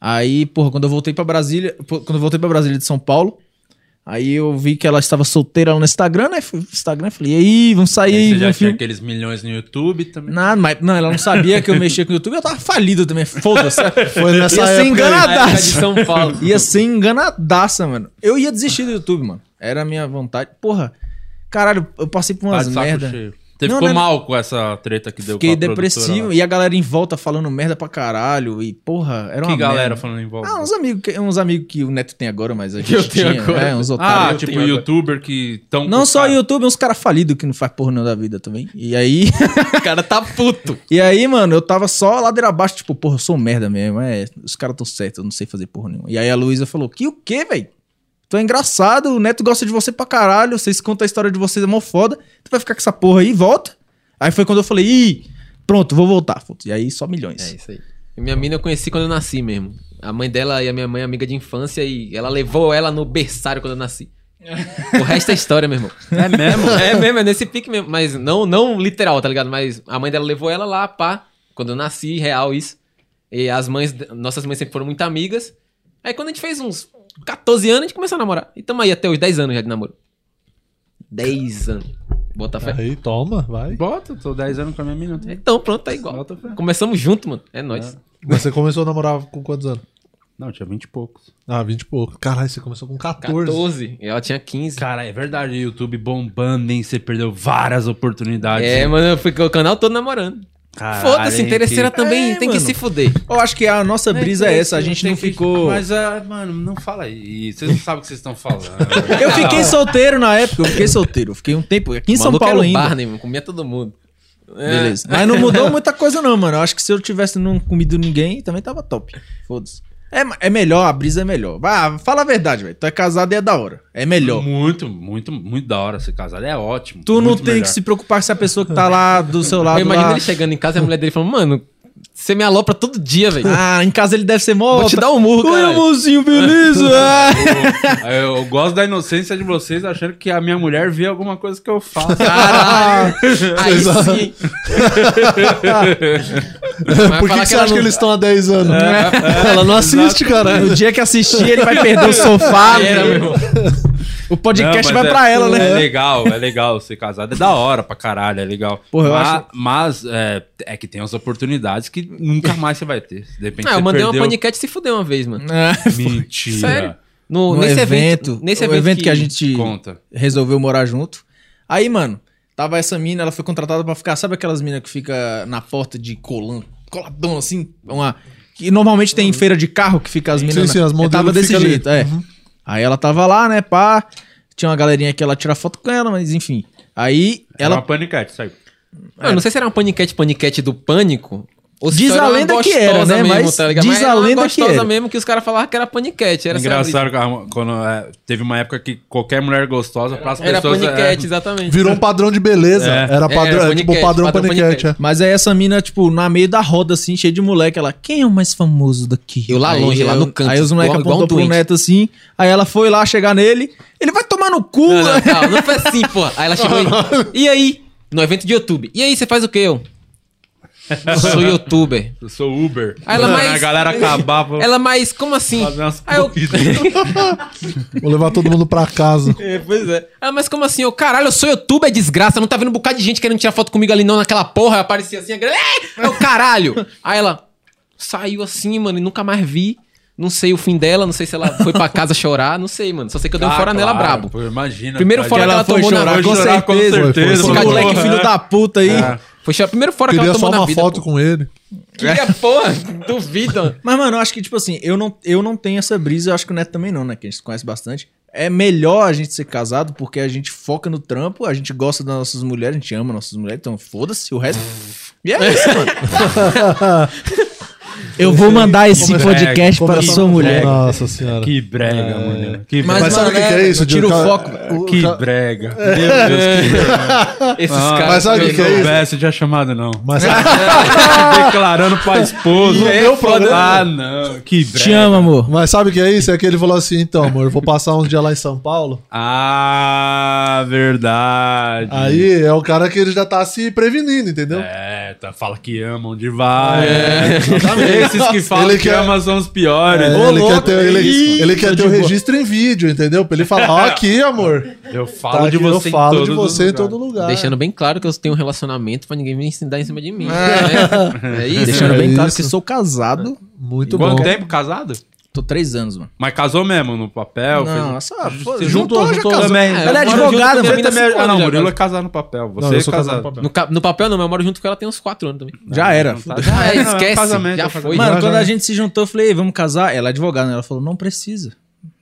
Aí, porra, quando eu voltei pra Brasília, pô, quando eu voltei pra Brasília de São Paulo, aí eu vi que ela estava solteira lá no Instagram, né? Fui pro Instagram, falei, e aí, vamos sair, Aí aí, você já vamos tinha filmar. aqueles milhões no YouTube também. Nada, mas não, ela não sabia que eu mexia com o YouTube, eu tava falido também, foda-se. Foi nessa Ia época. Na ser época de enganadaço. São Paulo. Ia ser enganadaça, mano. Eu ia desistir do YouTube, mano. Era a minha vontade. Porra, caralho, eu passei por Tá umas de saco merda. cheio. Você Não, ficou não- mal com essa treta que deu Fiquei com a produtora né? depressivo lá? e a galera em volta falando merda pra caralho. E, porra, era uma Que galera merda. falando em volta? Ah, uns amigos, que- uns amigos que o Neto tem agora, mas a gente eu tenho tinha, agora. É, uns Ah, otários. tipo youtuber que tão Não com só cara- YouTube, uns caras falidos que não faz porra nenhuma da vida também. E aí, O cara tá puto. e aí, mano, eu tava só ladeira abaixo, tipo, porra, eu sou um merda mesmo. É, os caras tão certos, eu não sei fazer porra nenhuma. E aí a Luísa falou, que o quê, velho? Tu é engraçado, o Neto gosta de você pra caralho, vocês contam a história de vocês, é mó foda. Tu vai ficar com essa porra aí, volta. Aí foi quando eu falei, ih, pronto, vou voltar. foda-se. E aí, só milhões. É isso aí. E Minha mina eu conheci quando eu nasci mesmo. A mãe dela e a minha mãe é amiga de infância e ela levou ela no berçário quando eu nasci. o resto é história, meu irmão. É mesmo? É mesmo, é nesse pique mesmo. Mas não, não literal, tá ligado? Mas a mãe dela levou ela lá, pá, quando eu nasci, real isso. E as mães, nossas mães sempre foram muito amigas. Aí quando a gente fez uns 14 anos, a gente começou a namorar. E tamo aí até os 10 anos já de namoro. 10 anos. Bota fé. Aí, toma, vai. Bota, tô 10 anos com a minha mina. tem- Então pronto, tá igual. Bota fé. Começamos junto, mano. É nóis. Você começou a namorar com quantos anos? Não, tinha 20 e poucos. Ah, 20 e pouco. Caralho, você começou com 14. 14. E ela tinha 15. Cara, é verdade, YouTube bombando, nem você perdeu várias oportunidades. É, mano, eu fui com o canal todo namorando. Caralho, Foda-se, hein, interesseira que- também Ah, É, tem que mano. se fuder. Eu acho que a nossa brisa é essa, a gente Tem não que- ficou. Mas, ah, mano, não fala aí. Vocês não sabem o que vocês estão falando. Eu fiquei solteiro na época, eu fiquei solteiro. eu Fiquei um tempo aqui em O São maluco era Paulo o ainda. Barney, mano, comia todo mundo. É. Beleza. Mas não mudou muita coisa, não, mano. Eu acho que se eu tivesse não comido ninguém, também tava top. Foda-se. É, ma- é melhor, a brisa é melhor. Vá, fala a verdade, velho. Tu é casado e é da hora. É melhor. Muito, muito, muito da hora ser casado. É ótimo. Tu não muito tem melhor. que se preocupar se a pessoa que tá lá do seu lado. Eu imagino lá... ele chegando em casa e a mulher dele falando, mano, você me alopra todo dia, velho. Ah, tá em casa ele deve ser mó. Vou te dar um murro, Oi, cara. amorzinho, beleza? Ah. Eu, eu gosto da inocência de vocês achando que a minha mulher vê alguma coisa que eu faço. Caralho. Aí é. sim. Vai Por que, falar que você ela acha que não- eles estão há 10 anos? Ela não assiste, caralho. No dia que assistir, ele vai perder o sofá. É, Era, meu irmão. o Não, mas podcast vai é- pra ela, né? É legal, é legal ser casado. É da hora pra caralho, é legal. Porra, eu mas acho- mas, é, é que tem as oportunidades que nunca mais você vai ter. De repente Ah, você eu mandei perdeu... uma paniquete e se fudeu uma vez, mano. Ah. Mentira. Sério? No, No nesse evento, evento, Nesse o evento, evento que a gente- Conta. resolveu morar junto. Aí, mano, tava essa mina, ela foi contratada pra ficar, sabe aquelas minas que fica na porta de colando, coladão assim, uma que normalmente tem em feira de carro que fica as minas. Uhum. sim, na- as modelos tava desse ficam ali. Uhum. jeito, é. Aí ela tava lá, né, pá. Tinha uma galerinha que ela tira foto com ela, mas enfim. Aí Ela... É ela uma paniquete, sai. Ah, Eu não sei se era uma paniquete, paniquete do pânico. Ou se É. Diz só a uma lenda que era, gostosa né? Mesmo, Mas tá ligado? diz era a uma lenda que gostosa era. mesmo que os caras falavam que era paniquete. Era só Engraçado que a- quando é, teve uma época que qualquer mulher gostosa pras isso. Era pessoas. paniquete, é, exatamente. Virou um padrão de beleza. É. Era padrão, era é, tipo paniquete, padrão, padrão paniquete. paniquete. é. mas aí essa mina, tipo, na meio da roda, assim, cheia de moleque, ela, quem é o mais famoso daqui? Eu lá Aí longe, lá eu- no canto, Aí os moleques igual- igual apontou um pro doente. neto, assim, aí ela foi lá chegar nele, ele vai tomar no cu, Não, não, calma, não foi assim, pô. Aí ela chegou e. E aí? no evento de YouTube. E aí, você faz o quê? Eu? Sou youtuber. Eu sou Uber. Aí ela, Quando mas- A galera acabar, vou Ela, mas como assim? fazer umas Aí eu- corridas. Vou levar todo mundo pra casa. É, pois é. Ah, mas como assim? Eu, caralho, eu sou youtuber, desgraça. Não tá vendo um bocado de gente querendo tirar foto comigo ali não, naquela porra. Eu aparecia assim, a galera, "É!" eu, caralho. Aí ela saiu assim, mano, e nunca mais vi. Não sei o fim dela, não sei se ela foi pra casa chorar, não sei, mano. Só sei que eu dei um Ah, fora nela claro, brabo. pô, imagina. Primeiro cara, fora ela que ela tomou na- chorar, com chorar, com certeza. certeza. Foi, foi, Esse foi. Porra, moleque é. filho da puta aí. Foi a primeira fora que Queria ela só tomou Então na uma vida. foto pô. com ele. Queria, porra, duvida. Mas, mano, eu acho que, tipo assim, eu não, eu não tenho essa brisa, eu acho que o Neto também não, né? Que a gente se conhece bastante. É melhor a gente ser casado porque a gente foca no trampo, a gente gosta das nossas mulheres, a gente ama nossas mulheres, então foda-se o resto. E é isso, mano. eu vou mandar é esse podcast Começou no- Nossa senhora. Que É. brega, mano. Que Mas, brega. Mas sabe o que, mano, que é, é isso, eu tiro Diego? o foco, O- que já- brega. Meu É. Deus, que brega. Esses Ah, caras. mas sabe o Se que que eu é isso? soubesse, eu tinha chamado, não. Mas Declarando pra esposa. No É meu foda. programa. Ah, não. Que brega. Te amo, amor. Mas sabe o que é isso? É que ele falou assim, então, amor, eu vou passar uns dias lá em São Paulo. Ah, verdade. Aí é o cara que ele já tá se prevenindo, entendeu? É, tá, fala que ama onde vai. É, Esses que falam Ele que quer- ama são os piores. É, Ô, ele, louco, quer ter, ele, isso. ele quer ter o registro em vídeo, entendeu? Pra ele falar, ó, aqui, amor. Eu falo Tá de aqui, você eu falo de todos os você em lugares. todo lugar. Deixando bem claro que eu tenho um relacionamento pra ninguém me ensinar em cima de mim. É, é isso. é Deixando Tá bem claro isso. que sou casado. Muito Quanto bom. tempo casado? Tô três anos, mano. Mas casou mesmo, no papel? Não, fez- só- se pô, um- juntou, juntou, já juntou casou. também. É, Ela é eu moro advogada, junto com a você Você minha mina também há cinco ah, não, anos já, Murilo é cara. casado no papel. Você eu é sou casado. casado no papel. No, ca- no papel não, eu moro junto com ela tem uns 4 anos também. Já era. Tá, Já é, não, esquece, casamento, já é foi. casamento. Mano, Já, quando já. a gente se juntou, eu falei, "Ei, vamos casar. Ela é advogada, né? Ela falou, não precisa.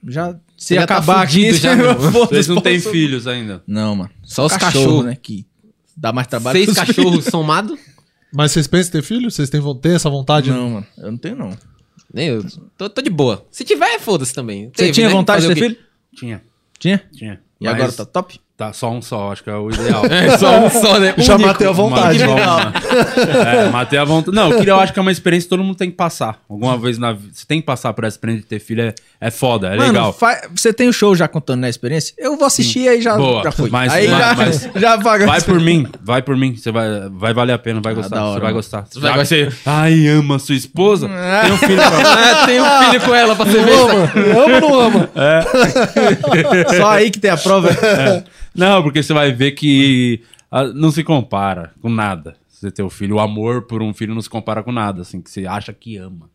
Já, se Já tá acabar aqui, fudido já, meu. Vocês foda-se, não têm posso- filhos ainda. né?" Não, mano. Só os cachorro, cachorros. né? Que dá mais trabalho. que Seis os cachorros somados? Mas vocês pensam em ter filho? Vocês têm, vo- têm essa filhos. vontade? Não, mano. Eu não tenho, não. Nem eu. Tô, tô de boa. Se tiver, foda-se também. Você Teve, tinha né? vontade Fazer de ter o quê? filho? Tinha, Tinha. tinha. E Mas agora tá top? Tá só um só, acho que é o ideal. É, só um só, né? Já Único. matei a vontade. Mas vamos lá. É, matei a vontade. Não, eu, queria, eu acho que é uma experiência que todo mundo tem que passar. Alguma vez na vida. Você tem que passar por essa experiência de ter filho. É, é foda, é legal. fa- você tem o show já contando na experiência? Eu vou assistir e aí já, Boa. já foi. Mas- aí mas- já, mas- já paga. Vai por mim, vai por mim. Você vai, vai valer a pena, vai gostar. da hora, você vai mano. gostar. Você vai vai você, ai, ama sua esposa. Hum. É. Tem um filho pra Ah, tem um filho com ela pra você ver. Ama, ama ou não ama? Só aí que tem a prova. é. Não, porque você vai ver que ah, não se compara com nada. Você ter o filho, o amor por um filho não se compara com nada, assim, que você acha que ama.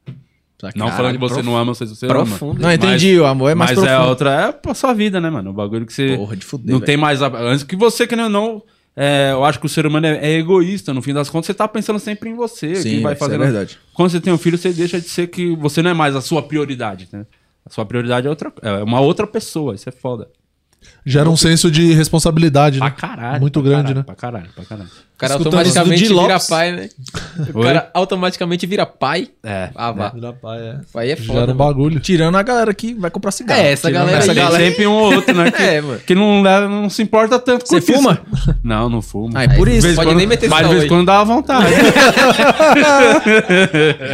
Não falando que você não ama, você, você Profundo. ama. Não, entendi, o amor é mais mas profundo. é outra, é a sua vida, né, mano? O bagulho que você Porra, de fuder, não velho. tem mais... a- Antes que você, que nem eu não... é, eu acho que o ser humano é, é egoísta, no fim das contas, você tá pensando sempre em você. Sim, quem vai isso é fazer verdade. Quando você tem um filho, você deixa de ser que você não é mais a sua prioridade, né? A sua prioridade é outra, é uma outra pessoa, isso é foda. Gera um senso de responsabilidade, né? Pra caralho. Muito pra grande, caralho, né? Pra caralho, pra caralho. O cara Escutando automaticamente isso do Di vira Lopes. pai, né? O Oi? cara automaticamente vira pai. É. Ah, vá. Aí Gera é foda. né? um mano. bagulho. Tirando a galera que vai comprar cigarro. É, essa Tirando galera essa aí. galera. Tem sempre um ou outro, né? Que, É, mano. que não, leva- não se importa tanto Você isso. fuma? Não, não fumo. Ah, é por De isso. vez em pode quando- nem meter esse Mas de caô vez em aí. quando dá vontade.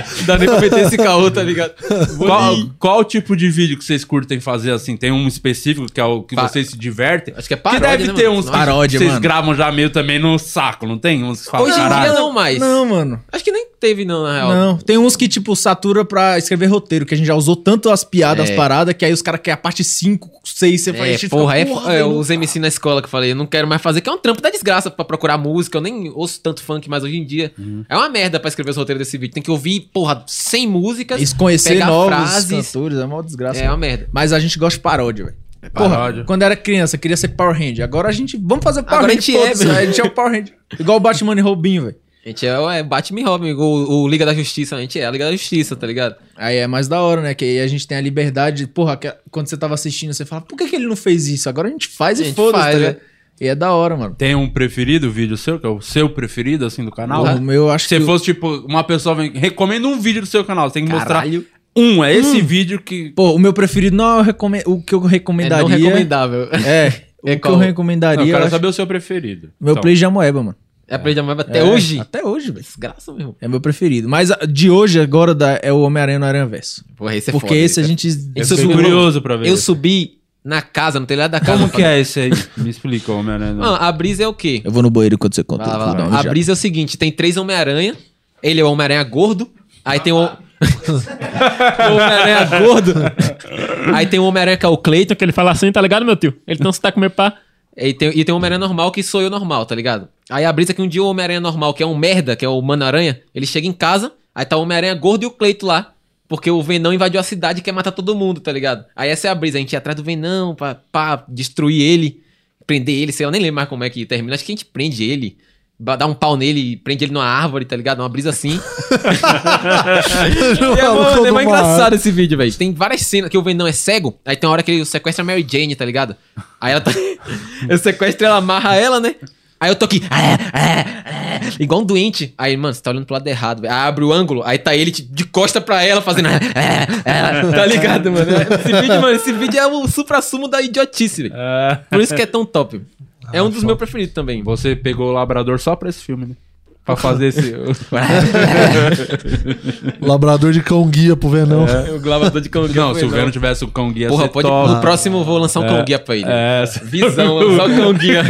Dá nem pra meter esse caô, tá ligado? qual, qual tipo de vídeo que vocês curtem fazer assim? Tem um específico que é o que Pa- vocês se divertem? Acho que é paródia, Que deve né, ter mano? uns que Paródia, vocês mano. gravam já meio também no saco, não tem? Uns que falam, Hoje em dia "Caralho". não Tá mais. Não, mano. Acho que nem teve, não, na real. Não. Tem uns que, tipo, satura pra escrever roteiro, que a gente já usou tanto as piadas, É. as paradas, que aí os caras querem a parte 5, 6, você vai É, encher, porra, é, fica, é, velho. os MC na escola que eu falei, eu não quero mais fazer, que é um trampo da desgraça pra procurar música, eu nem ouço tanto funk mais hoje em dia. Uhum. É uma merda pra escrever os roteiros desse vídeo, tem que ouvir, porra, 100 músicas, Isso, conhecer pegar novos frases. cantores é uma desgraça. É uma merda. Mas a gente gosta de paródia, velho. paródia. Porra, quando era criança, queria ser Power Ranger. Agora a gente. Vamos fazer Power Agora a Ranger. gente é, foda-se, velho. a gente é o Power Ranger. Igual o Batman e Robin, velho. Gente, é, é Batman e Robin, o, o Liga da Justiça, a gente é a Liga da Justiça, tá ligado? Aí é mais da hora, né? Que aí a gente tem a liberdade. Porra, que- quando você tava assistindo, você fala, por que, que ele não fez isso? Agora a gente faz A e gente foda-se, faz, tá ligado? E é da hora, mano. Tem um preferido vídeo seu, que é o seu preferido, assim, do canal? O meu, eu acho Se que. fosse, tipo, uma pessoa vem, recomenda um vídeo do seu canal, você tem que Caralho. mostrar um, é esse vídeo que... Pô, o meu preferido não é o, recome- o que eu É não recomendaria. recomendável. É, o É que qual? eu Não, eu recomendaria. quero eu acho- saber o seu preferido. Meu Então, play de Amoeba, mano. É a Play mais até É, hoje. Até hoje, velho. Desgraça, meu. É meu preferido. Mas ah, de hoje, agora, da- é o Homem-Aranha no Aranha Verso. Porra, esse é Porque foda, esse a cara. gente. Eu esse sou eu- curioso pra ver. Eu subi na casa, no telhado da casa. Como que é esse aí? Me explica, Homem-Aranha. Mano, a brisa é o quê? Eu vou no banheiro enquanto você conta. Vai lá, vai lá. Dá uma A mijada. brisa é o seguinte: tem três Homem-Aranha. Ele é o Homem-Aranha gordo. Aí tem o. o Homem-Aranha gordo. Aí tem o Homem-Aranha que é o Clayton. Então que ele fala assim, tá ligado, meu tio? Ele tem um sotaque meio pá. E tem, e tem o Homem-Aranha normal que sou eu normal, tá ligado? Aí a brisa é que um dia o Homem-Aranha normal, que é um merda, que é o Mano-Aranha, ele chega em casa, aí tá o Homem-Aranha gordo e o Cleito lá. Porque o Venão invadiu a cidade e quer matar todo mundo, tá ligado? Aí essa é a brisa, a gente ia atrás do Venão pra, pra destruir ele, prender ele, sei lá, eu nem lembro mais como é que termina. Acho que a gente prende ele, ba- dá um pau nele, e prende ele numa árvore, tá ligado? Uma brisa assim. Não, É, mano, é todo mais mal. engraçado esse vídeo, velho. Tem várias cenas que o Venom é cego, aí tem uma hora que ele sequestra a Mary Jane, tá ligado? Aí ela tá. Eu sequestro ela, amarra ela, né? Aí eu tô aqui. "Ah, ah, ah", igual um doente. Aí, mano, você tá olhando pro lado errado, velho. Aí abre o ângulo, aí tá ele de- de costa pra ela fazendo. "Ah, ah, ah", tá ligado, mano? Esse vídeo, mano, esse vídeo é o supra-sumo da idiotice, velho. Por isso que é tão top. velho. É um dos meus preferidos também. Você pegou o Labrador só pra esse filme, né? Pra fazer esse. Tipo- Labrador de cão guia pro Venão. O gravador de cão não, se o né? Venom tivesse o cão guia, Porra, você pode. top. No próximo eu vou lançar um cão guia pra ele. É, essa- Visão, mano, só cão guia.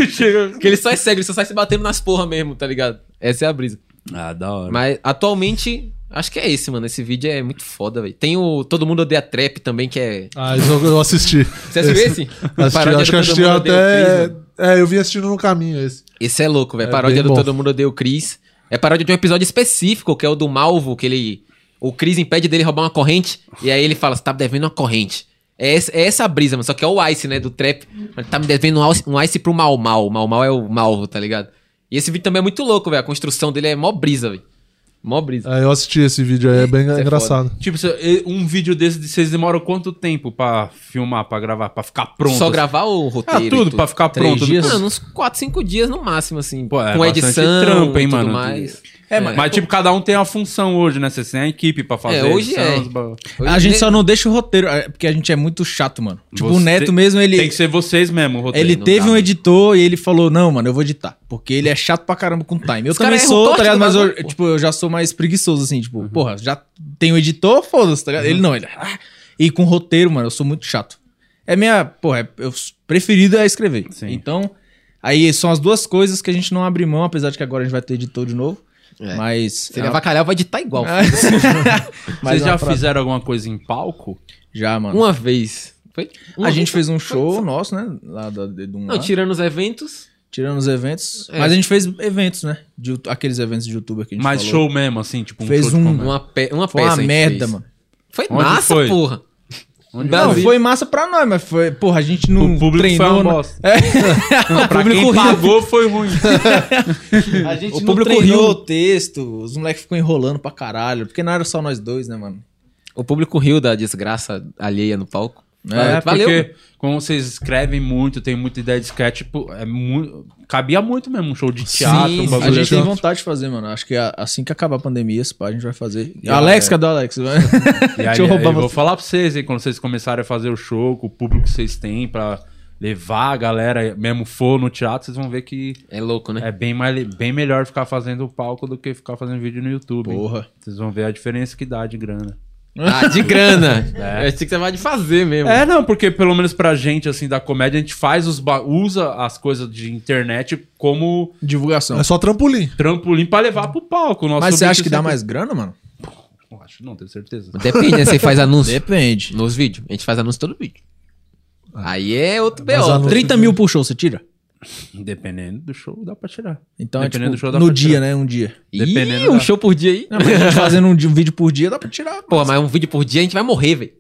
Porque ele só é cego, ele só sai se batendo nas porra mesmo, tá ligado? Essa é a Tá brisa. Ah, da hora. Mas atualmente, acho que é esse, mano. Esse vídeo é muito foda, velho. Tem o Todo Mundo Odeia Trap também, que é. Ah, isso eu, eu assisti. Você assistiu esse? Assisti, Paródia do acho que Todo assisti Mundo Odeia o Chris, até. mano. É, eu vim assistindo no caminho esse. Esse é louco, velho. É Paródia bem do bom. Todo Mundo Odeia o Chris. É paródia de um episódio específico, que é o do Malvo, que ele. O Chris impede dele roubar uma corrente. E aí ele fala: Você tá me devendo uma corrente. É essa, é essa a brisa, mano. Só que é o Ice, né? Do trap. Tá me devendo um ice, um ice pro Mal Mal. O Mal Mal é o Malvo, tá ligado? E esse vídeo também é muito louco, velho. A construção dele é mó brisa, velho. Mó brisa. É, eu assisti esse vídeo aí, é bem é engraçado. Tipo, se- um vídeo desse, de vocês demoram quanto tempo pra filmar, pra gravar, pra ficar pronto? Só assim? gravar o Ah, roteiro. tudo, e pra ficar Três pronto. dias? depois. Mano, uns 4, 5 dias no máximo, assim. Pô, é com bastante edição trampo, hein, e tudo mano? mais. É, mas, mas, tipo, cada um tem uma função hoje, né? Vocês têm a equipe pra fazer. É, hoje edição, é. os ba- A gente só não deixa o roteiro, é, porque a gente é muito chato, mano. Tipo, o Você- Neto mesmo, ele, Tem que ser vocês mesmo, o tá, roteiro. ele não teve dá, um né? editor e ele falou, não, mano, eu vou editar. Porque ele é chato pra caramba com time. Eu Os também caras erram sou, corte tá ligado? do Mas eu, bagulho, pô. tipo, eu já sou mais preguiçoso, assim. Uhum. Tipo, porra, já tem o editor, foda-se, tá ligado? Ele não, ele... ah. E com roteiro, mano, eu sou muito chato. É minha, porra, é, eu, preferido é escrever. Sim. Então, aí são as duas coisas que a gente não abre mão, apesar de que agora a gente vai ter editor de novo. É. Mas... Se ele avacalhar, vai editar É. igual. Vocês Mas já já fiz. fizeram alguma coisa em palco? Já, mano. Uma vez. Foi? Uma a vez? gente fez um show nosso, né? Lá da, de, de um Não, lá, tirando os eventos. tirando os eventos. É. Mas a gente fez eventos, né? De, youtu- aqueles eventos de youtuber que a gente Mais falou. show mesmo, assim, tipo um Fez show de um- comédia. Uma, pe uma Foi peça. uma a gente merda, fez. mano. Foi Onde massa, foi? porra. Não, Brasil. foi massa pra nós, mas foi. Porra, a gente não O público treinou. foi uma né? bosta. É. o Pra público quem riu. pagou foi ruim. A gente O não público treinou riu. o texto. Os moleques ficam enrolando pra caralho. Porque não era só nós dois, né, mano? O público riu da desgraça alheia no palco. É, valeu. porque como vocês escrevem muito, tem muita ideia de sketch, pô, é muito, cabia muito mesmo um show de teatro, Sim, um sim. A bagulho gente tem assim. vontade de fazer, mano. Acho que a- assim que acabar a pandemia, esse pá, a gente vai fazer. Ah, Alex, é. cadê o Alex? E aí, Deixa eu roubar eu vou você. falar pra vocês, hein, quando vocês começarem a fazer o show, com o público que vocês têm pra levar a galera, mesmo for no teatro, vocês vão ver que É louco, né? é bem, mais, bem melhor ficar fazendo o palco do que ficar fazendo vídeo no YouTube. hein? Porra. Vocês vão ver a diferença que dá de grana. Ah, de grana. Eu achei que você vai de fazer mesmo. É, não, porque pelo menos pra gente, assim, da comédia, a gente faz os ba- usa as coisas de internet como Divulgação. É só trampolim. trampolim pra levar pro palco. Nosso Mas você bicho acha que dá sempre- mais grana, mano? Não, acho não, tenho certeza. Depende, né? Você faz anúncio Depende. nos vídeos. A gente faz anúncio todo vídeo. Aí é outro Mas B.O. anúncio- 30 mil por show, você tira? Dependendo do show, dá pra tirar. Então, Dependendo é, do tipo, show, dá no pra dia, tirar. né? Um dia. Dependendo Ih, um da- show por dia aí. Não, mas a gente fazendo um, di- um vídeo por dia, dá pra tirar. Pô, mas um vídeo por dia a gente vai morrer, velho.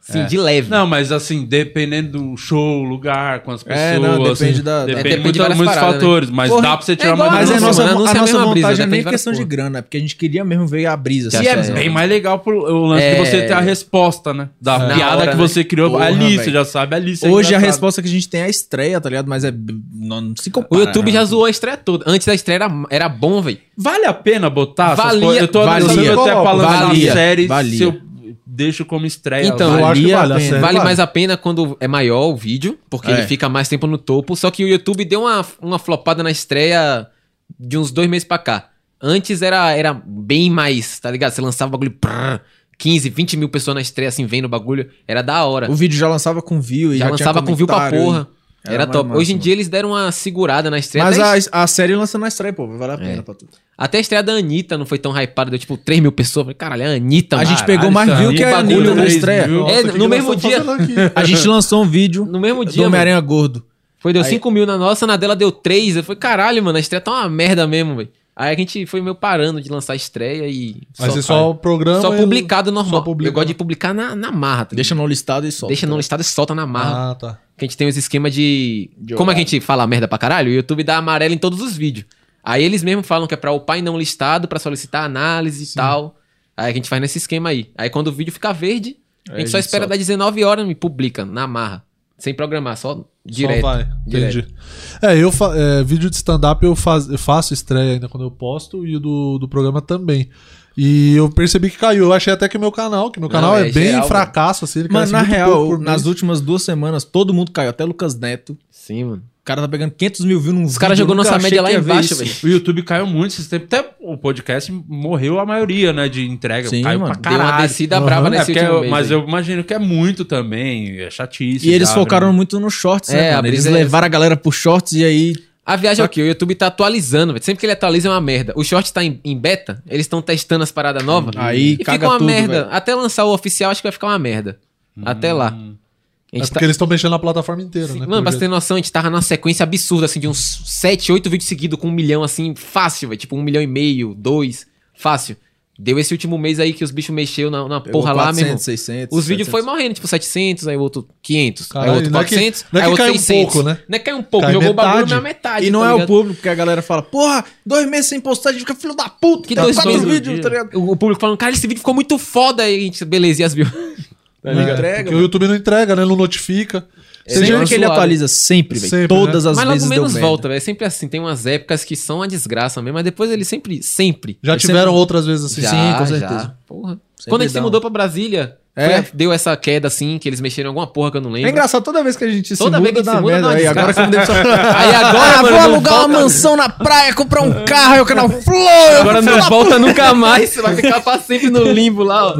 Sim, de leve. Não, mas assim, dependendo do show, lugar, com as pessoas. É, não, depende assim, da- Depende, é, depende muito- de várias muitos paradas, né? fatores, mas Porra, dá pra você é tirar igual mais a Mas Mas a anúncio, nossa, mano, anúncio a é a nossa mesma vontade brisa, é depende nem de várias questão de coisas. grana, é porque a gente queria mesmo ver a brisa. Que assim, E é Certo. bem mais legal pro, o lance É. de você ter a resposta, né? Da Na piada hora, que né? você criou. Porra, ali, você velho. já sabe, ali você Hoje a já sabe. resposta que a gente tem é a estreia, tá ligado? Mas é. Não, não se O compara. YouTube né? já zoou a estreia toda. Antes da estreia era, era bom, velho. Vale a pena botar essas Valia- coisas? Eu tô valia. analisando até Coloca. falando Valia. na série Valia. se eu deixo como estreia. né? Então, vale. eu acho que valia a vale, a pena. série Vale vale. mais a pena quando é maior o vídeo, porque É. ele fica mais tempo no topo. Só que o YouTube deu uma, uma flopada na estreia de uns dois meses pra cá. Antes era, era bem mais, tá ligado? Você lançava o bagulho. prrr, 15, 20 mil pessoas na estreia, assim, vendo o bagulho. Era da hora. O vídeo já lançava com view e já já, lançava com view pra porra. Era, Era mais top. massa, Hoje em mano. dia eles deram uma segurada na estreia. Mas até, a... a, a série lança na estreia, pô. Vale a pena pra tudo. até a estreia da Anitta não foi tão hypada, deu tipo 3 mil pessoas. Falei, caralho, é a Anitta, a mano. gente pegou mais isso view aí que é a bagulho Anitta na três estreia. mil. o É, que no nós mesmo estamos dia- fazendo aqui? A gente lançou um vídeo No mesmo do dia, mano. Homem-Aranha Gordo. Foi, deu Aí- 5 mil na nossa, na dela deu 3. Eu falei, caralho, mano, a estreia tá uma merda mesmo, velho. Aí a gente foi meio parando de lançar a estreia e. Vai é ser só o programa. só e- publicado só normal. publica. Eu gosto de publicar na, na marra. tá ligado? Deixa não listado e solta. Deixa não listado e solta na marra. Ah, tá. Que a gente tem os esquemas de. Como a gente fala merda pra caralho, o YouTube dá amarelo em todos os vídeos. Aí eles mesmos falam que é pra upar e não listado, pra solicitar análise e tal. Aí a gente faz nesse esquema aí. Aí quando o vídeo fica verde, a É gente Aí só espera solta. dar 19 horas e publica, na marra. Sem programar, só direto. Só vai. direto. Entendi. É, eu fa- é, vídeo de stand-up eu, faz- eu faço estreia ainda quando eu posto e o do, do programa também. E eu percebi que caiu. Eu achei até que o meu canal, que meu Não, canal é, é bem geral, fracasso, assim. Ele Mas cresce na muito pouco real, por nas mês. últimas duas semanas, todo mundo caiu. Até Lucas Neto. Sim, mano. O cara tá pegando 500 mil views num vídeo. Os caras jogou eu nunca nossa achei média que lá ia ver embaixo, isso. velho. O YouTube caiu muito esse tempo. Até o podcast morreu a maioria, né? De entrega. Sim, caiu mano. pra Deu caralho. uma descida Aham. brava É, nesse porque último eu- mês mas aí. eu imagino que é muito também. É chatice. E eles já, focaram né? muito nos shorts, É, né? a mano? Eles brisa é levaram a galera pro shorts e aí. A viagem é o que? O YouTube tá atualizando, velho. Sempre que ele atualiza é uma merda. O short tá em, em beta, eles estão testando as paradas novas. Aí e caga fica uma tudo, merda. velho. Até lançar o oficial, acho que vai ficar uma merda. Até lá. A Hum. É gente porque tá... eles estão mexendo na plataforma inteira, né? Mano, pelo pra você ter jeito. noção, a gente tava numa sequência absurda, assim, de uns 7, 8 vídeos seguidos com um milhão, assim, fácil, velho. Tipo, um milhão e meio, dois, fácil. Deu esse último mês aí que os bichos mexeu na, na pegou porra lá, meu irmão. 600. Os vídeos 700. foi morrendo, tipo 700, aí o outro 500, Caralho, aí o outro não é que- 400, não é aí que o outro caiu um 600. pouco, né? Não é que caiu um pouco, Cai jogou o bagulho metade. na metade. E não tá é o ligado? público que a galera fala, porra, dois meses sem postagem, fica filho da puta. Que tá dois quatro meses no vídeos, dia. tá ligado? O o público falando, cara, esse vídeo ficou muito foda aí, a gente, beleza, e as views. Tá É, ligado? porque o YouTube não entrega, né? Não notifica. Sempre É, Sempre que que ele atualiza, sempre, Sempre, né? velho. Todas as mas vezes logo menos deu merda. volta, velho. É sempre assim, tem umas épocas que são uma desgraça mesmo, mas depois ele sempre, sempre. Já Eu tiveram sempre- outras vezes assim. já, sim, já. com certeza. Porra. Sempre Quando a gente se dá mudou pra uma- Brasília, É. foi- deu essa queda assim, que eles mexeram em alguma porra que eu não lembro. É engraçado, toda vez que a gente Toda se vez muda, que dá se uma muda, merda. dá uma Aí agora que desgraça. eu mudei pra- Aí agora, mano, não volta, na praia, comprar um carro, aí o canal Flow, Agora não volta nunca mais, você vai ficar pra sempre no limbo lá, ó.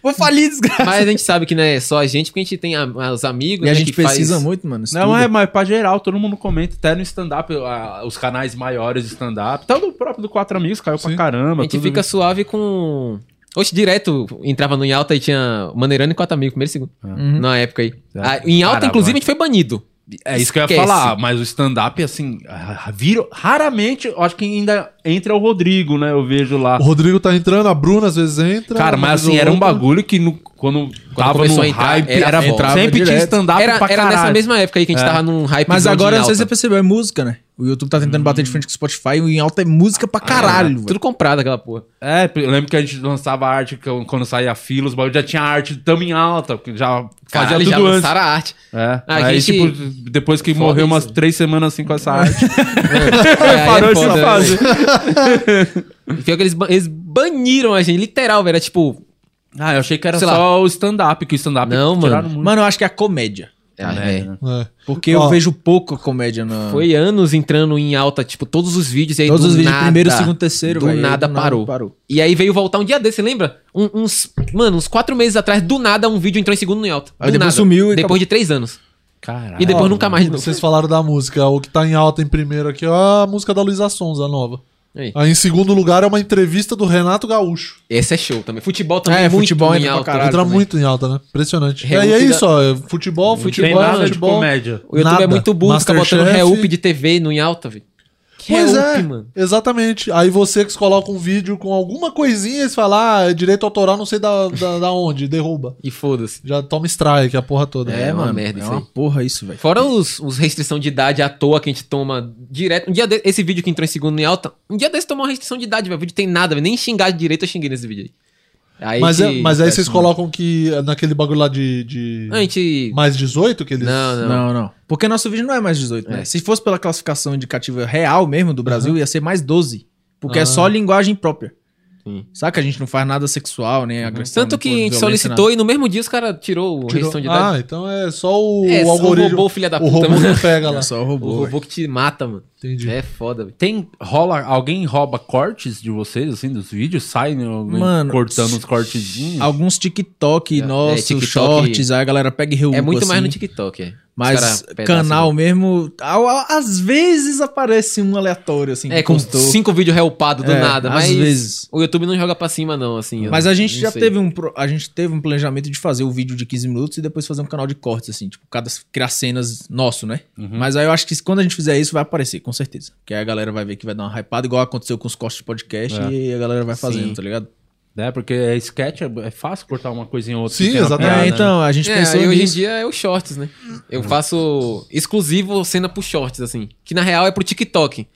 vou falir, desgraça. Mas a gente sabe que não é só a gente, porque a gente tem a- a- os amigos, E a né, gente que faz- precisa muito, mano. Não, é, mas pra geral, todo mundo comenta, até no stand-up, a- os canais maiores de stand-up. Até o próprio do Quatro Amigos caiu pra caramba. A gente tudo fica suave com. Oxe, direto entrava no em alta e tinha Maneirano e quatro amigos, primeiro e segundo. Uhum. Na época aí. É. Ah, em alta, Cara, inclusive, mano. a gente foi banido. É isso que eu ia Esquece. falar, mas o stand-up, assim, ah, vira, raramente, eu acho que ainda entra o Rodrigo, né? Eu vejo lá. O Rodrigo tá entrando, a Bruna às vezes entra. Cara, mas uma assim, vez era ou um outra. bagulho que no- quando, tava começou no a entrar, hype, era era, foda. sempre tinha direto. stand-up Era, pra era caralho. nessa mesma época aí que a gente É. tava num hype. tá? Mas agora, não sei se você percebeu, é música, né? O YouTube tá tentando bater de frente com o Spotify e o em alta é música pra caralho, velho. Ah, Tudo comprado aquela porra. É, eu lembro que a gente lançava arte que eu- quando saía fila, os bagulhos já tinha arte tamo em alta, porque já fazia Caralho, tudo já antes. lançaram a arte. É. A Aí, gente- tipo, depois que Foda morreu umas isso. três semanas assim com essa arte, Aí é parou de foda, né, fazer. velho? Pior que eles, ban- eles baniram a gente, literal, velho. Era tipo. Ah, eu achei que era Sei só lá. o stand-up, que o stand-up Não, tiraram mano. muito. Mano, eu acho que é a comédia. ah, é. né? É. Porque Ó. eu vejo pouco comédia na. Foi anos entrando em alta, tipo, todos os vídeos. E aí Todos do os vídeos, nada- primeiro, segundo, terceiro, Do velho, nada do nada parou. parou. E aí veio voltar um dia desse, você lembra? Um- uns, mano, uns quatro meses atrás, do nada, um vídeo entrou em segundo em alta. Aí Do depois nada. sumiu e Depois acabou. de três anos. Caralho. E depois nunca mais. Vocês falaram da música, o que tá em alta em primeiro aqui ó, a música da Luísa Sonza, a nova. Aí. Aí em segundo lugar é uma entrevista do Renato Gaúcho. Esse é show também. Futebol também É, muito futebol em entra pra alta. é caralho. Entra também. muito em alta, né? Impressionante. É, Reúne e é da- isso, ó, é futebol, Tem futebol, nada de futebol. comédia. O YouTube Nada. é muito bom, fica botando Masterchef. reup de TV no em alta, velho. Que Pois reup, é, mano. exatamente. Aí você que coloca um vídeo com alguma coisinha e fala, ah, é direito autoral não sei da, da, da onde, derruba. E foda-se. Já toma strike a porra toda. É, uma merda É isso uma aí. porra isso, velho. Fora os, os restrição de idade à toa que a gente toma direto. Um dia de- esse vídeo que entrou em segundo em alta, um dia desse tomou uma restrição de idade, velho. O vídeo tem nada, velho. Nem xingar direito eu xinguei nesse vídeo aí. aí Mas, é- que- mas aí vocês colocam que é naquele bagulho lá de. de- Não, A gente. Mais 18 que eles. Não, não. Não, não. Porque nosso vídeo não é mais 18, né? Se fosse pela classificação indicativa real mesmo do Brasil, ia ser mais 12. Porque Ah. é só linguagem própria. Sim. Uhum. Saca? A gente não faz nada sexual, nem agressão. Tanto nem que a por gente violência, solicitou e no mesmo dia os caras tirou a Tirou- restrição de idade. Ah, então é só o é, só o algoritmo. robô, filha da o puta, robô mano. não pega lá. nada. Só o robô. O velho. robô que te mata, mano. Entendi. É foda, velho. Tem, rola, alguém rouba cortes de vocês, assim, dos vídeos? Sai né, alguém Mano, cortando uns cortezinhos? Alguns TikTok, É, nossos é, TikTok- shorts, aí a galera pega e reúne. assim. É muito mais no assim. TikTok, é. Os Mas cara pedaça, canal né? mesmo, ao- ao- às vezes aparece um aleatório, assim. É, que com postou. cinco vídeos relpado do É, nada. às Mas vezes. o YouTube não joga pra cima, não, assim. eu Mas a gente não já sei. teve um pro- a gente teve um planejamento de fazer o vídeo de 15 minutos e depois fazer um canal de cortes assim, tipo, cada criar cenas nosso, né? Uhum. Mas aí eu acho que quando a gente fizer isso vai aparecer, com certeza. Porque aí a galera vai ver que vai dar uma hypada igual aconteceu com os cortes de podcast É. e a galera vai Sim. fazendo, tá ligado? Né? Porque é sketch, é, é fácil cortar uma coisinha ou outra. Sim, que tem uma exatamente. piada, É, né? então, a gente É, pensou aí hoje em nisso. dia é os shorts, né? Eu faço exclusivo cena pro shorts, assim. Que na real é pro TikTok.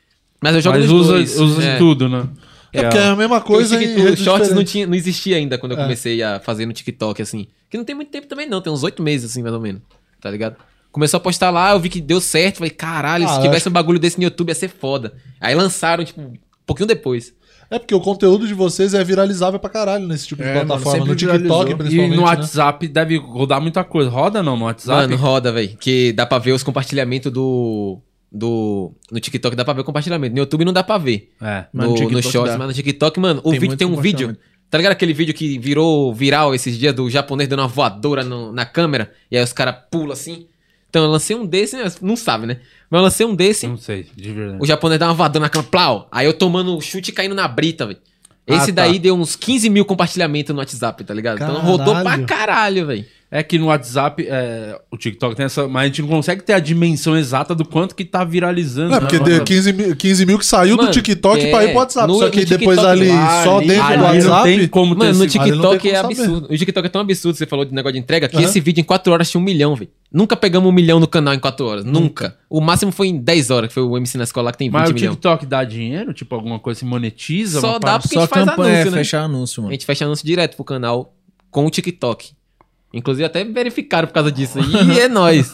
Mas eu jogo Mas nos usa, dois. usa é. em tudo, né? É porque é a mesma Porque coisa o em TikTok- rede o shorts não, diferente. tinha, não existia ainda quando eu É. comecei a fazer no TikTok, assim. Que não tem muito tempo também, não. Tem uns oito meses, assim, mais ou menos. Tá ligado? Começou a postar lá, eu vi que deu certo. Falei, caralho, Ah, se eu tivesse um bagulho desse no YouTube ia ser foda. Aí lançaram, tipo, um pouquinho depois. É porque o conteúdo de vocês é viralizável pra caralho nesse tipo de É, mano, plataforma. sempre no TikTok, viralizou. E principalmente. no né? WhatsApp deve rodar muita coisa. Roda não no WhatsApp? Mano, roda, velho. Que dá pra ver os compartilhamentos do. do. No TikTok dá pra ver o compartilhamento. No YouTube não dá pra ver. É. Mas no no, no, TikTok shorts, dá. mas no TikTok, mano, o Tem vídeo muito tem um vídeo. compartilhamento. Tá ligado aquele vídeo que virou viral esses dias do japonês dando uma voadora no- na câmera? E aí os caras pulam assim. Então eu lancei um desse, né? não sabe, né? Mas eu lancei um desse, Não sei, de verdade. o japonês dá uma voadora na câmera, plau. Aí eu tomando o chute e caindo na brita, velho. Ah, Esse tá. daí deu uns 15 mil compartilhamentos no WhatsApp, tá ligado? Então rodou pra Caralho. caralho, velho. É que no WhatsApp, é, o TikTok tem essa... Mas a gente não consegue ter a dimensão exata do quanto que tá viralizando. Não, é né? porque No deu WhatsApp. 15 mil, 15 mil que saiu Mano, do TikTok é, pra ir pro WhatsApp. no- só que no depois TikTok ali, lá, só ali- dentro do ali não WhatsApp. tem como ter Mano, no esse- ali não tem TikTok como é saber. absurdo. O TikTok é tão absurdo, você falou de negócio de entrega, que Aham. esse vídeo em 4 horas tinha um milhão, velho. Nunca pegamos um milhão no canal em 4 horas. Nunca. O máximo foi em 10 horas, que foi o MC na escola lá que tem 20 Mas o milhões. TikTok dá dinheiro? Tipo, alguma coisa se monetiza? Só uma dá parada? porque a Só gente faz campanha, anúncio, né? fechar anúncio, A mano. gente fecha anúncio direto pro canal com o TikTok. Inclusive até verificaram por causa disso. E é nóis.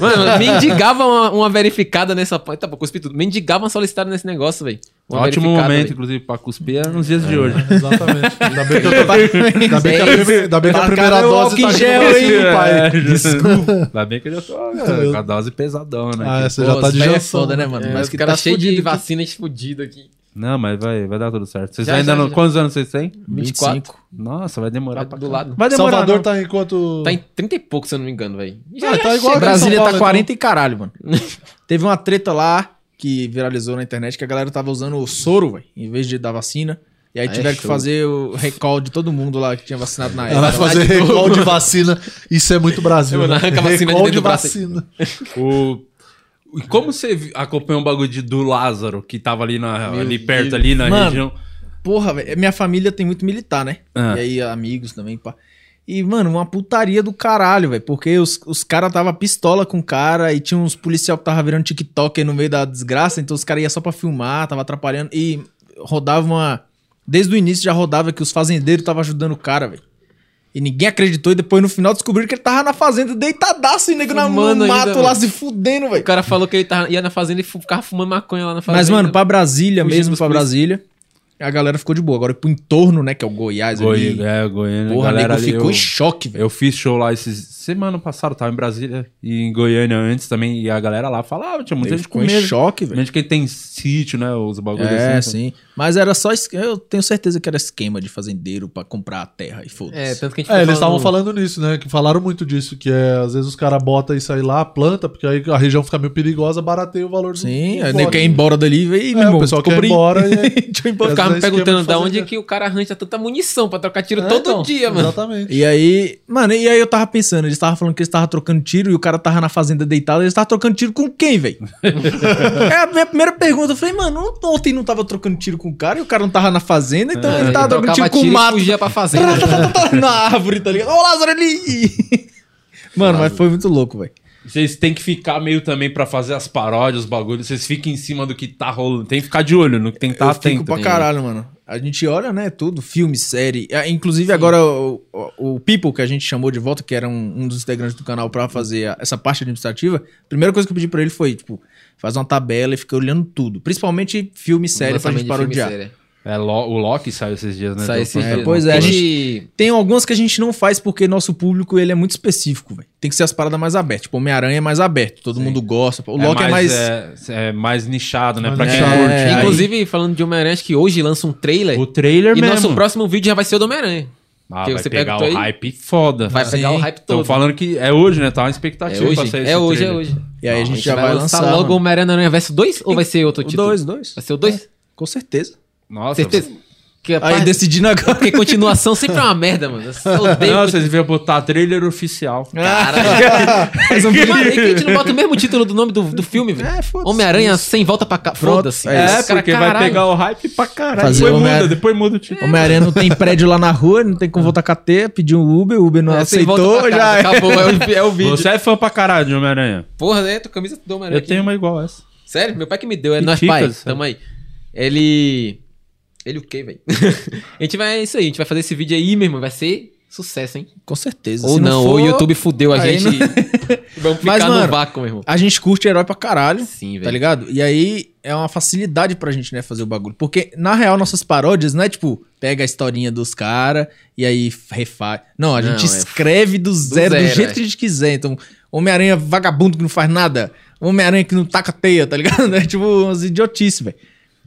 Mano, me indigava uma, uma verificada nessa. po- Tá bom, cuspi tudo. Me indigava uma solicitada nesse negócio, velho. Uma Ótimo verificada, momento, velho. inclusive, pra cuspir é nos dias de hoje. Exatamente. Ainda bem que, eu tô- ainda bem que a, É prime- ainda bem que a primeira Cadê o dose tá álcool em aqui gel, no hein? Brasil, pai. Ainda bem que eu já tô é, com a dose pesadona. né? Ah, você Pô, já tá os de velho é janção. foda, né, mano? Mas Mas o que cara tá cheio de fudido, vacinas fudido aqui. Não, mas vai, vai dar tudo certo. Vocês Já, ainda já, não. já. Quantos anos vocês têm? 24. 25. Nossa, vai demorar Tá pra do caralho. lado. Vai demorar. Salvador não. tá em quanto. Tá em 30 e pouco, se eu não me engano, velho. Ah, tá igual aqui em Brasília São Paulo, tá então. 40 e caralho, mano. Teve uma treta lá que viralizou na internet que a galera tava usando o soro, velho, em vez de dar vacina. E aí Ah, é tiveram que show. fazer o recall de todo mundo lá que tinha vacinado na Ela vai época. fazer recall de vacina. Isso é muito Brasil. Eu né? não arranco a vacina de Recall dentro de do braço. vacina. O... E como você vi- acompanhou um bagulho de- do Lázaro, que tava ali, na, Meu ali perto, Deus. ali na Mano. região? Porra, velho, minha família tem muito militar, né? Ah. E aí amigos também, pá. E, mano, uma putaria do caralho, velho. Porque os, os caras tava pistola com o cara e tinha uns policial que tava virando TikTok aí no meio da desgraça. Então os caras iam só pra filmar, tava atrapalhando. E rodava uma. Desde o início já rodava que os fazendeiros tava ajudando o cara, velho. E ninguém acreditou. E depois no final descobriram que ele tava na fazenda deitadaço e nego na, no Fumando ainda, mato mano. lá se fudendo, velho. O cara falou que ele tava- ia na fazenda e fu- ficava fumando maconha lá na fazenda. Mas, mano, pra Brasília né? Fugindo mesmo, dos pra polícia. Brasília, a galera ficou de boa. Agora pro entorno, né, que é o Goiás ali. Goi, é, Goiânia. Porra, galera nego ali, ficou eu- em choque, velho. Eu fiz show lá esses semana passada, tava em Brasília e em Goiânia antes também, e a galera lá falava, tinha muita Ele gente ficou com em medo. choque, velho. Principalmente quem tem sítio, né, os bagulhos É, assim. sim. Mas era só. es- Eu tenho certeza que era esquema de fazendeiro pra comprar a terra e É, foda-se. tanto que a gente É, eles estavam falando nisso, né? Que falaram muito disso, que é, às vezes os caras botam isso aí lá, planta, porque aí a região fica meio perigosa, barateia o valor do- do. Sim, aí plot. nego quer ir embora dali e É, o pessoal quer ir embora e é aí- Deixa eu ir embora. Às Ficava me vezes esquema perguntando de da fazer onde é isso. que o cara arranja tanta munição pra trocar tiro É, todo então, dia, mano. Exatamente. E aí, mano, e aí eu tava pensando, eles estavam falando que eles estavam trocando tiro e o cara tava na fazenda deitado, eles estavam trocando tiro com quem, velho? é a minha primeira pergunta. Eu falei, mano, não- ontem não tava trocando tiro com o cara e o cara não tava na fazenda, então ele tava trocando tiro É, Trocava com o tiro e mato. fugia pra fazenda. na árvore, tá ligado? Ô, Lázaro ali! Mano, mas foi muito louco, velho. então. Vocês têm que ficar meio também pra fazer as paródias, os bagulhos, vocês ficam em cima do que tá rolando, tem que ficar de olho no que tem que Tá estar eu fico atento. pra caralho, mano. A gente olha, né, tudo, filme, série. Ah, Inclusive, agora o, o, o People, que a gente chamou de volta, que era um, um dos integrantes do canal pra fazer a- essa parte administrativa, a primeira coisa que eu pedi pra ele foi, tipo, faz uma tabela e fica olhando tudo. Principalmente filme, série, pra Lançamento gente de filme parodiar. sério. É, Lo- o Loki saiu esses dias, né? Sai do- esse do- dia. pois é, a Tem- Tem algumas que a gente não faz porque nosso público ele é muito específico, velho. Tem que ser as paradas mais abertas. Tipo, Homem-Aranha é mais aberto, todo mundo gosta. O Loki é mais. É, é mais nichado, né? Pra É, quem é, curte. Inclusive, falando de Homem-Aranha, acho que hoje lança um trailer. o trailer e mesmo. nosso próximo vídeo já vai ser o do Homem-Aranha. Ah, que vai você pegar o perguntou aí? hype foda. Vai Sim. pegar o hype Estão todo. falando que é hoje, né? Tá uma é expectativa pra hoje, sair esse é hoje, é trailer. hoje. E aí a gente já vai lançar. logo o mano. Homem-Aranha no Aranha Verso 2 ou vai ser outro o título? dois, dois. Vai ser o 2? Com certeza. Nossa, Certeza? Que, Aí rapaz, decidindo agora. Porque continuação sempre é uma merda, mano. Eu odeio Não, vocês deviam botar trailer oficial. Mas por é que a gente não bota o mesmo título do nome do, do filme, velho? É, foda-se. Homem-Aranha sem volta pra cá. Pronto, Foda-se. é É, isso. Os cara, porque vai caralho. pegar o hype pra caralho. Fazer depois o É, muda, Mer- depois muda tipo, o título. Homem-Aranha não tem prédio lá na rua, não tem como voltar com a T, pediu um Uber, o Uber não É, sem volta aceitou, pra cá, já é. Acabou, é o, é o vídeo. Você é fã pra caralho de Homem-Aranha. Porra, né? Tua camisa do Homem-Aranha. Eu aqui. tenho uma igual essa. Sério? Meu pai que me deu, é Que nós dicas, pai. sabe? Tamo aí. Ele. Ele o quê, velho? a gente vai. É isso aí, a gente vai fazer esse vídeo aí, meu irmão. Vai ser sucesso, hein? Com certeza. Ou se não, ou for, o YouTube fudeu a aí gente. não- e Vamos Mas, ficar no mano, vácuo, meu irmão. A gente curte herói pra caralho, Sim, tá velho. ligado? E aí é uma facilidade pra gente, né, fazer o bagulho. Porque, na real, nossas paródias, né, tipo, pega a historinha dos caras e aí refaz. Não, a Não, gente é escreve do zero, do, zero, jeito é. que a gente quiser. Então, Homem-Aranha vagabundo que não faz nada, Homem-Aranha que não taca teia, tá ligado? É tipo umas idiotices, velho.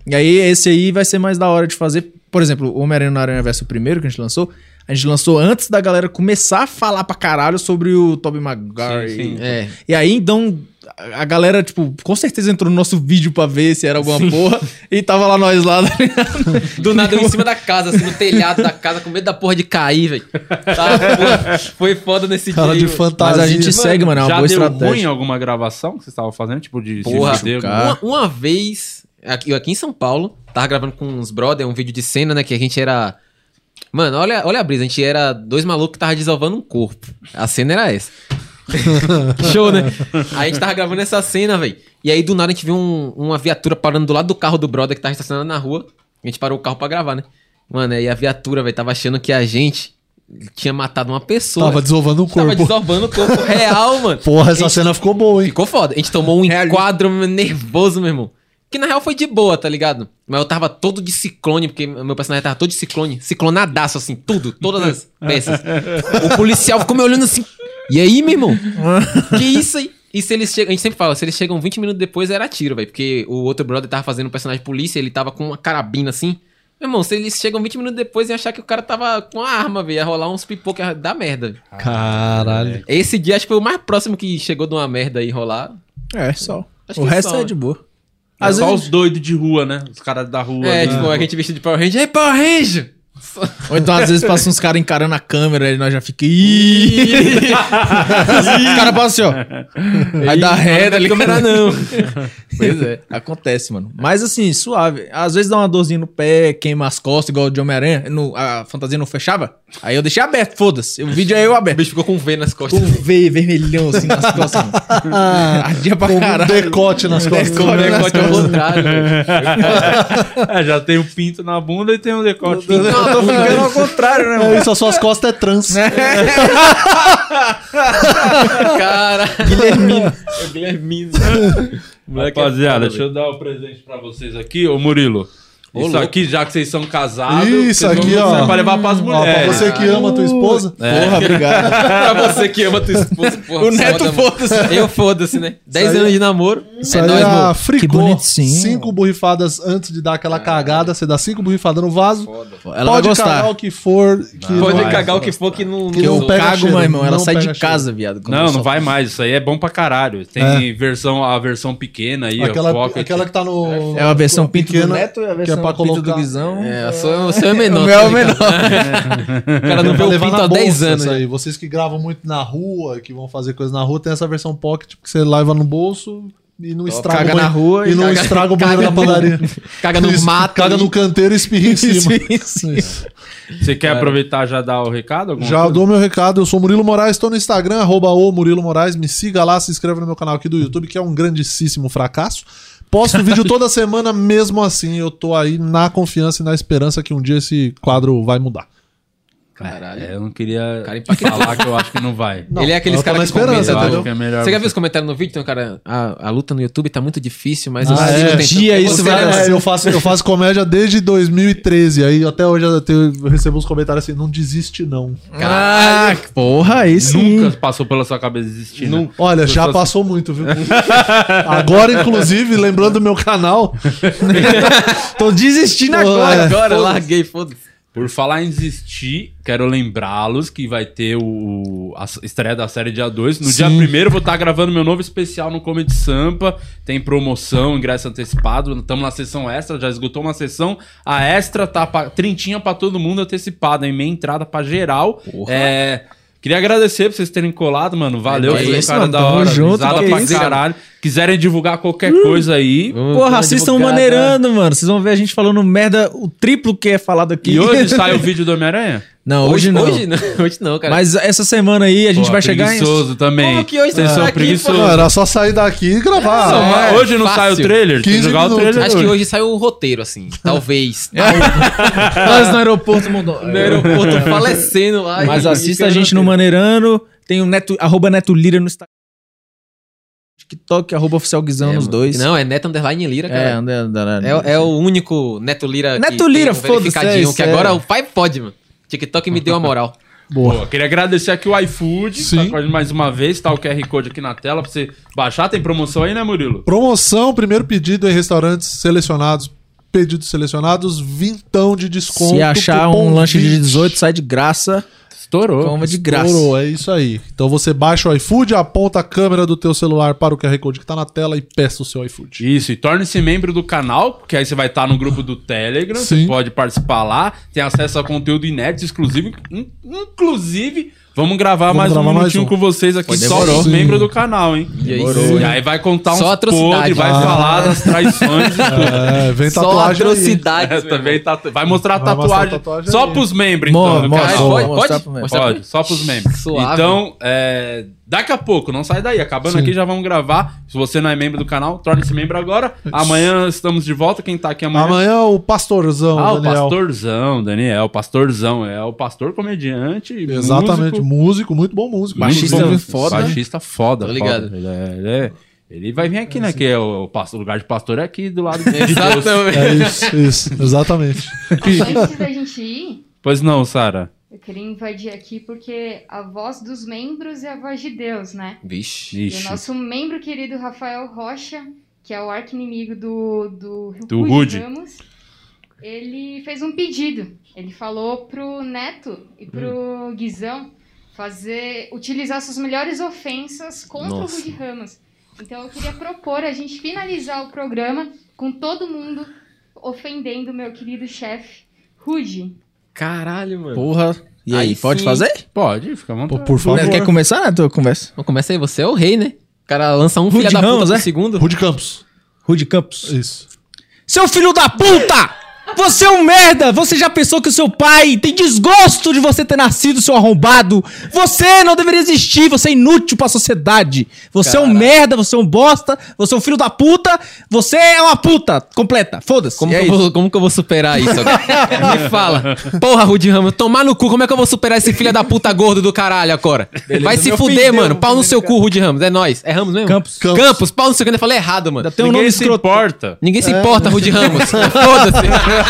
E aí, esse aí vai ser mais da hora de fazer. Por exemplo, o Homem-Aranha no Aranha Verso primeiro que a gente lançou, a gente lançou antes da galera começar a falar pra caralho sobre o Tobey Maguire. Sim, sim. É. E aí, então, a a galera, tipo, com certeza entrou no nosso vídeo pra ver se era alguma porra. E tava lá nós lá. tá ligado? Do nada eu em cima da casa, assim, no telhado da casa, com medo da porra de cair, velho. Tá, porra, foi foda nesse Cara dia. de mano. Mas fantasia. a gente segue, mano. É uma Já boa deu ruim estratégia. alguma gravação que vocês estavam fazendo? Tipo, de de Porra, vídeo? cara. uma, uma vez, aqui- eu aqui em São Paulo, tava gravando com uns brother, um vídeo de cena, né? Que a gente era. Mano, olha, olha a brisa, a gente era dois malucos que tava desovando um corpo. A cena era essa. Show, né? Aí a gente tava gravando essa cena, velho. E aí do nada a gente viu um- uma viatura parando do lado do carro do brother que tava estacionado na rua. A gente parou o carro pra gravar, né? Mano, aí a viatura, velho, tava achando que a gente tinha matado uma pessoa. Tava desovando um Tava corpo. desovando o corpo real, mano. Porra, essa Gente, cena ficou boa, hein? Ficou foda. A gente tomou um Realista. enquadro nervoso, meu irmão. Que na real foi de boa, tá ligado? Mas eu tava todo de ciclone, porque meu personagem tava todo de ciclone. Ciclonadaço, assim, tudo. Todas as peças. o policial ficou me olhando assim. E aí, meu irmão? que isso aí? E se eles chegam. A gente sempre fala, se eles chegam 20 minutos depois, era tiro, velho. Porque o outro brother tava fazendo um personagem polícia, ele tava com uma carabina assim. Meu irmão, se eles chegam 20 minutos depois e achar que o cara tava com uma arma, velho, ia rolar uns pipoca ia dar merda. Caralho. Esse dia acho que foi o mais próximo que chegou de uma merda aí rolar. É, só. Acho o que resto só, é né? de boa. É Às só vezes- os doidos de rua, né? Os caras da rua. É, né? tipo, a gente vestido de Power Ranger. É Power Ranger! Ou então, às vezes, passam uns caras encarando a câmera e nós já fica. Ih! o cara passa assim, ó. Aí dá ré, tá ligado? câmera não. Pois é. Acontece, mano. Mas assim, suave. Às vezes dá uma dorzinha no pé, queima as costas, igual o de Homem-Aranha. No- A fantasia não fechava. Aí eu deixei aberto, foda-se. O vídeo é eu O aberto. bicho ficou com um V nas Com costas. um V vermelhão assim né? nas costas. mano. Ardia pra Um caralho. decote nas costas. Com o decote ao contrário, né? velho. É, já tem um pinto na bunda e tem um decote. Não, tô Ficando ao contrário, né, É isso, as suas costas é trans. cara. Guilhermino. É o Guilhermino. Moleque é Rapaziada, foda, deixa eu dar o presente pra vocês aqui. Ô, Murilo. Ô, isso louco. aqui, já que vocês são casados. Isso vocês vão aqui, ó. usar Pra levar pras Ó, pra É. mulheres. você que ama a tua esposa. Porra, obrigado. pra você que ama tua esposa, porra. O Neto foda-se. Eu foda-se, né? 10 aí- anos de namoro. Isso é aí nóis, é mano. a Que fricô. bonitinho. Cinco borrifadas antes de dar aquela cagada. Você dá cinco borrifadas no vaso. Ela vai Pode cagar gostar. o que for. Que Pode vai. cagar o que for que não. Que Que não eu sou. pega cago, cheiro, mas, irmão. Ela não sai de pega casa, viado. quando eu Não, não solto. vai mais. Isso aí é bom pra caralho. Tem versão, a versão pequena aí, ó, É. Aquela, pocket. aquela que tá no. É a versão pinto do pequena, Neto e a versão que é pra pinto colocar- do Guizão. É, o seu- o seu é menor. O meu é tá o ligado? O cara não vê Pra o levar pinto na há 10 bolsa anos. isso aí. Vocês que gravam muito na rua, que vão fazer coisa na rua, tem essa versão pocket que você leva no bolso e não estraga caga o banhe- na rua e, e não caga- estraga o banheiro caga da padaria. Caga no Isso, mato. Caga aí. no canteiro e espirra em cima. Isso. Você quer aproveitar e já dar o recado? alguma Já coisa? dou meu recado, eu sou Murilo Moraes, tô no Instagram, arroba o Murilo Moraes, me siga lá, se inscreva no meu canal aqui do YouTube, que é um grandíssimo fracasso. Posto vídeo toda semana, mesmo assim, eu tô aí na confiança e na esperança que um dia esse quadro vai mudar. Caralho. É, eu não queria Cara, impactado. falar que eu acho que não vai. Não, ele é aqueles eu tô caras na que comenta, esperança, eu acho entendeu? que é melhor. Você já viu você- os comentários no vídeo? Tem um cara, a, a luta no YouTube tá muito difícil, mas Ah, sigo é. tentando." Um Dia isso Ou vai seja, lançar. É, eu faço, eu faço comédia desde 2013, aí até hoje eu, tenho- eu recebo uns comentários assim, não desiste não. Ah, porra, aí sim. Nunca passou pela sua cabeça existir. né? Olha, já Pessoas- passou muito, viu? Agora, inclusive, lembrando do meu canal, é. Tô desistindo Agora, agora. agora, larguei, foda-se. Por falar em desistir, quero lembrá-los que vai ter o, a s- estreia da série dia 2. No dia 1 vou estar gravando meu novo especial no Comedy Sampa. Tem promoção, ingresso antecipado. Estamos na sessão extra, já esgotou uma sessão. A extra tá pra, trintinha pra todo mundo antecipada, em meia entrada pra geral. É, Queria agradecer por vocês terem colado, mano. Valeu, É foi um isso, cara mano, da tamo hora. junto, risada que pra isso. caralho. Quiserem divulgar qualquer coisa aí. Porra, assistam o Maneirando, mano. Vocês vão ver a gente falando merda, o triplo que é falado aqui. E hoje sai o vídeo do Homem-Aranha? Não, hoje, não. Hoje não, hoje não, cara. Mas essa semana aí a gente Pô, vai chegar em. preguiçoso também. Como que hoje Vocês tá são aqui, pô? preguiçosos. não, era só sair daqui e gravar. Não, Mas é, hoje não fácil. sai o trailer? Tem que 15 jogar o minutos. trailer Acho que hoje. hoje saiu o roteiro, assim. Talvez. Nós no aeroporto mandou. No aeroporto falecendo lá. Mas e- assista e- a gente no Maneirano. Tem o Neto, arroba Neto Lira no Instagram. TikTok, arroba oficial Guizão É, nos mano. dois. Não, é Neto Underline Lira, é, cara. André, André, É, é o único Neto Lira. que Neto tem Lira, um foda-se, verificadinho, é isso, Que é. agora o pai pode, mano. TikTok me deu a moral. Boa. Queria agradecer aqui o iFood. Sim. Tá, mais uma vez, tá o QR Code aqui na tela pra você baixar. Tem promoção aí, né, Murilo? Promoção, primeiro pedido em restaurantes selecionados, pedidos selecionados, vintão de desconto. Se achar cupom um lanche de 20. 18, sai de graça. Estourou. Toma de graça. Estourou, é isso aí. Então você baixa o iFood, aponta a câmera do teu celular para o QR Code que tá na tela e peça o seu iFood. Isso, e torne-se membro do canal, porque aí você vai estar no grupo do Telegram, você Sim. pode participar lá, tem acesso a conteúdo inédito, exclusivo. in- Inclusive, vamos gravar Vamos mais gravar um mais minutinho um. com vocês aqui, só demorou. os Sim. membros do canal, hein? E aí, E aí vai contar é Só uns atrocidade. podres, vai Ah. falar das traições e tudo. É, vem Só tatuagem aí. É, atrocidades. também tatu... Vai mostrar a Vai tatuagem, mostrar a tatuagem só aí. pros membros, então. do Mo- canal. mo- pode, mo- pode, mostrar pro membro. pode, só pros membros. Suave. Então, é, daqui a pouco, não sai daí. Acabando aqui, já vamos gravar. Se você não é membro do canal, torne-se membro agora. Amanhã estamos de volta. Quem tá aqui né? amanhã? Amanhã o pastorzão, Ah, o Daniel. Pastorzão, Daniel, Pastorzão. É o pastor comediante. Exatamente, músico. músico, muito bom músico. Baixista Muito bom. foda. Baixista foda. Tô ligado. foda. Ele, é- ele é- ele vai vir aqui, né? Que é o, o pastor- o lugar de pastor é aqui do lado. de Deus. Exatamente. É isso, isso, exatamente. tá. Antes da gente ir, Pois não, Sara. eu queria invadir aqui porque a voz dos membros é a voz de Deus, né? Vixe. E Ixi. o nosso membro querido Rafael Rocha, que é o arqui-inimigo do, do, Do Rude. Ramos, ele fez um pedido. Ele falou pro Neto e pro Hum. Guizão fazer, utilizar suas melhores ofensas contra Nossa. o Rude Ramos. Então eu queria propor a gente finalizar o programa com todo mundo ofendendo o meu querido chefe Rude. Caralho, mano. Porra. E aí, Aí pode sim. fazer? Pode, fica à vontade. Por, por favor. Neto, Quer começar, Neto? Conversa. Então começa aí, você é o rei, né? O cara lança um filho Rude da puta Ramos, por é? segundo. Rude Campos. Rude Campos. Isso. Seu filho da puta! Você é um merda! Você já pensou que o seu pai tem desgosto de você ter nascido, seu arrombado? Você não deveria existir, você é inútil pra sociedade. Você é um Caralho. merda, você é um bosta, você é um filho da puta, você é uma puta completa. Foda-se. Como, E é que eu isso. vou, como que eu vou superar isso? alguém? Me fala. Porra, Rudy Ramos, tomar no cu. Como é que eu vou superar esse filho da puta gordo do caralho agora? Vai se Meu fuder, filho, mano. Pau no meu seu cu, Rudy Ramos. É nóis. É Ramos mesmo? Campos. Campos. Campos, pau no seu cu. Eu falei errado, mano. Tem um É. Ninguém nome se escroto. importa. Ninguém se importa, Rudy Ramos. Foda-se.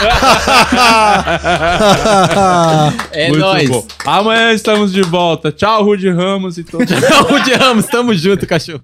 é Muito nóis. bom. Amanhã estamos de volta. Tchau, Rude Ramos e todos. Rudy Ramos, tamo junto, cachorro.